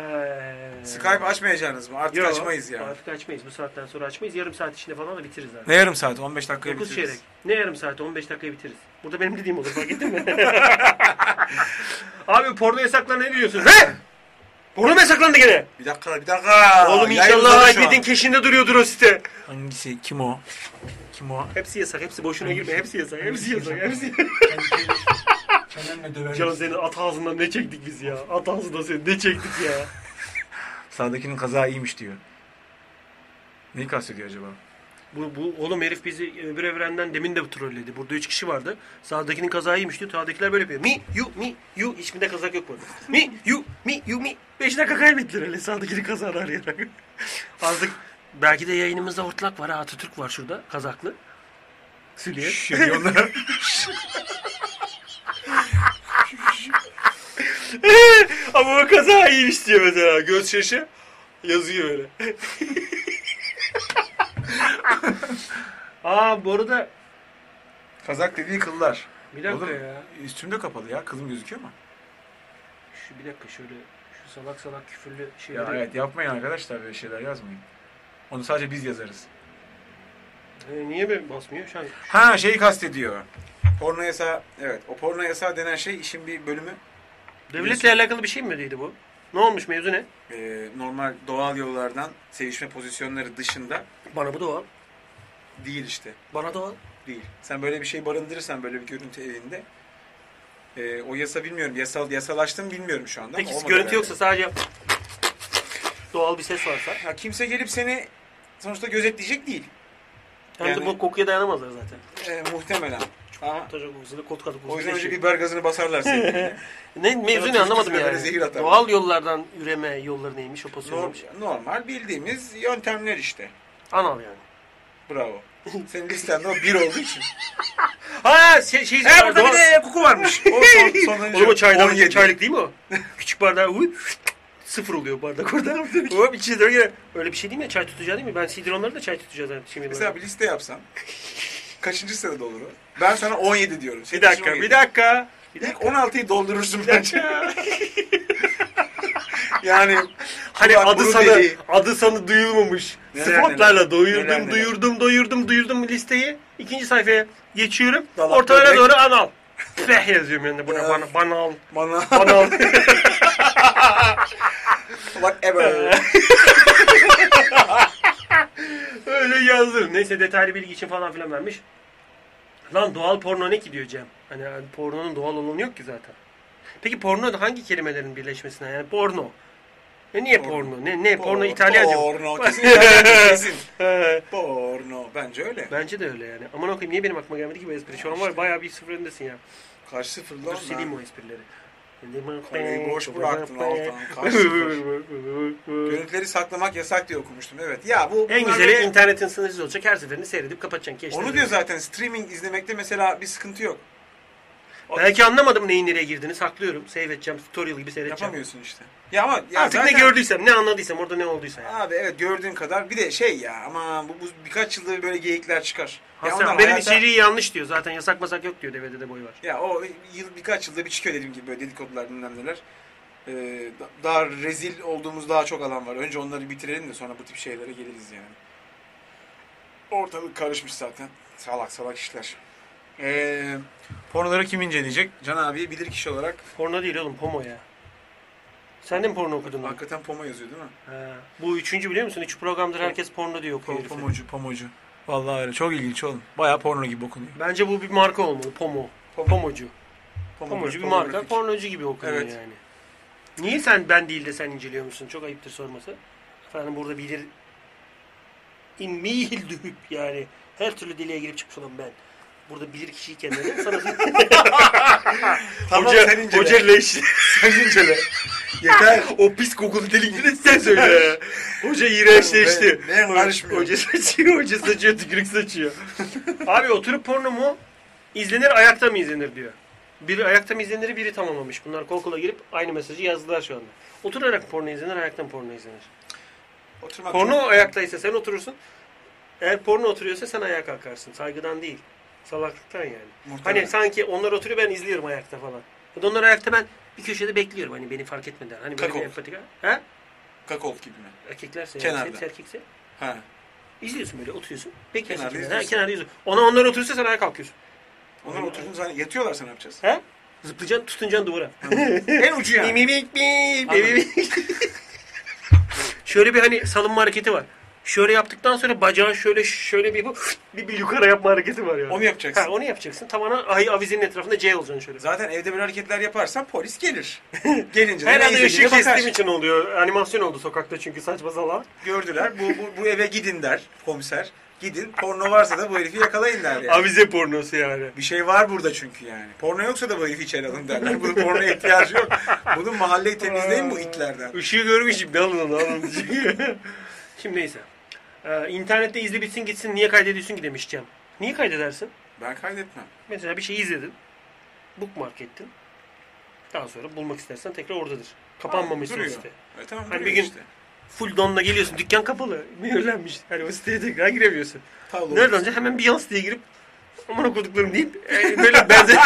A: Skype açmayacaksınız mı? Artık
C: yok,
A: açmayız ya.
C: Artık açmayız. Bu saatten sonra açmayız. Yarım saat içinde falan da bitiririz zaten.
A: Ne yarım saat? 15 dakikaya
C: 9
A: bitiririz.
C: çeyrek. Ne yarım saat? 15 dakikaya bitiririz. Burada benim dediğim olur.
A: [LAUGHS]
C: Fark ettin mi? Abi porno yasaklarına ne diyorsun? He? Porno mu yasaklandı gene?
A: Bir dakika, bir dakika.
C: Oğlum
A: Yayınladı
C: inşallah
A: şu an.
C: Aybedin keşinde duruyordur o site.
A: Hangisi? Kim o? Kim o?
C: Hepsi yasak. Hepsi boşuna girme. Hepsi yasak. Hepsi yasak. Hepsi
A: Kenan'la
C: Can
A: döverim.
C: senin at ağzından ne çektik biz ya? At ağzından seni ne çektik ya?
A: Sağdakinin kazağı iyiymiş diyor. Neyi kastediyor acaba?
C: Bu, bu oğlum herif bizi öbür evrenden demin de trolledi. Burada üç kişi vardı. Sağdakinin kazağı iyiymiş diyor. Sağdakiler böyle yapıyor. Mi, you, mi, you. Hiçbirinde kazak yok burada. Mi, you, mi, you, mi. Beş dakika kaybettiler öyle sağdakinin kazağını arayarak. Azdık. Belki de yayınımızda hortlak var ha. Atatürk var şurada kazaklı.
A: [LAUGHS]
C: Sülüyor.
A: Şimdi onlar...
C: Ama o kaza iyiymiş diyor mesela. Göz şaşı yazıyor öyle. [LAUGHS] Aa bu arada
A: Kazak dediği kıllar.
C: bir dakika
A: Oğlum,
C: ya.
A: Üstümde kapalı ya. Kılım gözüküyor mu?
C: Şu bir dakika şöyle şu salak salak küfürlü
A: Ya
C: şeyleri.
A: evet yapmayın arkadaşlar böyle şeyler yazmayın. Onu sadece biz yazarız.
C: Ee, niye ben basmıyor? Şu an
A: Ha şeyi kastediyor. Porno yasağı, evet. O porno yasağı denen şey işin bir bölümü.
C: Devletle alakalı bir şey mi dedi bu? Ne olmuş mevzu ne?
A: Ee, normal doğal yollardan sevişme pozisyonları dışında
C: Bana bu doğal.
A: değil işte.
C: Bana doğal.
A: Değil. Sen böyle bir şey barındırırsan böyle bir görüntü elinde. ee, o yasa bilmiyorum. Yasal, yasalaştım bilmiyorum şu anda. ama
C: Peki
A: olmadı
C: görüntü
A: herhalde.
C: yoksa sadece doğal bir ses varsa.
A: Ha, kimse gelip seni sonuçta gözetleyecek değil.
C: Hem
A: Yani-
C: de bu kokuya dayanamazlar zaten.
A: Ee, muhtemelen. Ama
C: Taca kokusuyla kot katı kokusu.
A: o yüzden önce
C: değişiyor.
A: biber gazını basarlar seni.
C: Ne mevzu ne
A: Çocuk
C: anlamadım
A: yüzüne böyle
C: yani.
A: zehir atar.
C: Doğal yollardan üreme yolları neymiş
A: [LAUGHS]
C: o
A: Nor-
C: pozisyonmuş.
A: normal bildiğimiz yöntemler işte.
C: Anal yani. [LAUGHS]
A: Bravo. Senin listende o bir olduğu için.
C: Ha şey şey
A: He burada bir de koku varmış. [LAUGHS] O son,
C: [LAUGHS]
A: sonuncu.
C: Oğlum o çaydan
A: 17.
C: çaylık değil
A: [LAUGHS]
C: mi o? Küçük bardağı uy, sıfır oluyor bardak orada. Hop içine doğru gene. Öyle bir şey değil mi? Çay tutacağı değil mi? Ben sidronları da çay tutacağız artık şimdi.
A: Mesela
C: böyle.
A: bir liste yapsan. Kaçıncı sırada olur o? Ben sana 17 diyorum.
C: bir dakika, bir dakika. Bir
A: İlk
C: dakika.
A: 16'yı doldurursun bence.
C: [LAUGHS]
A: yani
C: Hani
A: Kulak
C: adı
A: burun
C: sana
A: deliği.
C: adı sana duyulmamış.
A: Neler neler.
C: Spotlarla doyurdum,
A: Neler neler.
C: doyurdum, doyurdum, doyurdum listeyi. İkinci sayfaya geçiyorum.
A: Dalak
C: Ortalara
A: böbrek.
C: doğru anal. Peh yazıyorum yanında buna
A: Ya.
C: bana banal.
A: bana
C: [LAUGHS] Banal.
A: whatever.
C: Öyle yazdım. Neyse detaylı bilgi için falan filan vermiş. Lan doğal porno ne ki diyor Cem. Hani pornonun doğal olanı yok ki zaten. Peki porno da hangi kelimelerin birleşmesine yani porno. E niye porno? Ne ne porno İtalyanca mı? [LAUGHS]
A: Porno kesin. İtalyanca, kesin.
C: He.
A: Porno. Bence öyle.
C: [LAUGHS] Bence de öyle yani. Aman okuyayım niye benim aklıma gelmedi ki bu espri? Şu an var bayağı bir sıfır öndesin ya.
A: Kaç sıfırlı
C: Dur
A: lan
C: sileyim o esprileri.
A: Parayı boş bıraktın Altan,
C: [LAUGHS]
A: kaç Görüntüleri saklamak yasak diye okumuştum. Evet. Ya bu
C: en
A: bunlar
C: güzeli
A: böyle-
C: internetin sınırsız olacak. Her seferini seyredip kapatacaksın. Keşke
A: Onu diyor zaten streaming izlemekte mesela bir sıkıntı yok.
C: Belki anlamadım neyin nereye girdiğini saklıyorum. Save edeceğim. Tutorial gibi seyredeceğim.
A: Yapamıyorsun işte. Ya ama ya
C: Artık
A: zaten-
C: ne gördüysem, ne anladıysam, orada ne olduysa yani.
A: Abi evet gördüğün kadar bir de şey ya ama bu, bu birkaç yılda böyle geyikler çıkar. Ya
C: Hasan
A: onlar
C: benim
A: hayata-
C: içeriği yanlış diyor. Zaten yasak masak yok diyor. Devede de boy var.
A: Ya o yıl birkaç yılda bir çıkıyor dediğim gibi böyle dedikodular bilmem neler. Ee, da- daha rezil olduğumuz daha çok alan var. Önce onları bitirelim de sonra bu tip şeylere geliriz yani. Ortalık karışmış zaten. Salak salak işler. Ee, pornoları kim inceleyecek? Can abi bilir kişi olarak
C: Porno değil oğlum, homo ya. Sen de mi porno okudun? lan?
A: hakikaten pomo yazıyor değil mi?
C: Ha. Bu üçüncü biliyor musun? Üç programdır herkes porno diyor okuyor. herife.
A: pomocu. Vallahi öyle çok ilginç oğlum. Bayağı porno gibi okunuyor.
C: Bence bu bir marka olmalı. Pomo.
A: Pomo.
C: Pomocu. Pomocu bir marka.
A: grafik.
C: Pornocu gibi okunuyor
A: Evet.
C: yani. Niye sen ben değil de sen inceliyor musun? Çok ayıptır sorması. Efendim burada bilir [LAUGHS] inmeyil dühüp yani. Her türlü deliğe girip çıkmış olan ben. Burada bilir kişiyi [LAUGHS] kendine sana
A: Tamam
C: hoca,
A: sen incele.
C: hoca leş.
A: [LAUGHS] sen incele.
C: [LAUGHS]
A: Yeter.
C: o pis kokulu delikleri sen söyle. hoca iğrençleşti.
A: Ben- ben karışmıyorum.
C: hoca saçıyor, hoca saçıyor, tükürük saçıyor. Abi oturup porno mu? İzlenir, ayakta mı izlenir diyor. Biri ayakta mı izlenir, biri tamamlamış. Bunlar kol kola girip aynı mesajı yazdılar şu anda. Oturarak porno izlenir, ayakta mı porno izlenir?
A: Oturmak
C: Porno ayaktaysa sen oturursun. Eğer porno oturuyorsa sen ayağa kalkarsın. Saygıdan değil. Salaklıktan yani.
A: Muhtemelen.
C: Hani sanki onlar oturuyor ben izliyorum ayakta falan. O da onları ayakta ben bir köşede bekliyorum hani beni fark etmeden. Hani böyle
A: Kakao.
C: bir empatik. Ha?
A: Kakol gibi mi?
C: Erkeklerse
A: Kenarda.
C: yani hepsi erkekse.
A: Ha.
C: İzliyorsun böyle oturuyorsun. Bekliyorsun.
A: Kenarda
C: Kenarda
A: izliyorsun.
C: izliyorsun. Kenarda izliyorsun. Ona onlar oturursa sen ayağa kalkıyorsun.
A: Onlar oturduğun zaman yatıyorlarsa ne
C: [LAUGHS]
A: yapacağız?
C: Ha? Zıplayacaksın
A: [LAUGHS]
C: tutunacaksın duvara.
A: en ucu
C: Bim,
A: yani.
C: bim, bim, bim, bim, bim. [LAUGHS] şöyle bir hani salınma hareketi var. Şöyle yaptıktan sonra bacağı şöyle şöyle bir yapıp [LAUGHS] bir, bir yukarı yapma hareketi var yani.
A: Onu yapacaksın.
C: Ha, onu yapacaksın. Tavana ay, avizenin etrafında C olacaksın şöyle.
A: Zaten evde böyle hareketler yaparsan polis
C: [LAUGHS]
A: gelir. Gelince de
C: Her an
A: ne
C: ışığı
A: izlediğine bakar.
C: kestiğim için oluyor. Animasyon oldu sokakta çünkü saçma salak.
A: Gördüler. Bu, bu, bu eve gidin der komiser. Gidin. Porno varsa da bu herifi yakalayın der yani.
C: Avize pornosu yani.
A: Bir şey var burada çünkü yani. Porno yoksa da bu herifi içeri alın derler. Bunun pornoya ihtiyacı yok. Bunun mahalleyi temizleyin bu itlerden.
C: Işığı görmüşüm. Ben alın alın. [LAUGHS] Şimdi neyse. Ee, internette izle bitsin gitsin niye kaydediyorsun ki demiş Cem. Niye kaydedersin?
A: Ben kaydetmem.
C: Mesela bir şey izledin. Bookmark ettin. Daha sonra bulmak istersen tekrar oradadır. Kapanmamış
A: Duruyor.
C: site.
A: E, tamam
C: Hani bir
A: duruyor
C: gün-
A: işte.
C: Full donla geliyorsun. Dükkan kapalı. Mühürlenmiş. Hani o siteye tekrar giremiyorsun.
A: Tablo.
C: Nereden önce hemen bir yan siteye girip aman okuduklarım deyip e, böyle benzer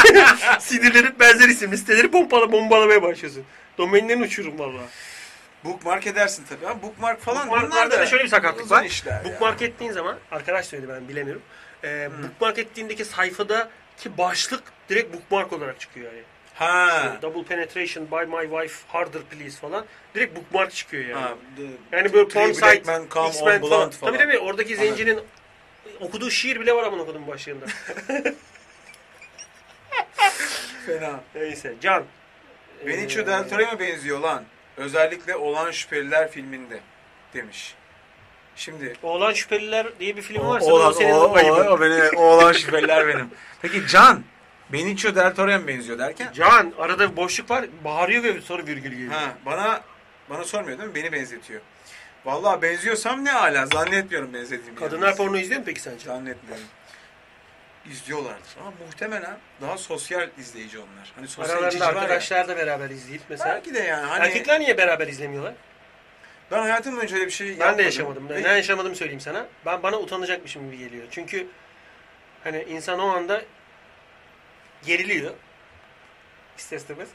C: [LAUGHS] sinirlenip benzer isimli siteleri pompala bombalamaya başlıyorsun. Domainlerin uçurum valla.
A: Bookmark edersin tabii. ama bookmark falan bunlar
C: Bookmarklarda da şöyle bir sakatlık
A: uzun
C: var.
A: işler ya.
C: Bookmark ettiğin zaman, arkadaş söyledi ben bilemiyorum. Ee, Bookmark ettiğindeki sayfadaki başlık direkt bookmark olarak çıkıyor yani.
A: Ha.
C: Double penetration by my wife harder please falan. Direkt bookmark çıkıyor yani.
A: ha.
C: Yani böyle porn
A: Three
C: site,
A: Black Men Come
C: X-Men
A: on
C: falan.
A: Blunt falan.
C: Tabii tabii oradaki zencinin okuduğu şiir bile var amına
A: [LAUGHS]
C: kodumun başlığında.
A: Fena.
C: Neyse Can.
A: Benicio Del Toro'ya mı benziyor lan? Özellikle Olan Şüpheliler filminde demiş. Şimdi
C: Oğlan Şüpheliler diye bir film
A: O-
C: varsa
A: oğlan-
C: o senin
A: o-
C: ayıbın.
A: o- o beni- o Olan Şüpheliler benim. Peki Can Benicio Del Toro'ya mı benziyor derken?
C: Can arada bir boşluk var bağırıyor ve sonra virgül geliyor.
A: Ha, bana bana sormuyor değil mi? Beni benzetiyor. Vallahi benziyorsam ne ala zannetmiyorum benzediğimi.
C: Kadınlar
A: yalnız.
C: porno izliyor mu peki sence?
A: zannetmiyorum. İzliyorlardır ama muhtemelen daha sosyal izleyici onlar. Hani sosyal izleyici
C: Aralarında
A: var ya.
C: arkadaşlar da beraber izleyip mesela.
A: Belki de yani hani
C: Erkekler niye beraber izlemiyorlar?
A: ben hayatım boyunca öyle bir şey
C: Ben
A: yapmadım.
C: de yaşamadım. Ben
A: Ve-
C: ne yaşamadım söyleyeyim sana. Ben bana utanacakmışım gibi geliyor. Çünkü hani insan o anda geriliyor.
A: [LAUGHS]
C: İster istemez.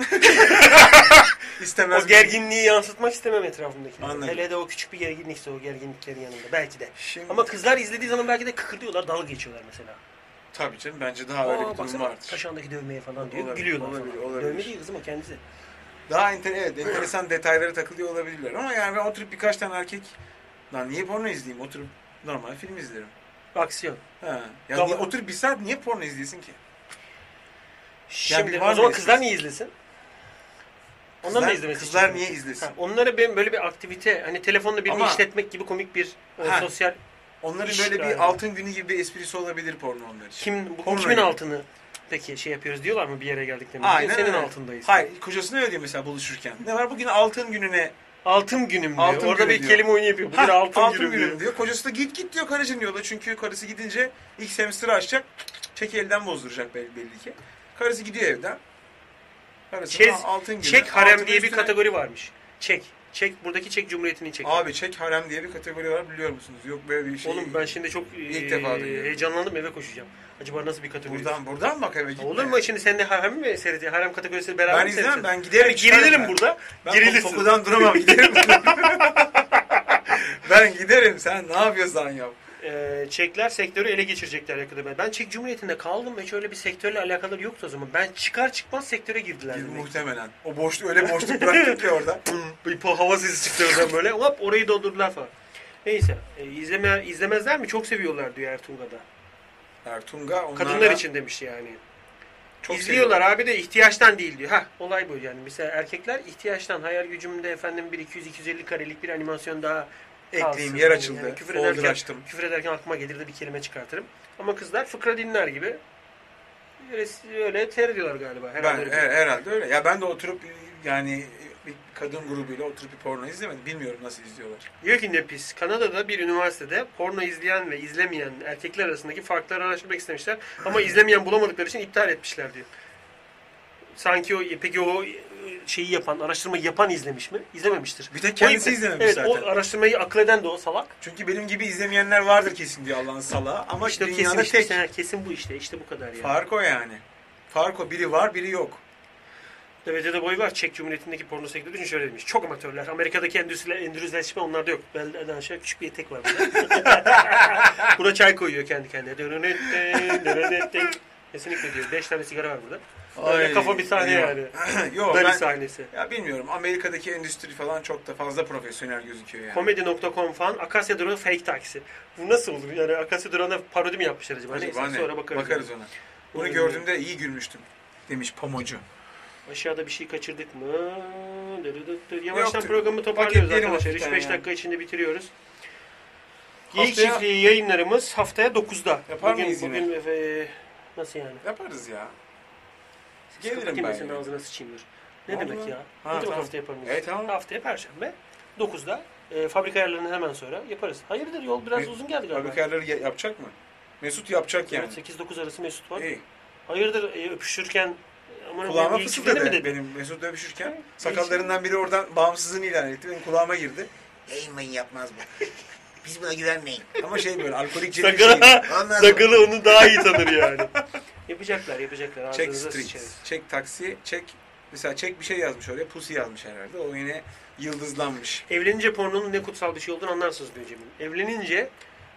A: istemez.
C: o gerginliği yansıtmak istemem etrafımdakilere.
A: Anladım.
C: Hele de o küçük bir gerginlikse o gerginliklerin yanında. Belki de.
A: Şimdi,
C: Ama kızlar izlediği zaman belki de kıkırdıyorlar, dalga geçiyorlar mesela.
A: tabii canım bence daha öyle bir durum
C: baksana
A: vardır.
C: taşandaki dövmeye falan diyor.
A: Olabilir,
C: Gülüyorlar
A: olabilir,
C: falan.
A: olabilir.
C: Dövme değil kızım o kendisi.
A: Daha enter evet, enteresan detaylara takılıyor olabilirler ama yani ben oturup birkaç tane erkek lan niye porno izleyeyim oturup normal film izlerim.
C: Aksiyon.
A: Ha. Yani
C: Tamam.
A: niye- oturup bir saat niye porno izleyesin ki?
C: Şimdi
A: bir var
C: o zaman
A: mı
C: kızlar
A: izlesin?
C: niye izlesin? Onlar
A: Kızlar-
C: mı izlemesi
A: Kızlar
C: istiyorsun?
A: niye izlesin?
C: Ha, onlara ben böyle bir aktivite, hani telefonla birini
A: Ama-
C: işletmek gibi komik bir e,
A: Ha.
C: sosyal...
A: Onların
C: İş
A: böyle bir
C: galiba.
A: altın günü gibi bir esprisi olabilir porno onlar için.
C: Kim, bu,
A: Porno
C: kimin
A: gibi.
C: altını peki şey yapıyoruz diyorlar mı bir yere geldiklerinde?
A: Aynen
C: Senin
A: öyle.
C: altındayız.
A: Hayır, kocasına öyle diyor mesela buluşurken. Ne var bugün altın gününe?
C: Altın günüm diyor.
A: Altın
C: Orada
A: günü
C: bir
A: diyor.
C: kelime oyunu yapıyor. Bugün
A: Ha,
C: altın, günüm, diyor.
A: Kocası da git git diyor karıcığım diyor. O da Çünkü karısı gidince ilk semestri açacak. Çeki elden bozduracak belli, belli ki. Karısı gidiyor evden. Karısı
C: Çez-
A: "Aa, altın günü.
C: Çek harem
A: Altının
C: diye bir
A: üstüne-
C: kategori varmış. Çek. Çek. Buradaki Çek Cumhuriyeti'nin çek.
A: Abi çek harem diye bir kategori var biliyor musunuz? Yok böyle bir şey.
C: Oğlum ben şimdi çok
A: İlk
C: e,
A: defa duyuyorum.
C: heyecanlandım eve koşacağım. Acaba nasıl bir kategori?
A: Buradan buradan bak eve gitme.
C: Olur mu şimdi sen de harem mi seyrediyorsun? Harem kategorisini beraber
A: Ben
C: mi
A: izlemem.
C: seyrediyorsun?
A: Ben giderek çıkarım
C: Gerilirim
A: ben.
C: burada.
A: Ben
C: Gerilirsin.
A: kokudan duramam giderim. [LAUGHS] ben giderim sen ne yapıyorsan yap.
C: Ee, Çekler sektörü ele geçirecekler yakında. Ben- Ben Çek Cumhuriyeti'nde kaldım ve hiç öyle bir sektörle alakaları yoktu o zaman. Ben çıkar çıkmaz sektöre girdiler.
A: Gibi
C: demek.
A: muhtemelen. O boşluk öyle boşluk bıraktık ki orada.
C: Bir po- hava sesi çıktı oradan böyle. Hop orayı doldurdular falan. Neyse. e, izleme, izlemezler mi? Çok seviyorlar diyor Ertunga'da.
A: Ertunga onlarla
C: Kadınlar için demiş yani.
A: çok
C: İzliyorlar abi de ihtiyaçtan değil diyor. Hah olay bu yani. Mesela erkekler ihtiyaçtan hayal gücümde efendim bir 200-250 karelik bir animasyon daha
A: Ekleyeyim,
C: kalsın.
A: yer açıldı,
C: Yani küfür,
A: folder
C: ederken,
A: açtım.
C: küfür ederken aklıma gelir de bir kelime çıkartırım. Ama kızlar fıkra dinler gibi öyle- öyle seyrediyorlar galiba.
A: Ben,
C: Herhalde öyle.
A: he- herhalde öyle. Ya ben de oturup yani bir kadın grubuyla oturup bir porno izlemedim. Bilmiyorum nasıl izliyorlar.
C: Diyor ki Nepis, Kanada'da bir üniversitede porno izleyen ve izlemeyen erkekler arasındaki farkları araştırmak istemişler.
A: [LAUGHS]
C: Ama izlemeyen bulamadıkları için iptal etmişler diyor. Sanki o, e, peki o şeyi yapan, araştırmayı yapan izlemiş mi? İzlememiştir.
A: Bir tek
C: O
A: kendisi
C: iptal-
A: izlememiş
C: evet,
A: zaten.
C: o araştırmayı akleden de o salak.
A: Çünkü benim gibi izlemeyenler vardır kesin diyor Allah'ın salağı. Ama
C: İşte
A: dünyada
C: kesin, işte,
A: tek.
C: işte, ha, kesin bu işte, işte bu kadar yani.
A: Fark o yani. Fark o. Biri var biri yok.
C: Devede boy var. Çek Cumhuriyeti'ndeki porno sektörü için şöyle demiş. Çok amatörler. Amerika'daki endüstri, endüstrileşme onlarda yok. Belden aşağı küçük bir etek var. burada. [LAUGHS] Buna çay koyuyor kendi kendine. Dönönette, dönönette. Kesinlikle diyor. Beş tane sigara var burada. Öyle kafa bir sahne yani.
A: [LAUGHS] Yok
C: Dali
A: ben
C: sahnesi.
A: ya bilmiyorum Amerika'daki endüstri falan çok da fazla profesyonel gözüküyor yani.
C: Komedi.com falan Akasya Durağı fake taksi. Bu nasıl olur? Yani Akasya Durağı'na parodi mi yapmışlar acaba?
A: Acaba
C: Neyse
A: ne?
C: sonra bakarız.
A: ona.
C: Onu
A: Bunu
C: bilmiyorum.
A: gördüğümde iyi gülmüştüm demiş pamucu.
C: Aşağıda bir şey kaçırdık mı? Dırıdıttır. Yavaştan
A: Yoktu.
C: programı toparlıyoruz
A: Paketleyelim
C: arkadaşlar.
A: hafiften
C: 3-5
A: yani.
C: dakika içinde bitiriyoruz. Geyik
A: Haftaya-
C: Çiftliği yayınlarımız haftaya 9'da.
A: Yapar
C: bugün,
A: mıyız yine?
C: Bugün efe, nasıl yani?
A: Yaparız ya.
C: Siz
A: Gelirim
C: kapatın
A: ben
C: senin
A: yine.
C: ağzına sıçayım dur. Ne
A: Vallahi.
C: demek ya?
A: Ha,
C: ne demek
A: tamam.
C: hafta yapamayız?
A: E, tamam.
C: Haftaya Perşembe 9'da e, fabrika ayarlarını hemen sonra yaparız. Hayırdır yol biraz
A: Ne-
C: uzun geldi galiba.
A: Fabrika ayarları ya- yapacak mı? Mesut yapacak yani.
C: Evet, 8-9 arası Mesut var.
A: İyi.
C: Hayırdır e, öpüşürken aman
A: Ee, Kulağıma
C: Allah'ım, iyi çiftliği mi
A: fısıldadı
C: dedi?
A: benim Mesut dövüşürken.
C: Evet.
A: Sakallarından biri oradan bağımsızlığını ilan etti. Benim kulağıma girdi.
B: Yayınmayın yapmaz bu. Biz buna güvenmeyin.
A: Ama şey böyle alkolik cebim şey.
C: Sakala,
B: Ondan sonra-
C: sakalı onu daha iyi tanır yani. [LAUGHS] yapacaklar yapacaklar.
A: Çek
C: Ağzınıza
A: street,
C: sıçarız.
A: çek taksi, çek mesela çek bir şey yazmış oraya. Pusi yazmış herhalde. O yine yıldızlanmış.
C: Evlenince pornonun ne kutsal bir şey olduğunu anlarsınız diyor Cemil. Evlenince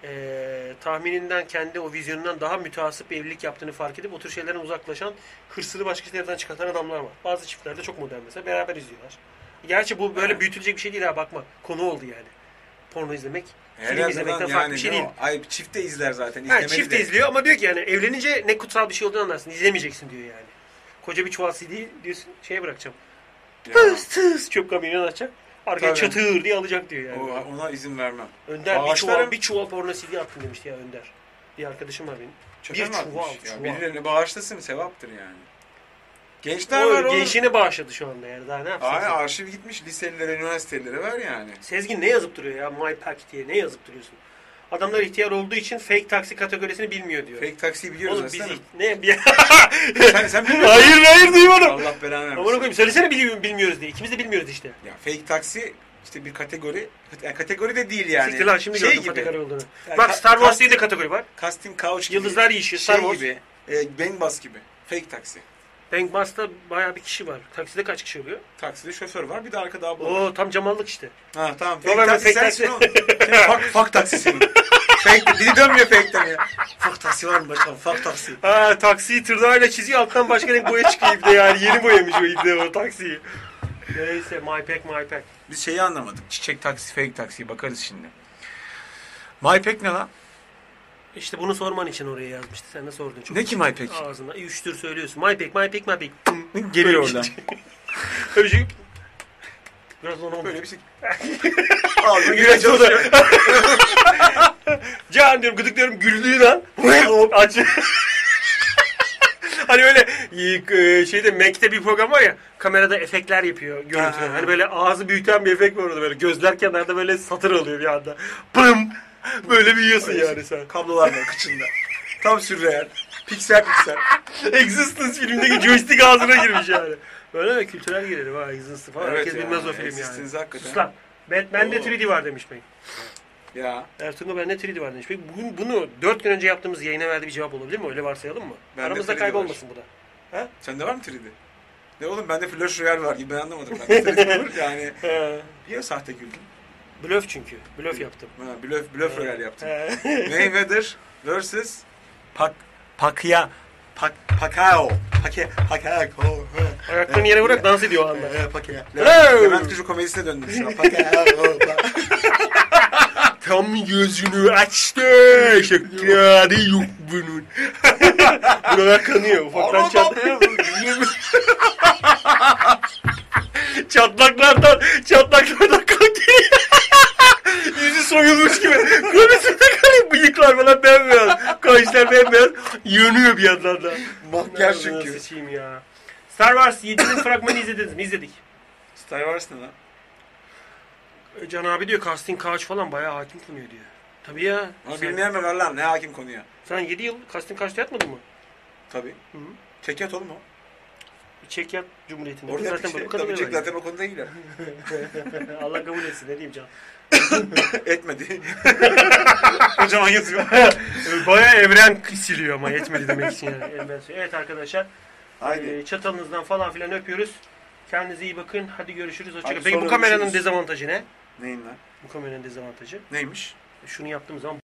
C: eee, tahmininden kendi o vizyonundan daha müteasip bir evlilik yaptığını fark edip o tür şeylerden uzaklaşan hırsını başkasının evden çıkartan adamlar var. Bazı çiftlerde çok modern mesela beraber izliyorlar. Gerçi bu böyle büyütülecek bir şey değil ha bakma. Konu oldu yani. Porno izlemek. Film
A: Herhalde
C: izlemekten
A: lan
C: farklı bir şey
A: değil
C: değil.
A: mi? Ay çifte izler zaten.
C: Ha,
A: izlemeli
C: çift
A: de.
C: de izliyor ama diyor ki yani evlenince ne kutsal bir şey olduğunu anlarsın. İzlemeyeceksin diyor yani. Koca bir çuval CD diyorsun şeye bırakacağım.
A: Ya,
C: Tıs tıs çöp kamyonu açacak. Arkaya
A: Tabii.
C: çatır diye alacak diyor yani.
A: o- ona izin vermem.
C: Önder bir
A: Ağaçların-
C: çuval, bir çuval porno CD attın demişti ya Önder. Bir arkadaşım var benim.
A: Çöpe
C: Bir
A: mi atmış?
C: çuval,
A: ya?
C: çuval.
A: Birilerine bağışlasın sevaptır yani. Gençler var
C: O
A: oğlum.
C: gençliğine bağışladı şu anda yani daha ne yapsın?
A: Ay
C: sen?
A: arşiv gitmiş liselilere, üniversitelere ver yani.
C: Sezgin ne yazıp duruyor ya My Pack diye ne yazıp duruyorsun? Adamlar ihtiyar olduğu için fake taksi kategorisini bilmiyor diyor.
A: Fake taksiyi biliyoruz
C: Oğlum biz
A: aslanım.
C: ne? [LAUGHS] Bir-
A: [LAUGHS] Sen, sen biliyor musun?
C: hayır hayır duymadım.
A: Allah belanı vermesin.
C: Ama koyayım söylesene biliyor, bilmiyoruz diye. İkimiz de bilmiyoruz işte.
A: Ya fake taksi işte bir kategori, yani kategori de değil yani.
C: Siktir lan şimdi
A: şey
C: gördüm
A: gibi,
C: kategori olduğunu.
A: Yani
C: Bak
A: ka-
C: Star Wars
A: kas-
C: diye de kategori var.
A: Casting couch gibi.
C: Yıldızlar Yeşil, Star
A: şey
C: Wars.
A: gibi. E, Bengals gibi. Fake taksi.
C: Bank Bus'ta bayağı bir kişi var. Takside kaç kişi oluyor?
A: Takside şoför var bir de arkada abla. var.
C: Oo tam camallık işte.
A: Ha tamam
C: Yok, ben
A: fake taksi
C: fake
A: sensin
C: taksi-
A: oğlum. Senin
C: [LAUGHS]
A: Fuck, fuck taksi senin. Fake, biri dönmüyor fake'ten ya. Fuck taksi var mı başkanım? Fuck taksi.
C: Ha taksiyi tırnağıyla çiziyor alttan başka renk boya çıkıyor ibne yani. Yeni boyamış o ibne o taksiyi. Neyse my pack my pack.
A: Biz şeyi anlamadık. Çiçek taksi, fake taksiye bakarız şimdi. MyPack ne lan?
C: İşte bunu sorman için oraya yazmıştı. Sen de sordun çok.
A: Ne ki MyPack?
C: Ağzına üç tür söylüyorsun. My pack my pack my pack. Pım.
A: Geliyor oradan.
C: Öyle şey. Biraz ona
A: [LAUGHS] Böyle
C: olmuyor.
A: bir
C: [LAUGHS]
A: şey. Ağzına
C: Güneş
A: gireceğim.
C: [LAUGHS] oldu. Can diyorum gıdıklıyorum güldüğü lan. Hop aç. [LAUGHS] hani böyle e, şeyde Mac'te bir program var ya kamerada efektler yapıyor görüntü.
A: Ha.
C: Hani böyle ağzı büyüten bir efekt var orada böyle gözler kenarda böyle satır alıyor bir anda. Pım. Böyle büyüyorsun yani sen.
A: Kablolar var kıçında. Tam sürreel. Piksel piksel.
C: Existence filmindeki joystick ağzına girmiş yani. Böyle de kültürel gelirim ha Existence falan.
A: Evet
C: Herkes
A: ya,
C: bilmez o film yani.
A: Existence hakikaten.
C: Sus lan. Batman'de
A: Oo.
C: 3D var demiş bey.
A: Ya
C: Ertuğrul bende 3D var demiş. Peki bugün bunu 4 gün önce yaptığımız yayına verdiği bir cevap olabilir mi? Öyle varsayalım mı?
A: Bende
C: Aramızda
A: 3D
C: kaybolmasın bu da.
A: sende var mı 3D? Ne oğlum bende flash royal var gibi ben anlamadım. Ben 3D olur yani. Niye sahte güldün?
C: Blöf çünkü. Blöf yaptım.
A: Ha, blöf, blöf royal yaptım.
C: He. [LAUGHS]
A: Mayweather vs. Pak, Pakya. Pak, Pakao. Pake, Pakao.
C: Ayaklarını yere bırak dans ediyor o anda.
A: Pakya.
C: Hey!
A: Ee, Levent Kuşu komedisine döndüm şu an.
C: [LAUGHS]
A: Pakao.
C: Tam gözünü açtı. Şeklade yok bunun. [LAUGHS] Buralar kanıyor. Ufaktan çat [LAUGHS] çatlaklardan çatlaklardan kan geliyor. [LAUGHS] Yüzü soyulmuş gibi. Göğsünde kanıyor. Bıyıklar falan bembeyaz. Kaşlar bembeyaz. Yanıyor bir yandan da.
A: Makyaj
C: Ağzına
A: çünkü.
C: Sıçayım ya. Star
A: [COUGHS]
C: Wars 7'nin fragmanı izlediniz mi? İzledik.
A: Star Wars ne lan?
C: E, Can abi diyor casting couch falan bayağı hakim konuyor diyor. Tabii ya.
A: Onu
C: sen,
A: bilmeyen mi var lan? Ne hakim konuya?
C: sen 7 yıl casting couch'ta yatmadın mı?
A: Tabii.
C: Hı hı.
A: Çekyat oğlum o.
C: Çek yat Cumhuriyeti'nde.
A: Orada
C: zaten
A: zaten
C: bu
A: şey,
C: kadar
A: tabii
C: evvel.
A: Jack zaten o konuda iyiler.
C: [LAUGHS] Allah kabul etsin ne diyeyim Can.
A: [LAUGHS] Etmedi. Kocaman yazıyor.
C: E, Bayağı evren
A: [LAUGHS]
C: siliyor ama yetmedi demek için yani. Evren siliyor. Evet arkadaşlar.
A: Haydi.
C: e, Çatalınızdan falan filan öpüyoruz. Kendinize iyi bakın. Hadi görüşürüz. Hoşça
B: Hadi
C: kalın. Peki bu
B: sonra
C: kameranın
B: görüşürüz.
C: dezavantajı ne?
A: Neyin lan?
C: Bu kameranın dezavantajı.
A: Neymiş?
C: Şunu yaptığım zaman